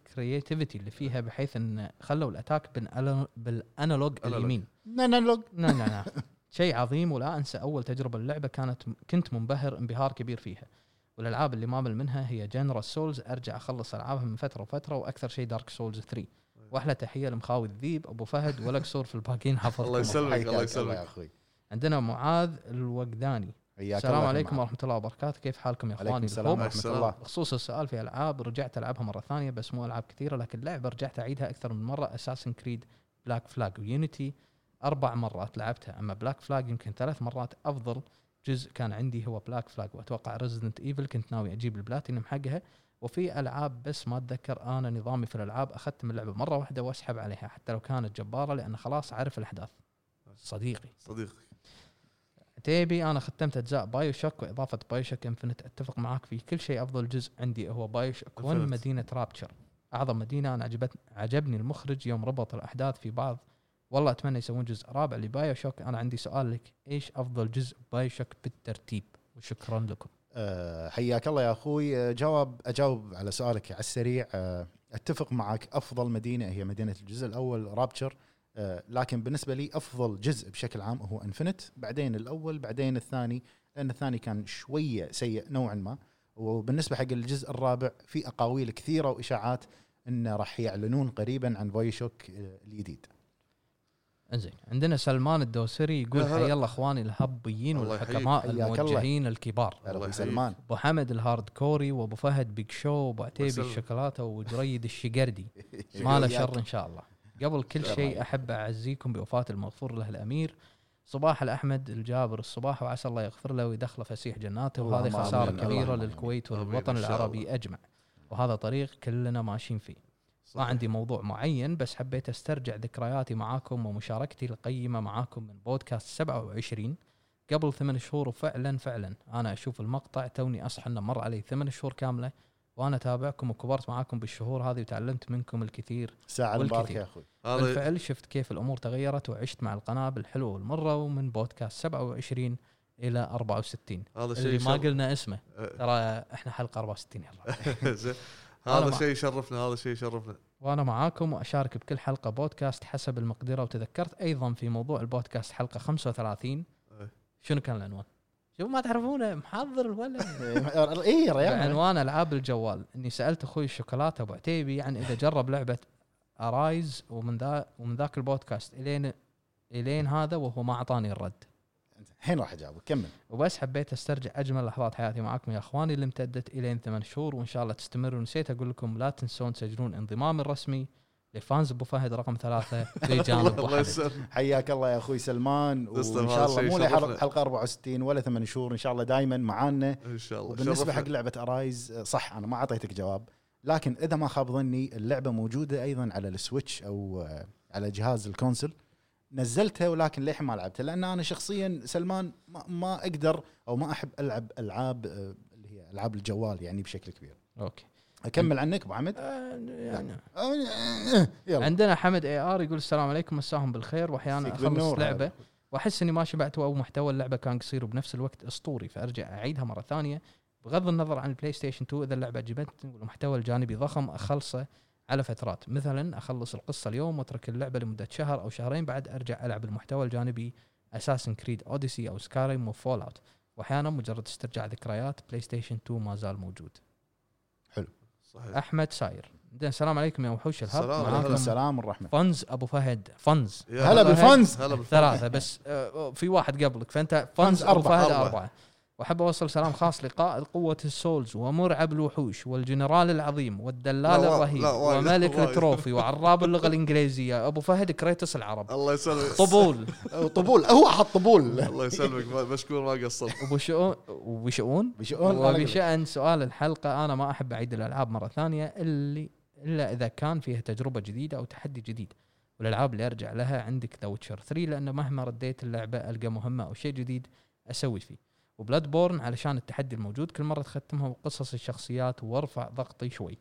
Speaker 3: والكرياتيفيتي اللي فيها بحيث ان خلوا الاتاك بالأنا- بالانالوج
Speaker 2: أنالوج.
Speaker 3: اليمين
Speaker 1: لا لا لا
Speaker 3: لا لا لا شيء عظيم ولا انسى اول تجربه اللعبه كانت كنت منبهر انبهار كبير فيها والالعاب اللي ما أمل منها هي جنرا سولز ارجع اخلص العابها من فتره وفتره واكثر شيء دارك سولز 3 واحلى تحيه لمخاوي الذيب ابو فهد ولا قصور في الباقيين حفظكم
Speaker 2: الله يسلمك.
Speaker 1: حياك
Speaker 2: الله يسلمك.
Speaker 1: يا اخوي
Speaker 3: عندنا معاذ الوقداني
Speaker 1: حياك
Speaker 3: السلام
Speaker 1: الله
Speaker 3: عليكم
Speaker 1: معاذ.
Speaker 3: ورحمه الله وبركاته كيف حالكم يا
Speaker 1: عليكم
Speaker 3: اخواني
Speaker 1: السلام
Speaker 3: الكرام؟
Speaker 1: ورحمه
Speaker 2: السلام.
Speaker 1: الله
Speaker 3: بخصوص السؤال في العاب رجعت العبها مره ثانيه بس مو العاب كثيره لكن لعبه رجعت اعيدها اكثر من مره اساسن كريد بلاك فلاج ويونيتي اربع مرات لعبتها اما بلاك فلاج يمكن ثلاث مرات افضل جزء كان عندي هو بلاك فلاج واتوقع ريزدنت ايفل كنت ناوي اجيب البلاتينم حقها وفي العاب بس ما اتذكر انا نظامي في الالعاب اخذت من اللعبه مره واحده واسحب عليها حتى لو كانت جباره لان خلاص اعرف الاحداث صديقي
Speaker 2: صديقي
Speaker 3: عتيبي انا ختمت اجزاء بايو شوك واضافه بايو شوك انفنت اتفق معاك في كل شيء افضل جزء عندي هو بايو شوك 1
Speaker 2: Infinite.
Speaker 3: مدينه رابتشر اعظم مدينه انا عجبت عجبني المخرج يوم ربط الاحداث في بعض والله اتمنى يسوون جزء رابع لبايو شوك انا عندي سؤال لك ايش افضل جزء بايو شوك بالترتيب وشكرا لكم
Speaker 1: أه، حياك الله يا اخوي أه، جواب اجاوب على سؤالك على السريع أه، اتفق معك افضل مدينه هي مدينه الجزء الاول رابتشر أه، لكن بالنسبه لي افضل جزء بشكل عام هو انفنت بعدين الاول بعدين الثاني لان الثاني كان شويه سيء نوعا ما وبالنسبه حق الجزء الرابع في اقاويل كثيره واشاعات انه راح يعلنون قريبا عن فويشوك آه، الجديد
Speaker 3: انزين عندنا سلمان الدوسري يقول
Speaker 2: يا هلا.
Speaker 3: حيا الله اخواني الهبيين
Speaker 2: الله يحييك.
Speaker 3: والحكماء
Speaker 1: حياك الله.
Speaker 3: الموجهين الكبار
Speaker 1: هلا أبو
Speaker 2: يحييك.
Speaker 1: سلمان
Speaker 3: ابو حمد الهارد كوري وابو فهد بيج شو وابو عتيبي
Speaker 2: وسلم.
Speaker 3: الشوكولاته وجريد الشقردي ما له شر ان شاء الله قبل كل
Speaker 1: شاء الله.
Speaker 3: شيء احب اعزيكم بوفاه المغفور له الامير صباح الاحمد الجابر الصباح وعسى الله يغفر له ويدخله فسيح جناته وهذه
Speaker 1: اللهم
Speaker 3: خساره
Speaker 1: آمين.
Speaker 3: كبيره
Speaker 1: اللهم آمين.
Speaker 3: للكويت
Speaker 2: آمين إن
Speaker 3: وللوطن
Speaker 2: شاء
Speaker 3: العربي
Speaker 2: الله.
Speaker 3: اجمع وهذا طريق كلنا ماشيين فيه ما عندي موضوع معين بس حبيت استرجع ذكرياتي معاكم ومشاركتي القيمه معاكم من بودكاست 27 قبل ثمان شهور وفعلا فعلا انا اشوف المقطع توني اصحى انه مر علي ثمان شهور كامله وانا اتابعكم وكبرت معاكم بالشهور هذه وتعلمت منكم الكثير
Speaker 1: ساعه المباركه
Speaker 3: والكثير.
Speaker 1: يا اخوي
Speaker 2: هذا
Speaker 3: بالفعل شفت كيف الامور تغيرت وعشت مع القناه بالحلوه والمره ومن بودكاست 27 الى 64
Speaker 2: هذا شيء
Speaker 3: اللي ما
Speaker 2: يشرف-
Speaker 3: قلنا اسمه
Speaker 2: إيه.
Speaker 3: ترى احنا حلقه 64 يلا
Speaker 2: زين.
Speaker 3: أنا
Speaker 2: هذا
Speaker 3: مع-
Speaker 2: شيء يشرفنا هذا شيء يشرفنا
Speaker 3: وانا معاكم واشارك بكل حلقه بودكاست حسب المقدره وتذكرت ايضا في موضوع البودكاست حلقه 35
Speaker 2: إيه.
Speaker 3: شنو كان العنوان؟ شوف ما تعرفونه محضر الولد
Speaker 1: اي ريان
Speaker 3: عنوان العاب الجوال اني سالت اخوي الشوكولاته ابو عتيبي عن اذا جرب لعبه ارايز ومن ذا ومن ذاك البودكاست الين الين هذا وهو ما اعطاني الرد
Speaker 1: الحين راح اجاوبك كمل
Speaker 3: وبس حبيت استرجع اجمل لحظات حياتي معاكم يا اخواني اللي امتدت الين ثمان شهور وان شاء الله تستمر ونسيت اقول لكم لا تنسون تسجلون انضمامي الرسمي لفانز ابو فهد رقم ثلاثه لجان
Speaker 2: الله
Speaker 3: ابو
Speaker 2: الله
Speaker 3: حمد
Speaker 2: يسلمك
Speaker 1: حياك الله يا اخوي سلمان
Speaker 2: تسلم،
Speaker 1: وان
Speaker 2: هذا
Speaker 1: شاء الله
Speaker 2: شيء
Speaker 1: مو لحلقه
Speaker 2: شرفنا.
Speaker 1: حلقة 64 ولا 8 شهور ان شاء الله دائما معانا
Speaker 2: ان شاء الله
Speaker 1: وبالنسبه
Speaker 2: شرفنا.
Speaker 1: حق لعبه ارايز آه، صح انا ما اعطيتك جواب لكن اذا ما خاب ظني اللعبه موجوده ايضا على السويتش او آه، على جهاز الكونسل نزلتها ولكن للحين ما لعبتها لان انا شخصيا سلمان ما, ما اقدر او ما احب العب العاب آه، اللي هي العاب الجوال يعني بشكل كبير
Speaker 3: اوكي
Speaker 1: اكمل عنك ابو حمد
Speaker 3: آه، يعني
Speaker 1: آه، يلا
Speaker 3: عندنا حمد اي ار يقول السلام عليكم مساهم بالخير واحيانا
Speaker 1: يعطيك
Speaker 3: اخلص
Speaker 1: بالنور.
Speaker 3: لعبه واحس اني ما شبعت او محتوى اللعبه كان قصير وبنفس الوقت اسطوري فارجع اعيدها مره ثانيه بغض النظر عن البلاي ستيشن 2 اذا اللعبه عجبتني والمحتوى الجانبي ضخم اخلصه على فترات مثلا اخلص القصه اليوم واترك اللعبه لمده شهر او شهرين بعد ارجع العب المحتوى الجانبي اساسن كريد اوديسي او سكاريم وفول اوت واحيانا مجرد استرجاع ذكريات بلاي ستيشن 2 ما زال موجود
Speaker 2: صحيح
Speaker 3: احمد ساير عندنا السلام عليكم يا وحوش الهب
Speaker 2: السلام عليكم.
Speaker 1: وعليكم
Speaker 3: معاكم
Speaker 1: السلام والرحمه
Speaker 3: فنز ابو فهد فنز
Speaker 2: يا
Speaker 1: هلا
Speaker 3: بالفن.
Speaker 1: بالفانز
Speaker 2: هلا بالفن.
Speaker 3: ثلاثة بس آه، في واحد قبلك فأنت
Speaker 1: فانز
Speaker 3: فانز أبو
Speaker 1: أربعة.
Speaker 3: فهد
Speaker 2: أربعة.
Speaker 3: أربعة وأحب أوصل سلام خاص لقائد قوة السولز ومرعب الوحوش والجنرال العظيم والدلال
Speaker 2: لا، وا-
Speaker 3: الرهيب
Speaker 2: لا، وايد،
Speaker 3: وملك
Speaker 2: وايد.
Speaker 3: التروفي وعراب اللغة الإنجليزية أبو فهد كريتوس العرب
Speaker 2: الله يسلمك
Speaker 3: طبول
Speaker 1: طبول هو حط طبول
Speaker 2: الله يسلمك ما- مشكور ما قصرت
Speaker 3: وبشؤون وبشؤون
Speaker 1: بشؤون
Speaker 3: وبشأن سؤال الحلقة أنا ما أحب أعيد الألعاب مرة ثانية اللي إلا إذا كان فيها تجربة جديدة أو تحدي جديد والألعاب اللي أرجع لها عندك ذا ويتشر 3 لأنه مهما رديت اللعبة ألقى مهمة أو شيء جديد أسوي فيه وبلاد بورن علشان التحدي الموجود كل مرة تختمها وقصص الشخصيات وارفع ضغطي شوي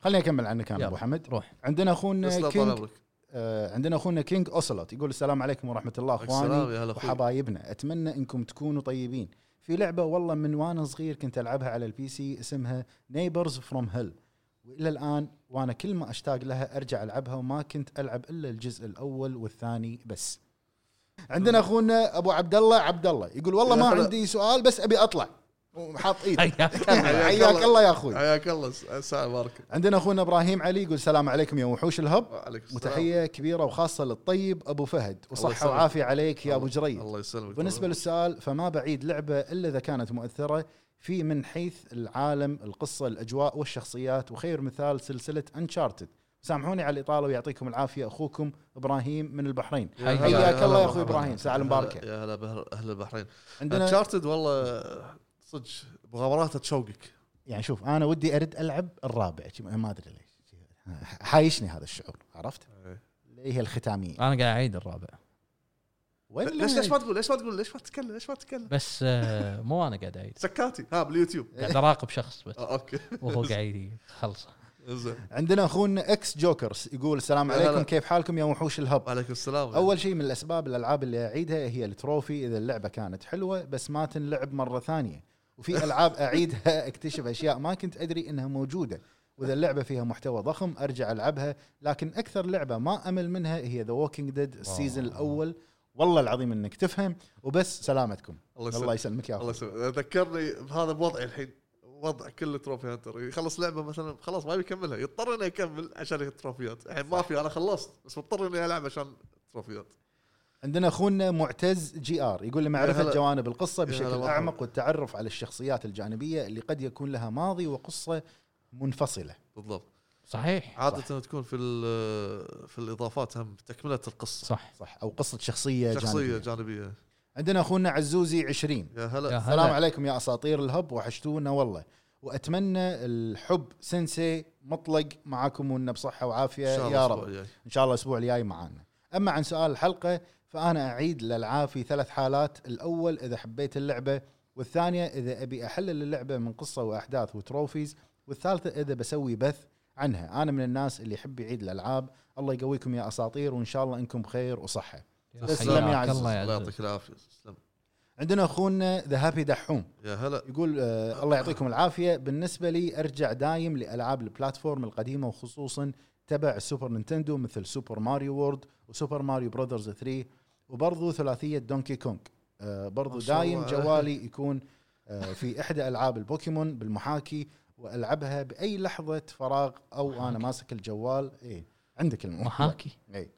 Speaker 1: خليني اكمل عنك انا
Speaker 3: يلا.
Speaker 1: ابو حمد
Speaker 3: روح
Speaker 1: عندنا اخونا
Speaker 2: تسلم طال
Speaker 1: كينج
Speaker 2: عمرك
Speaker 1: آه عندنا اخونا كينج اوسلوت يقول السلام عليكم ورحمه الله
Speaker 2: السلام
Speaker 1: اخواني
Speaker 2: يا هلا اخوي
Speaker 1: وحبايبنا اتمنى انكم تكونوا طيبين في لعبه والله من وانا صغير كنت العبها على البي سي اسمها نيبرز فروم هيل والى الان وانا كل ما اشتاق لها ارجع العبها وما كنت العب الا الجزء الاول والثاني بس عندنا اخونا ابو عبد الله عبد الله يقول والله
Speaker 2: يا
Speaker 1: ما
Speaker 2: هلا.
Speaker 1: عندي سؤال بس ابي اطلع وحاط ايده
Speaker 3: حياك
Speaker 1: حياك الله يا اخوي
Speaker 2: حياك الله الساعة بارك
Speaker 1: عندنا اخونا ابراهيم علي يقول السلام عليكم يا وحوش الهب
Speaker 2: وعليكم السلام
Speaker 1: وتحيه كبيره وخاصه للطيب ابو فهد
Speaker 2: الله
Speaker 1: وصحه
Speaker 2: يسلمك.
Speaker 1: وعافيه عليك يا ابو جريد
Speaker 2: الله يسلمك
Speaker 1: بالنسبه للسؤال فما بعيد لعبه الا اذا كانت مؤثره في من حيث العالم القصه الاجواء والشخصيات وخير مثال سلسله انشارتد سامحوني على الاطاله ويعطيكم العافيه اخوكم ابراهيم من البحرين
Speaker 2: يا هلا-
Speaker 3: حياك
Speaker 2: هلا
Speaker 1: الله يا
Speaker 2: مرحبا.
Speaker 1: أخوي إبراهيم، ساعة
Speaker 2: هلا-
Speaker 1: المباركة.
Speaker 2: يا هلا بأهل- اهل البحرين
Speaker 1: عندنا
Speaker 2: انشارتد والله صدق مغامراتها تشوقك
Speaker 1: يعني شوف انا ودي ارد العب الرابع ما ادري ليش حايشني هذا الشعور عرفت اللي هي الختاميه
Speaker 3: أنا قاعد أعيد الرابع
Speaker 1: وين
Speaker 2: آه. ليش ليش ما تقول ليش ما تقول ليش ما تتكلم ليش ما تتكلم
Speaker 3: بس آه، مو أنا قاعد أعيد
Speaker 2: سكاتي ها باليوتيوب
Speaker 3: قاعد أراقب شخص بس
Speaker 2: آه، اوكي
Speaker 3: وهو قاعد يخلصه
Speaker 2: زين
Speaker 1: عندنا اخونا اكس جوكرز يقول السلام
Speaker 2: هلا.
Speaker 1: عليكم كيف حالكم يا وحوش الهب
Speaker 2: وعليكم السلام
Speaker 1: اول شيء من الاسباب الالعاب اللي اعيدها هي التروفي اذا اللعبه كانت حلوه بس ما تنلعب مره ثانيه وفي العاب اعيدها اكتشف اشياء ما كنت ادري انها موجوده واذا اللعبه فيها محتوى ضخم ارجع العبها لكن اكثر لعبه ما امل منها هي ذا ووكينج ديد السيزون الاول والله العظيم انك تفهم وبس سلامتكم
Speaker 2: الله
Speaker 1: الله
Speaker 2: يسلمك
Speaker 1: يسلمك يا
Speaker 2: الله
Speaker 1: اخوي
Speaker 2: يسلمك ذكرني بهذا بوضعي الحين وضع كل تروفي هانتر يخلص لعبه مثلا خلاص ما بيكملها يضطر انه يكمل عشان التروفيات الحين ما في انا خلصت بس مضطر اني العب عشان التروفيات
Speaker 1: عندنا اخونا معتز جي ار يقول لي معرفه
Speaker 2: هلا.
Speaker 1: جوانب القصه
Speaker 2: يا هلا
Speaker 1: بشكل
Speaker 2: مرحبا.
Speaker 1: اعمق والتعرف على الشخصيات الجانبيه اللي قد يكون لها ماضي وقصه منفصله
Speaker 2: بالضبط
Speaker 3: صحيح
Speaker 2: عاده تكون في ال- في الاضافات هم تكمله القصه
Speaker 3: صح
Speaker 1: صح او قصه شخصيه, جانبيه
Speaker 2: شخصيه جانبيه
Speaker 1: عندنا اخونا عزوزي 20
Speaker 2: يا
Speaker 3: يا
Speaker 2: هلا
Speaker 3: هلا.
Speaker 1: السلام عليكم يا اساطير الهب وحشتونا والله واتمنى الحب سنسي مطلق معاكم وانه بصحه وعافيه
Speaker 2: إن شاء الله
Speaker 1: يا
Speaker 2: الأسبوع
Speaker 1: رب
Speaker 2: الجاي.
Speaker 1: ان شاء الله الاسبوع الجاي معانا اما عن سؤال الحلقه فانا اعيد الالعاب في ثلاث حالات الاول اذا حبيت اللعبه والثانيه اذا ابي احلل اللعبه من قصه واحداث وتروفيز والثالثه اذا بسوي بث عنها انا من الناس اللي يحب يعيد الالعاب الله يقويكم يا اساطير وان شاء الله انكم بخير وصحه تسلم يا
Speaker 3: حياك
Speaker 1: عزيز.
Speaker 3: الله يا
Speaker 2: الله
Speaker 3: عزيز
Speaker 2: يعطيك العافيه تسلم
Speaker 1: عندنا اخونا ذا هابي دحوم
Speaker 2: يا هلا
Speaker 1: يقول آه الله يعطيكم العافيه بالنسبه لي ارجع دايم لالعاب البلاتفورم القديمه وخصوصا تبع السوبر نينتندو مثل سوبر ماريو وورد وسوبر ماريو براذرز 3 وبرضو ثلاثيه دونكي كونغ آه برضو
Speaker 2: ما شاء
Speaker 1: دايم
Speaker 2: الله.
Speaker 1: جوالي يكون آه في احدى العاب البوكيمون بالمحاكي والعبها باي لحظه فراغ او انا
Speaker 3: محاكي.
Speaker 1: ماسك الجوال اي عندك المحاكي
Speaker 3: محاكي
Speaker 1: اي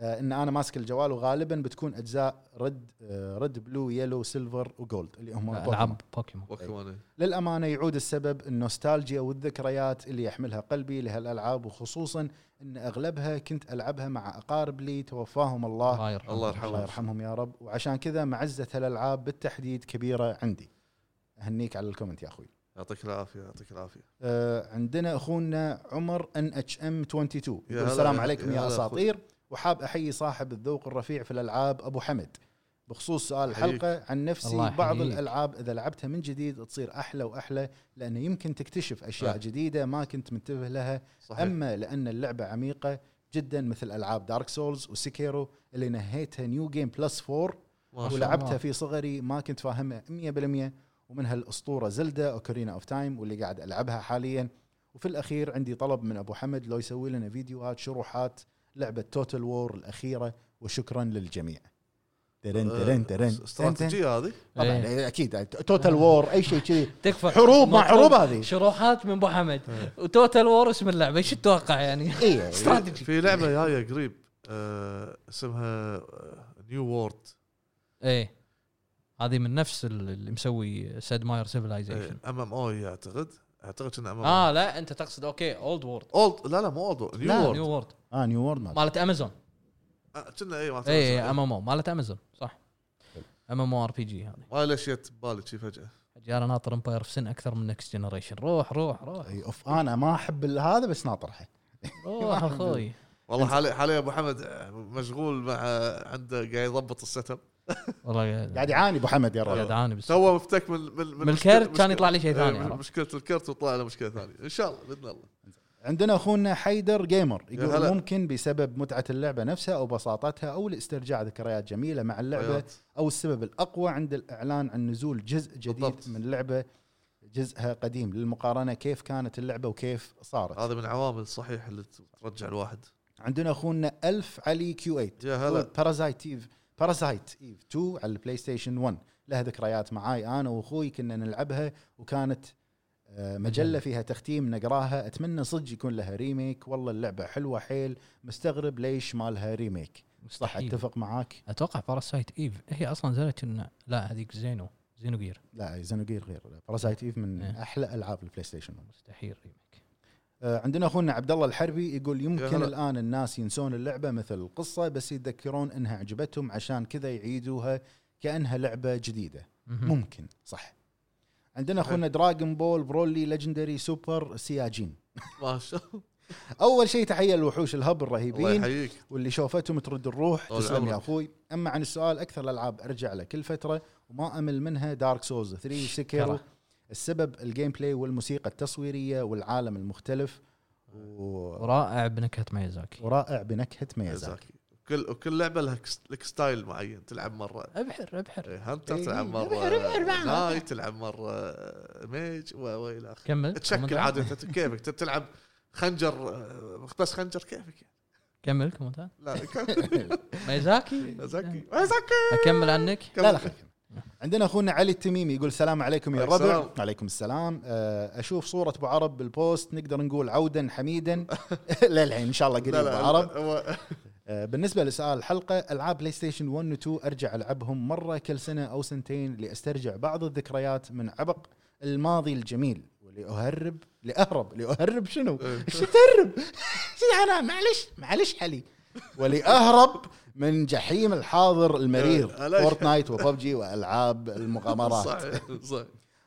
Speaker 1: آه، ان انا ماسك الجوال وغالبا بتكون اجزاء رد آه، رد بلو يلو سيلفر وجولد اللي هم بوكيمون.
Speaker 3: العاب بوكيمون
Speaker 2: بوكيمون
Speaker 1: للامانه يعود السبب النوستالجيا والذكريات اللي يحملها قلبي لهالالعاب وخصوصا ان اغلبها كنت العبها مع اقارب لي توفاهم الله
Speaker 3: الله يرحمه
Speaker 2: الله
Speaker 1: الله
Speaker 2: يرحمه
Speaker 1: يرحمهم يا رب وعشان كذا معزه هالالعاب بالتحديد كبيره عندي اهنيك على الكومنت يا اخوي
Speaker 2: يعطيك العافيه يعطيك العافيه
Speaker 1: آه، عندنا اخونا عمر ان اتش ام 22
Speaker 2: يا
Speaker 1: يقول
Speaker 2: هلا
Speaker 1: السلام
Speaker 2: يا-
Speaker 1: عليكم
Speaker 2: يا
Speaker 1: يا
Speaker 2: هلا
Speaker 1: اساطير وحاب احيي صاحب الذوق الرفيع في الالعاب ابو حمد بخصوص سؤال
Speaker 2: حييك.
Speaker 1: الحلقه عن
Speaker 3: الله
Speaker 1: نفسي بعض
Speaker 3: يحييك.
Speaker 1: الالعاب اذا لعبتها من جديد تصير احلى واحلى لانه يمكن تكتشف اشياء
Speaker 2: آه.
Speaker 1: جديده ما كنت منتبه لها
Speaker 2: صحيح
Speaker 1: اما لان اللعبه عميقه جدا مثل العاب دارك سولز وسكيرو اللي نهيتها نيو جيم بلس 4
Speaker 2: ما شاء
Speaker 3: ولا-
Speaker 2: الله
Speaker 1: ولعبتها
Speaker 3: الله.
Speaker 1: في صغري ما كنت فاهمها 100% ومنها الاسطوره زلدا اوكرينا اوف تايم واللي قاعد العبها حاليا وفي الاخير عندي طلب من ابو حمد لو يسوي لنا فيديوهات شروحات لعبه توتال وور الاخيره وشكرا للجميع ترن
Speaker 2: آه،
Speaker 1: ترن ترن ترن.
Speaker 2: استراتيجيه هذه
Speaker 1: طبعا
Speaker 3: إيه.
Speaker 1: اكيد توتال وور اي شيء كذي
Speaker 3: تكفى
Speaker 1: حروب مع
Speaker 3: مطلوب
Speaker 1: حروب هذه
Speaker 3: شروحات من ابو حمد وتوتال وور اسم اللعبه ايش تتوقع يعني؟
Speaker 1: اي
Speaker 3: استراتيجي
Speaker 2: في لعبه جايه قريب آه، اسمها آه، نيو وورد
Speaker 3: ايه هذه من نفس ال- اللي مسوي سيد ماير سيفلايزيشن
Speaker 2: ام ام او اعتقد اعتقد انها ام ام
Speaker 3: اه لا انت تقصد اوكي اولد وورد
Speaker 2: اولد لا لا مو اولد نيو
Speaker 3: لا
Speaker 2: وورد
Speaker 3: نيو وورد
Speaker 1: اه نيو وورد مال
Speaker 3: مالت إيه، امازون
Speaker 2: آه، كنا اي ما أعتقد
Speaker 3: اي
Speaker 2: اسمها.
Speaker 3: ام ام او مالت امازون صح ام ام او ار بي جي هذه
Speaker 2: ما ليش جت ببالي شي فجاه
Speaker 3: حجي انا ناطر امباير في سن اكثر من نكست جنريشن روح روح روح
Speaker 1: إي، اوف انا ما احب هذا بس ناطرها
Speaker 3: روح اخوي
Speaker 2: والله حاليا حاليا ابو حمد آه، مشغول مع آه، عنده قاعد يضبط السيت اب
Speaker 3: والله
Speaker 1: قاعد يعاني ابو حمد يا
Speaker 3: قاعد
Speaker 1: رجل
Speaker 3: اعاني بس
Speaker 2: تو مفتك من من,
Speaker 3: من الكرت
Speaker 2: مشكلة-
Speaker 3: كان يطلع لي شيء
Speaker 2: إيه،
Speaker 3: ثاني
Speaker 2: من
Speaker 3: عرفت؟
Speaker 2: مشكله الكرت وطلع له مشكله ثانيه ان شاء الله باذن الله
Speaker 1: عندنا اخونا حيدر جيمر
Speaker 2: يا
Speaker 1: يقول
Speaker 2: هلا.
Speaker 1: ممكن بسبب متعه اللعبه نفسها او بساطتها او لاسترجاع ذكريات جميله مع اللعبه
Speaker 2: حيات.
Speaker 1: او السبب الاقوى عند الاعلان عن نزول جزء جديد
Speaker 2: بالضبط.
Speaker 1: بالضبط. من لعبه جزءها قديم للمقارنه كيف كانت اللعبه وكيف صارت
Speaker 2: هذا من العوامل صحيح اللي ترجع الواحد
Speaker 1: عندنا اخونا الف علي كيو 8
Speaker 2: يا
Speaker 1: طيب.
Speaker 2: هلا
Speaker 1: بارازايت ايف بارازايت ايف 2 على البلاي ستيشن 1 لها ذكريات معاي انا واخوي كنا نلعبها وكانت آه، مجله فيها تختيم نقراها اتمنى صدق يكون لها ريميك والله اللعبه حلوه حيل مستغرب ليش ما لها ريميك صح
Speaker 3: مستحيل.
Speaker 1: اتفق معاك
Speaker 3: اتوقع باراسايت ايف هي اصلا نزلت إن- لا هذيك زينو زينو جير
Speaker 1: لا زينوجير غير بارازايت ايف من
Speaker 3: إيه.
Speaker 1: احلى العاب البلاي ستيشن 1
Speaker 3: مستحيل ريميك
Speaker 1: آه، عندنا اخونا عبد الله الحربي يقول
Speaker 2: يا
Speaker 1: يمكن
Speaker 2: هلا.
Speaker 1: الان الناس ينسون اللعبه مثل القصه بس يتذكرون انها عجبتهم عشان كذا يعيدوها كانها لعبه جديده
Speaker 3: مهم.
Speaker 1: ممكن صح عندنا اخونا
Speaker 2: طيب.
Speaker 1: دراغون بول برولي ليجندري سوبر سياجين
Speaker 2: ما شاء الله
Speaker 1: اول شيء تحيه لوحوش الهب
Speaker 2: الله
Speaker 1: الرهيبين
Speaker 2: يحييك
Speaker 1: واللي شوفتهم ترد الروح
Speaker 2: طول
Speaker 1: تسلم
Speaker 2: عمرك.
Speaker 1: يا اخوي اما عن السؤال اكثر الالعاب ارجع له كل فتره وما امل منها دارك سولز 3 سكيرو
Speaker 3: كره.
Speaker 1: السبب الجيم بلاي والموسيقى التصويريه والعالم المختلف و...
Speaker 3: ورائع بنكهه ميازاكي
Speaker 1: ورائع بنكهه ميازاكي
Speaker 2: ميازاكي كل وكل لعبه لها كس- لك ستايل معين تلعب مره
Speaker 3: ابحر ابحر
Speaker 2: إيه، هانتر
Speaker 1: إيه،
Speaker 2: تلعب
Speaker 1: إيه،
Speaker 2: مره
Speaker 1: ربع- ربع- ربع.
Speaker 2: ناي تلعب مره ميج و- والى اخره
Speaker 3: كمل
Speaker 2: تشكل
Speaker 3: كومنتات.
Speaker 2: عادي انت كيفك تبي تلعب خنجر آه، بس خنجر كيفك يعني.
Speaker 3: كمل كومنتات
Speaker 2: لا
Speaker 3: ميازاكي
Speaker 2: زكي زكي
Speaker 3: اكمل عنك
Speaker 1: لا لا خلينا عندنا اخونا علي التميمي يقول السلام عليكم يا
Speaker 2: عليكم
Speaker 1: الربع
Speaker 2: السلام.
Speaker 1: عليكم السلام آه، اشوف صوره ابو عرب بالبوست نقدر نقول عودا حميدا للحين ان شاء الله قريب
Speaker 2: لا لا
Speaker 1: ابو عرب
Speaker 2: هو-
Speaker 1: آه، بالنسبه لسؤال الحلقه العاب بلاي ستيشن 1 و 2 ارجع العبهم مره كل سنه او سنتين لاسترجع بعض الذكريات من عبق الماضي الجميل ولاهرب لاهرب لاهرب شنو؟ شو تهرب؟ انا معلش معلش علي ولاهرب من جحيم الحاضر المرير
Speaker 2: آه، لا.
Speaker 1: فورتنايت وببجي والعاب المغامرات
Speaker 2: صح صح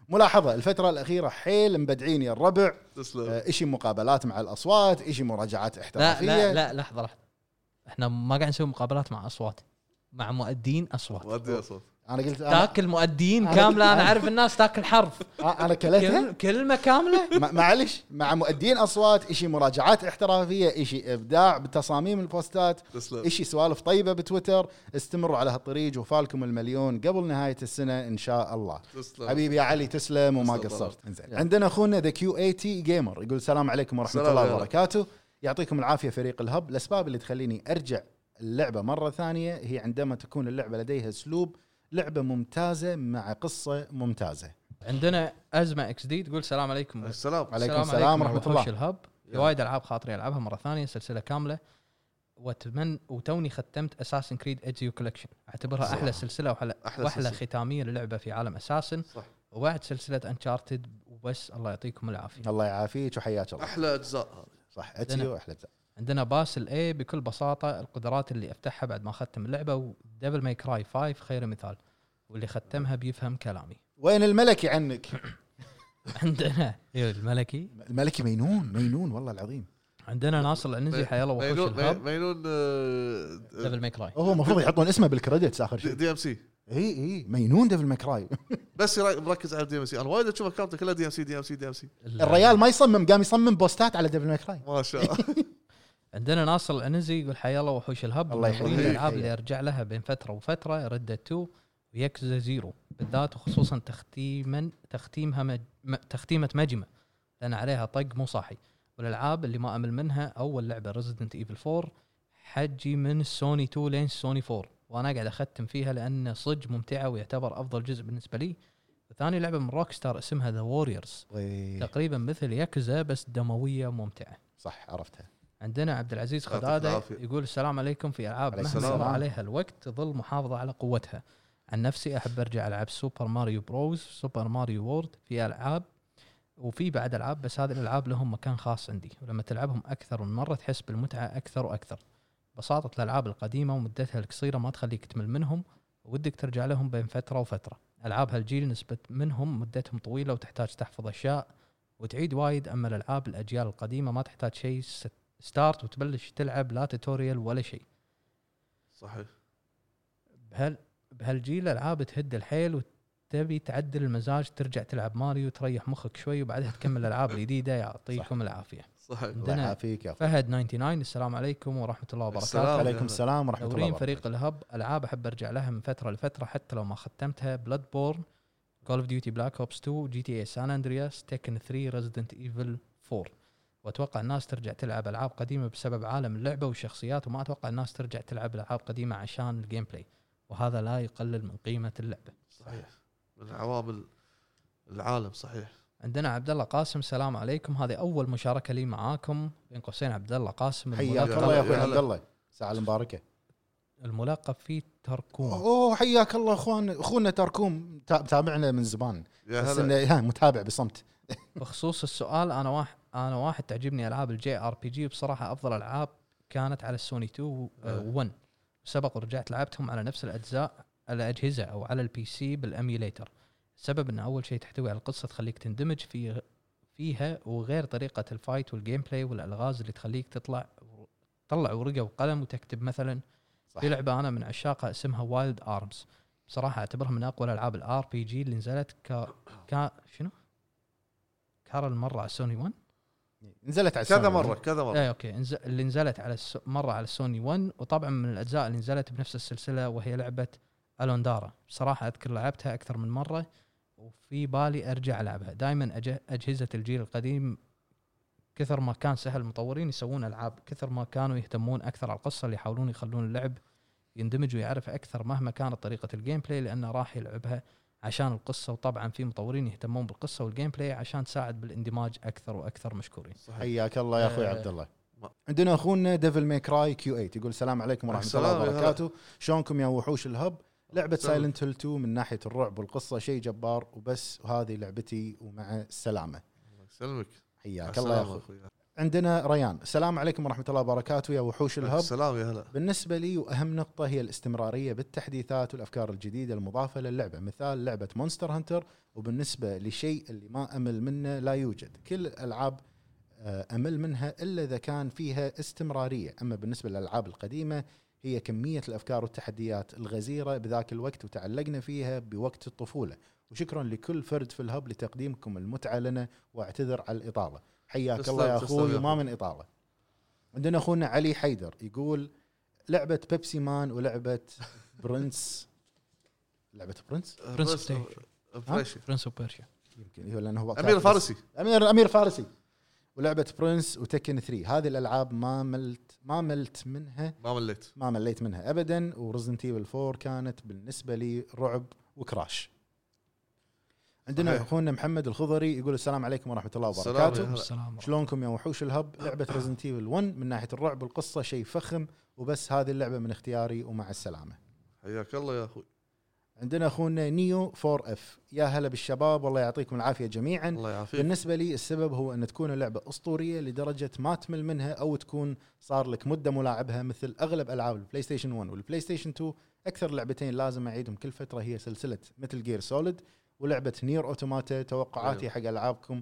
Speaker 1: ملاحظه الفتره الاخيره حيل مبدعين يا الربع
Speaker 2: تسلم
Speaker 1: آه، اشي مقابلات مع الاصوات اشي مراجعات
Speaker 3: لا
Speaker 1: احترافيه
Speaker 3: لا لا لحظه لحظه احنا ما قاعد نسوي مقابلات مع اصوات مع مؤدين اصوات
Speaker 2: ودي اصوت
Speaker 1: انا قلت أنا
Speaker 3: تاكل مؤديين
Speaker 1: أنا-
Speaker 3: كامله انا
Speaker 1: أنا-
Speaker 3: اعرف الناس تاكل حرف
Speaker 1: آه، انا كلتها
Speaker 3: كل- كلمه كامله
Speaker 1: مع- معلش مع مؤدين اصوات اشي مراجعات احترافيه اشي ابداع بتصاميم البوستات
Speaker 2: تسلم
Speaker 1: اشي سوالف طيبه بتويتر استمروا على هالطريق وفالكم المليون قبل نهايه السنه ان شاء الله
Speaker 2: تسلم
Speaker 1: حبيبي يا علي تسلم وما
Speaker 2: تسلم
Speaker 1: قصرت إنزين. عندنا اخونا ذا كيو اي تي جيمر يقول السلام عليكم ورحمه
Speaker 2: السلام
Speaker 1: الله
Speaker 2: عليكم.
Speaker 1: وبركاته يعطيكم العافيه فريق الهب الاسباب اللي تخليني ارجع اللعبه مره ثانيه هي عندما تكون اللعبه لديها اسلوب لعبه ممتازه مع قصه ممتازه
Speaker 3: عندنا ازمه اكس دي تقول السلام عليكم
Speaker 2: السلام
Speaker 1: عليكم السلام
Speaker 3: يا
Speaker 1: ورحمة
Speaker 3: وحوش
Speaker 1: الله.
Speaker 3: الهب في وايد العاب خاطري العبها مره ثانيه سلسله كامله واتمن وتوني ختمت اساسن كريد اجيو كولكشن اعتبرها
Speaker 2: صح.
Speaker 3: احلى سلسله وحلا-
Speaker 2: أحلى
Speaker 3: واحلى
Speaker 2: سلسلة.
Speaker 3: ختاميه للعبه في عالم اساسن
Speaker 2: صح
Speaker 3: وبعد سلسله انشارتد وبس الله يعطيكم العافيه
Speaker 1: الله يعافيك وحياك الله
Speaker 2: احلى اجزاء هذه
Speaker 1: صح اتيو احلى بتاع.
Speaker 3: عندنا باسل اي بكل بساطه القدرات اللي افتحها بعد ما ختم اللعبه ودبل ماي كراي 5 خير مثال واللي ختمها بيفهم كلامي
Speaker 1: وين الملكي عنك
Speaker 3: عندنا الملكي
Speaker 1: الملكي مينون مينون والله العظيم
Speaker 3: عندنا ناصر العنزي حيا الله وحوش
Speaker 2: مينون
Speaker 3: الهب
Speaker 2: مينون
Speaker 3: دبل ماي كراي
Speaker 1: هو المفروض يحطون اسمه بالكريدتس اخر شيء
Speaker 2: آه، دي ام سي
Speaker 1: اي اي مينون ديفل ماكراي
Speaker 2: بس يرا- مركز على الدي ام سي انا وايد اشوف اكونته كلها دي ام سي دي ام سي دي ام سي
Speaker 1: الريال ما يصمم قام يصمم بوستات على ديفل ماكراي
Speaker 2: ما شاء الله
Speaker 3: عندنا ناصر العنزي يقول حيا الله وحوش الهب
Speaker 1: الله
Speaker 3: الله
Speaker 1: يحييك.
Speaker 3: يحييك الالعاب اللي
Speaker 1: يحييك.
Speaker 3: ارجع لها بين فتره وفتره ردة 2 ويكزا زيرو بالذات وخصوصا تختيما تختيمها مج... م... تختيمه مجمه لان عليها طق مو صاحي والالعاب اللي ما امل منها اول لعبه ريزدنت ايفل 4 حجي من سوني 2 لين سوني 4 وانا قاعد اختم فيها لان صج ممتعه ويعتبر افضل جزء بالنسبه لي وثاني لعبه من روك ستار اسمها ذا ووريرز
Speaker 1: إيه.
Speaker 3: تقريبا مثل يكزا بس دمويه وممتعه
Speaker 1: صح عرفتها
Speaker 3: عندنا عبد العزيز
Speaker 2: يعطيك
Speaker 3: خداده
Speaker 2: العافية.
Speaker 3: يقول السلام عليكم في العاب
Speaker 1: عليك
Speaker 3: مهما
Speaker 1: السلام.
Speaker 3: مر عليها الوقت تظل محافظه على قوتها عن نفسي احب ارجع العب سوبر ماريو بروز سوبر ماريو وورد في العاب وفي بعد العاب بس هذه الالعاب لهم مكان خاص عندي ولما تلعبهم اكثر من مره تحس بالمتعه اكثر واكثر بساطه الالعاب القديمه ومدتها القصيره ما تخليك تمل منهم ودك ترجع لهم بين فتره وفتره العاب هالجيل نسبه منهم مدتهم طويله وتحتاج تحفظ اشياء وتعيد وايد اما الالعاب الاجيال القديمه ما تحتاج شيء س- ستارت وتبلش تلعب لا توتوريال ولا شيء
Speaker 2: صحيح
Speaker 3: بهال بهالجيل العاب تهد الحيل وتبي تعدل المزاج ترجع تلعب ماريو تريح مخك شوي وبعدها تكمل الالعاب الجديده يعطيكم العافيه
Speaker 2: صحيح
Speaker 1: الله
Speaker 3: عندنا
Speaker 1: يعافيك يا أخوي.
Speaker 3: فهد 99 السلام عليكم ورحمه الله
Speaker 2: السلام.
Speaker 3: وبركاته
Speaker 1: عليكم السلام ورحمه الله
Speaker 3: دورين
Speaker 1: وبركاته
Speaker 3: فريق الهب العاب احب ارجع لها من فتره لفتره حتى لو ما ختمتها بلاد بورن كول اوف ديوتي بلاك اوبس 2 جي تي اي سان اندرياس تكن 3 ريزدنت ايفل 4 واتوقع الناس ترجع تلعب العاب قديمه بسبب عالم اللعبه والشخصيات وما اتوقع الناس ترجع تلعب العاب قديمه عشان الجيم بلاي وهذا لا يقلل من قيمه اللعبه
Speaker 2: صحيح من عوامل العالم صحيح
Speaker 3: عندنا عبد الله قاسم السلام عليكم هذه اول مشاركه لي معاكم بين قوسين عبد الله قاسم
Speaker 1: حياك
Speaker 2: الملقب.
Speaker 1: الله يا اخوي
Speaker 2: هلا.
Speaker 1: عبد الله الساعه المباركه
Speaker 3: الملقب فيه تركون
Speaker 1: اوه حياك الله اخوان اخونا تركوم تا- متابعنا من زمان
Speaker 2: يا
Speaker 1: بس
Speaker 2: هلا
Speaker 1: انه ها، متابع بصمت
Speaker 3: بخصوص السؤال انا واحد انا واحد تعجبني العاب الجي ار بي جي بصراحه افضل العاب كانت على السوني 2
Speaker 2: أه.
Speaker 3: و1 سبق ورجعت لعبتهم على نفس الاجزاء على اجهزه او على البي سي بالاميوليتر السبب ان اول شيء تحتوي على القصه تخليك تندمج في فيها وغير طريقه الفايت والجيم بلاي والالغاز اللي تخليك تطلع تطلع ورقه وقلم وتكتب مثلا
Speaker 1: صح.
Speaker 3: في لعبه انا من عشاقها اسمها وايلد ارمز بصراحه اعتبرها من اقوى الالعاب الار بي جي اللي نزلت ك... ك... شنو؟ كارل مره على سوني 1
Speaker 1: نزلت على
Speaker 2: كذا
Speaker 1: السوني.
Speaker 2: مره كذا مره
Speaker 1: إيه.
Speaker 3: اي اوكي إيه، انز- اللي نزلت على الس... مره على السوني 1 وطبعا من الاجزاء اللي نزلت بنفس السلسله وهي لعبه الوندارا بصراحه اذكر لعبتها اكثر من مره وفي بالي ارجع العبها دائما أج... اجهزه الجيل القديم كثر ما كان سهل المطورين يسوون العاب كثر ما كانوا يهتمون اكثر على القصه اللي يحاولون يخلون اللعب يندمج ويعرف اكثر مهما كانت طريقه الجيم بلاي لانه راح يلعبها عشان القصه وطبعا في مطورين يهتمون بالقصه والجيم بلاي عشان تساعد بالاندماج اكثر واكثر مشكورين
Speaker 2: صحيح
Speaker 1: حياك الله يا اخوي
Speaker 3: آه.
Speaker 1: عبد الله
Speaker 2: ما-
Speaker 1: عندنا اخونا ديفل ماي كراي كيو 8 يقول السلام عليكم ورحمه الله
Speaker 2: السلام، يا هلا.
Speaker 1: وبركاته شلونكم يا وحوش الهب لعبة
Speaker 2: سلام.
Speaker 1: سايلنت هيل 2 من ناحية الرعب والقصة شيء جبار وبس وهذه لعبتي ومع السلامة
Speaker 2: الله يسلمك
Speaker 1: حياك الله يا
Speaker 2: السلامة
Speaker 1: أخوي
Speaker 2: أخوي.
Speaker 1: عندنا ريان السلام عليكم ورحمة الله وبركاته يا وحوش الهب
Speaker 2: السلام يا هلا
Speaker 1: بالنسبة لي وأهم نقطة هي الاستمرارية بالتحديثات والأفكار الجديدة المضافة للعبة مثال لعبة مونستر هانتر وبالنسبة لشيء اللي ما أمل منه لا يوجد كل الألعاب آه، أمل منها إلا إذا كان فيها استمرارية أما بالنسبة للألعاب القديمة هي كمية الأفكار والتحديات الغزيرة بذاك الوقت وتعلقنا فيها بوقت الطفولة وشكرا لكل فرد في الهب لتقديمكم المتعة لنا وأعتذر على الإطالة حياك
Speaker 2: تسلم،
Speaker 1: الله يا
Speaker 2: تسلم
Speaker 1: أخوي
Speaker 2: يا
Speaker 1: وما
Speaker 2: أخوي.
Speaker 1: من إطالة عندنا أخونا علي حيدر يقول لعبة بيبسي مان ولعبة برنس لعبة برنس
Speaker 3: برنس اوف تيشن.
Speaker 2: برنس-
Speaker 3: برنس اوف بيرشيا
Speaker 1: يمكن هو لأنه هو
Speaker 2: امير الفارسي
Speaker 1: امير امير فارسي ولعبه برنس وتكن 3 هذه الالعاب ما ملت ما ملت منها
Speaker 2: ما مليت
Speaker 1: ما مليت منها ابدا ورزنت ايفل 4 كانت بالنسبه لي رعب وكراش عندنا
Speaker 2: صحيح.
Speaker 1: اخونا محمد الخضري يقول السلام عليكم ورحمه الله
Speaker 2: السلام
Speaker 1: وبركاته
Speaker 2: هلا.
Speaker 3: والسلام
Speaker 1: شلونكم يا وحوش الهب لعبه ريزنت ايفل 1 من ناحيه الرعب والقصه شيء فخم وبس هذه اللعبه من اختياري ومع السلامه
Speaker 2: حياك الله يا اخوي
Speaker 1: عندنا اخونا نيو 4 اف يا هلا بالشباب والله يعطيكم العافيه جميعا
Speaker 2: الله يعافيك
Speaker 1: بالنسبة لي السبب هو أن تكون اللعبة أسطورية لدرجة ما تمل منها أو تكون صار لك مدة ملاعبها مثل أغلب ألعاب البلاي ستيشن 1 والبلاي ستيشن 2 أكثر لعبتين لازم أعيدهم كل فترة هي سلسلة مثل جير سوليد ولعبة نير أوتوماتا توقعاتي
Speaker 2: أيوة.
Speaker 1: حق ألعابكم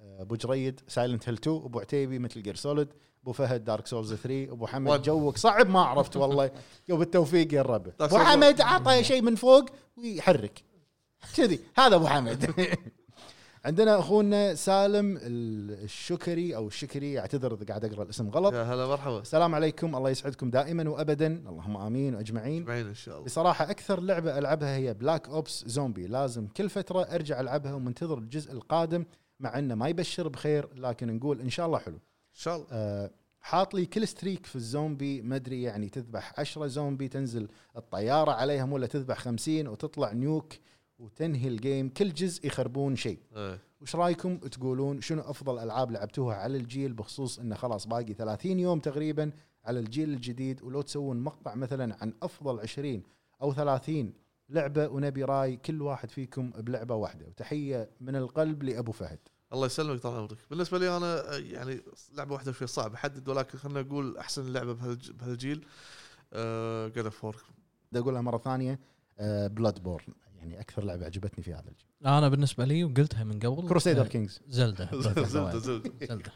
Speaker 1: آه، أبو جريد سايلنت هيل 2 أبو عتيبي مثل جير سوليد أبو فهد دارك سولز 3 أبو
Speaker 2: ون.
Speaker 1: حمد جوك صعب ما عرفت والله وبالتوفيق يا الربع
Speaker 2: Dark
Speaker 1: أبو
Speaker 2: Souls
Speaker 1: حمد عطى شيء من فوق ويحرك كذي هذا أبو حمد عندنا اخونا سالم الشكري او الشكري اعتذر اذا قاعد اقرا الاسم غلط
Speaker 2: يا هلا مرحبا
Speaker 1: السلام عليكم الله يسعدكم دائما وابدا اللهم امين واجمعين
Speaker 2: معين ان شاء الله
Speaker 1: بصراحه اكثر لعبه العبها هي بلاك اوبس زومبي لازم كل فتره ارجع العبها ومنتظر الجزء القادم مع انه ما يبشر بخير لكن نقول ان شاء الله حلو
Speaker 2: ان شاء الله
Speaker 1: أه حاط لي كل ستريك في الزومبي ما ادري يعني تذبح عشرة زومبي تنزل الطياره عليهم ولا تذبح خمسين وتطلع نيوك وتنهي الجيم كل جزء يخربون شيء
Speaker 2: إيه.
Speaker 1: وش رايكم تقولون شنو افضل العاب لعبتوها على الجيل بخصوص انه خلاص باقي 30 يوم تقريبا على الجيل الجديد ولو تسوون مقطع مثلا عن افضل 20 او 30 لعبه ونبي راي كل واحد فيكم بلعبه واحده وتحيه من القلب لابو فهد
Speaker 2: الله يسلمك طال عمرك بالنسبه لي انا آه، يعني لعبه واحده شوي صعب احدد ولكن خلينا نقول احسن لعبه بهالج- بهالجيل آه، جاد اوف وور
Speaker 1: بدي اقولها مره ثانيه بلاد بورن آه، يعني اكثر لعبه عجبتني في هذا الجيل إيه.
Speaker 3: انا بالنسبه لي وقلتها من قبل
Speaker 1: كروسيدر
Speaker 3: آه،
Speaker 1: كينجز
Speaker 3: زلدة
Speaker 2: زلدة زلدة
Speaker 3: زلدة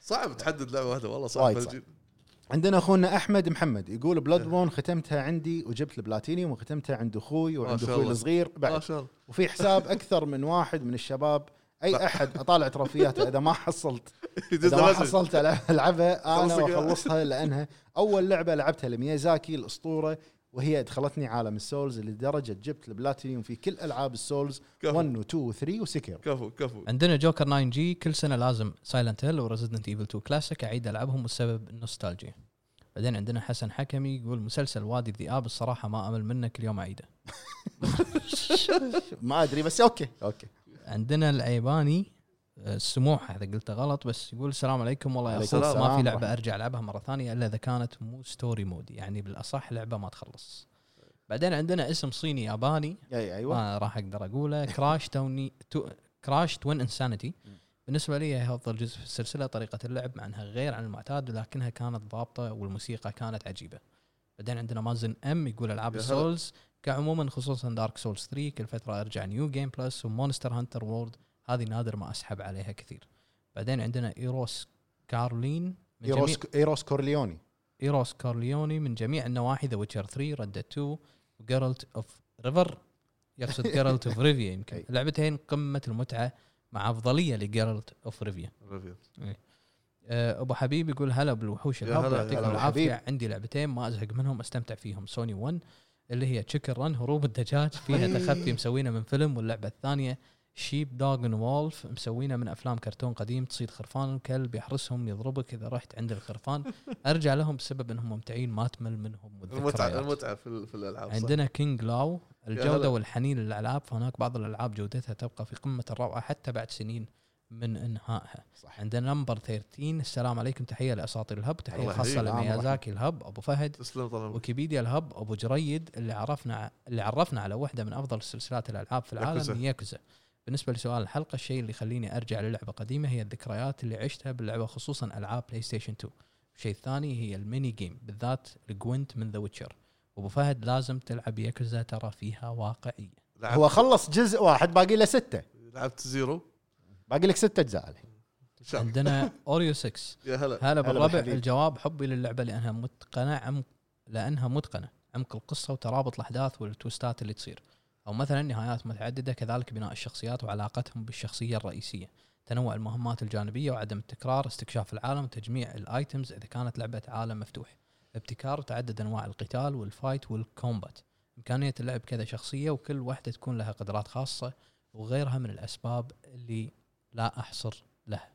Speaker 2: صعب تحدد لعبه واحده والله صعب
Speaker 1: وايد
Speaker 2: بهالجيل
Speaker 1: عندنا اخونا احمد محمد يقول بلاد بورن ختمتها عندي وجبت البلاتينيوم وختمتها عند اخوي
Speaker 2: ما
Speaker 1: وعند
Speaker 2: شاء
Speaker 1: اخوي
Speaker 2: الله.
Speaker 1: الصغير بعد
Speaker 2: ما شاء الله
Speaker 1: وفي حساب اكثر من واحد من الشباب اي احد اطالع تروفياته اذا ما حصلت
Speaker 2: يدز
Speaker 1: اذا ما
Speaker 2: مسج.
Speaker 1: حصلت ألع- العبها انا
Speaker 2: خلصك.
Speaker 1: واخلصها لانها اول لعبه لعبتها لميازاكي الاسطوره وهي ادخلتني عالم السولز لدرجه جبت البلاتينيوم في كل العاب السولز 1
Speaker 2: كفو
Speaker 1: و 2 و 3 وسكر
Speaker 2: كفو كفو
Speaker 3: عندنا جوكر 9 جي كل سنه لازم سايلنت هيل وريزدنت ايفل 2 كلاسيك اعيد العبهم والسبب النوستالجيا بعدين عندنا حسن حكمي يقول مسلسل وادي الذئاب الصراحه ما امل منه كل يوم اعيده
Speaker 1: ما ادري بس اوكي اوكي
Speaker 3: عندنا العيباني آه، السموح هذا قلته غلط بس يقول السلام عليكم والله يا
Speaker 1: عليكم
Speaker 3: أخوي ما
Speaker 1: السلام
Speaker 3: في
Speaker 1: ورحمة.
Speaker 3: لعبه ارجع العبها مره ثانيه الا اذا كانت مو ستوري مود يعني بالاصح لعبه ما تخلص بعدين عندنا اسم صيني ياباني
Speaker 1: اي
Speaker 2: أيوة.
Speaker 1: ايوه
Speaker 3: ما راح اقدر اقوله كراش توني تو كراش توين انسانيتي بالنسبه لي هي افضل جزء في السلسله طريقه اللعب مع انها غير عن المعتاد ولكنها كانت ضابطه والموسيقى كانت عجيبه بعدين عندنا مازن ام يقول العاب
Speaker 2: يا هلا.
Speaker 3: السولز كعموما خصوصا دارك سولز 3 كل فتره ارجع نيو جيم بلس ومونستر هانتر وورد هذه نادر ما اسحب عليها كثير بعدين عندنا ايروس كارلين من جميع-
Speaker 1: ايروس ايروس كورليوني
Speaker 3: ايروس كارليوني من جميع النواحي ذا ويتشر 3 ريد 2 وجيرلت اوف ريفر يقصد جيرلت اوف ريفيا يمكن
Speaker 1: أي.
Speaker 3: لعبتين قمه المتعه مع افضليه لجيرالت اوف ريفيا
Speaker 2: ريفيو.
Speaker 3: آه، ابو حبيب يقول هلا بالوحوش
Speaker 2: يا
Speaker 3: الهب
Speaker 2: هلا،
Speaker 3: يعطيكم
Speaker 1: هلا أبو
Speaker 3: العافيه
Speaker 1: حبيب.
Speaker 3: عندي لعبتين ما ازهق منهم استمتع فيهم سوني 1 اللي هي تشيكن رن هروب الدجاج فيها تخفي مسوينه من فيلم واللعبه الثانيه شيب دوغ ان وولف مسوينه من افلام كرتون قديم تصيد خرفان الكلب يحرسهم يضربك اذا رحت عند الخرفان ارجع لهم بسبب انهم ممتعين ما تمل منهم
Speaker 2: المتعه
Speaker 3: والذكريات
Speaker 2: المتعه في, ال- في الالعاب صح.
Speaker 3: عندنا كينج لاو
Speaker 2: هلا.
Speaker 3: الجودة والحنين للألعاب فهناك بعض الألعاب جودتها تبقى في قمة الروعة حتى بعد سنين من إنهائها
Speaker 1: صح.
Speaker 3: عندنا نمبر 13 السلام عليكم تحية لأساطير الهب تحية
Speaker 2: الله نعم،
Speaker 3: خاصة
Speaker 1: يحييك.
Speaker 3: لميازاكي الهب أبو فهد
Speaker 2: تسلم طال
Speaker 3: ويكيبيديا الهب أبو جريد اللي عرفنا اللي عرفنا على واحدة من أفضل سلسلات الألعاب في
Speaker 2: ياكوزا.
Speaker 3: العالم ياكوزا بالنسبة لسؤال الحلقة الشيء اللي يخليني أرجع للعبة قديمة هي الذكريات اللي عشتها باللعبة خصوصا ألعاب بلاي ستيشن 2 الشيء الثاني هي الميني جيم بالذات الجوينت من ذا ويتشر وابو فهد لازم تلعب ياكوزا ترى فيها واقعيه
Speaker 2: لعبت
Speaker 1: هو خلص جزء واحد باقي له سته
Speaker 2: لعبت زيرو
Speaker 1: باقي لك سته اجزاء عليه
Speaker 2: إن شاء الله.
Speaker 3: عندنا اوريو 6
Speaker 2: يا هلا
Speaker 3: هلا بالربع
Speaker 1: بالحبيب.
Speaker 3: الجواب حبي للعبه لانها متقنه عمق لانها متقنه عمق القصه وترابط الاحداث والتوستات اللي تصير او مثلا نهايات متعدده كذلك بناء الشخصيات وعلاقتهم بالشخصيه الرئيسيه تنوع المهمات الجانبيه وعدم التكرار استكشاف العالم تجميع الايتمز اذا كانت لعبه عالم مفتوح ابتكار وتعدد انواع القتال والفايت والكومبات امكانيه اللعب كذا شخصيه وكل واحده تكون لها قدرات خاصه وغيرها من الاسباب اللي لا احصر لها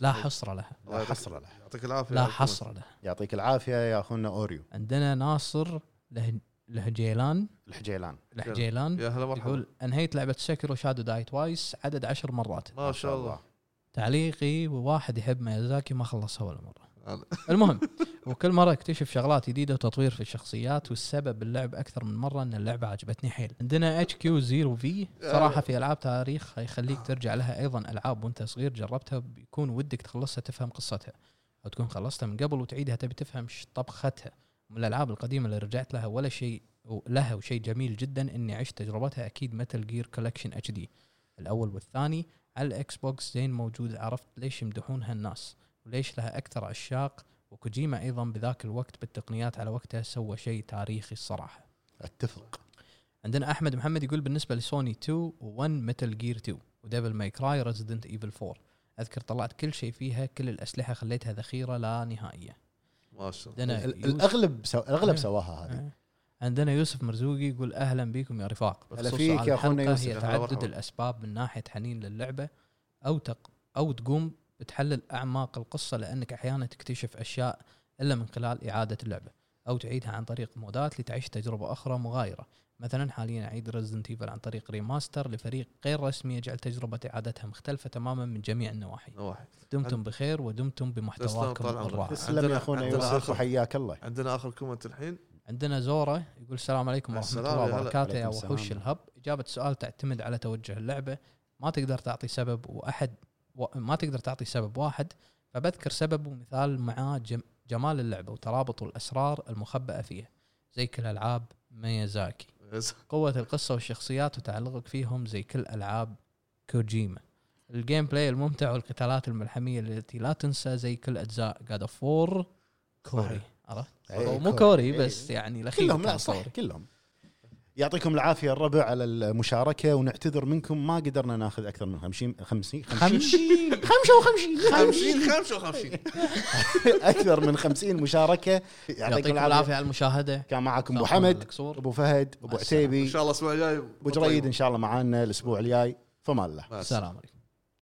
Speaker 3: لا حصر لها
Speaker 2: الله
Speaker 1: لا
Speaker 2: يعطيك-
Speaker 1: حصر له
Speaker 2: يعطيك العافيه
Speaker 3: لا
Speaker 2: عبد الرحمن.
Speaker 3: حصر له
Speaker 1: يعطيك العافيه يا اخونا اوريو
Speaker 3: عندنا ناصر له- لهجيلان
Speaker 1: الحجيلان
Speaker 3: لهجيلان
Speaker 2: يا هلا مرحبا
Speaker 3: يقول انهيت لعبه سكر وشادو داي توايس عدد عشر مرات
Speaker 2: ما شاء الله
Speaker 3: تعليقي وواحد يحب ميازاكي ما خلصها ولا مره
Speaker 2: أنا-
Speaker 3: المهم وكل مره اكتشف شغلات جديده وتطوير في الشخصيات والسبب اللعب اكثر من مره ان اللعبه عجبتني حيل عندنا اتش كيو 0 في صراحه في العاب تاريخ يخليك ترجع لها ايضا العاب وانت صغير جربتها بيكون ودك تخلصها تفهم قصتها او تكون خلصتها من قبل وتعيدها تبي تفهم ش- طبختها من الالعاب القديمه اللي رجعت لها ولا شيء و- لها وشيء جميل جدا اني عشت تجربتها اكيد متل جير كولكشن اتش دي الاول والثاني على الاكس بوكس زين موجود عرفت ليش يمدحونها الناس وليش لها اكثر عشاق وكوجيما ايضا بذاك الوقت بالتقنيات على وقتها سوى شيء تاريخي الصراحه
Speaker 1: اتفق
Speaker 3: عندنا احمد محمد يقول بالنسبه لسوني 2 و1 متل جير 2 وديفل ماي كراي ريزدنت ايفل 4 اذكر طلعت كل شيء فيها كل الاسلحه خليتها ذخيره لا نهائيه
Speaker 2: ما شاء الله
Speaker 3: عندنا
Speaker 1: ال-
Speaker 3: يوسف-
Speaker 1: الاغلب سو... الاغلب
Speaker 3: آه.
Speaker 1: سواها هذه
Speaker 3: آه. عندنا يوسف مرزوقي يقول اهلا بكم يا رفاق
Speaker 1: هلا
Speaker 3: بخصوص
Speaker 1: فيك
Speaker 3: سؤال
Speaker 1: يا أخونا
Speaker 3: الحلقة
Speaker 1: يوسف.
Speaker 3: هي
Speaker 2: هلا
Speaker 3: تعدد
Speaker 2: مرحبا.
Speaker 3: الاسباب من ناحيه حنين للعبه او تق او تقوم بتحلل اعماق القصه لانك احيانا تكتشف اشياء الا من خلال اعاده اللعبه او تعيدها عن طريق مودات لتعيش تجربه اخرى مغايره مثلا حاليا اعيد ريزدنت ايفل عن طريق ريماستر لفريق غير رسمي يجعل تجربه اعادتها مختلفه تماما من جميع النواحي
Speaker 2: نواحي
Speaker 3: دمتم بخير ودمتم بمحتواكم
Speaker 2: طال عمرك.
Speaker 3: الرائع
Speaker 1: تسلم
Speaker 2: عندنا-
Speaker 1: يا اخونا
Speaker 2: عندنا
Speaker 1: يوسف
Speaker 2: آخر.
Speaker 1: وحياك الله
Speaker 2: عندنا اخر كومنت الحين
Speaker 3: عندنا زوره يقول السلام عليكم ورحمه
Speaker 2: السلام يا
Speaker 3: الله
Speaker 2: هلا.
Speaker 3: وبركاته يا
Speaker 1: عليكم السلام.
Speaker 3: وحوش الهب اجابه السؤال تعتمد على توجه اللعبه ما تقدر تعطي سبب واحد و... ما تقدر تعطي سبب واحد فبذكر سبب ومثال معاه جم... جمال اللعبه وترابط الاسرار المخبأه فيها زي كل العاب ميازاكي قوة القصة والشخصيات وتعلقك فيهم زي كل ألعاب كوجيما الجيم بلاي الممتع والقتالات الملحمية التي لا تنسى زي كل أجزاء جاد اوف وور كوري
Speaker 2: صحيح.
Speaker 3: عرفت؟
Speaker 1: أي
Speaker 3: هو مو
Speaker 1: إيه، كوري.
Speaker 3: كوري
Speaker 1: أي.
Speaker 3: بس يعني الأخير
Speaker 1: كلهم لا
Speaker 3: كان
Speaker 1: صح
Speaker 3: كوري.
Speaker 1: كلهم يعطيكم العافيه الربع على المشاركه ونعتذر منكم ما قدرنا ناخذ اكثر من 50 50
Speaker 3: خمشين
Speaker 1: 55
Speaker 2: 50 55
Speaker 1: اكثر من 50 مشاركه
Speaker 3: يعطيكم العافية على المشاهدة
Speaker 1: كان معاكم ابو
Speaker 3: أخونا
Speaker 1: حمد
Speaker 3: القصور.
Speaker 1: ابو فهد ابو
Speaker 3: السلامة.
Speaker 2: ان
Speaker 1: عتيبي
Speaker 2: شاء الله طيب. الاسبوع الجاي
Speaker 1: ابو جريد ان شاء الله معانا الاسبوع الجاي فما الله
Speaker 2: الله
Speaker 3: السلام عليكم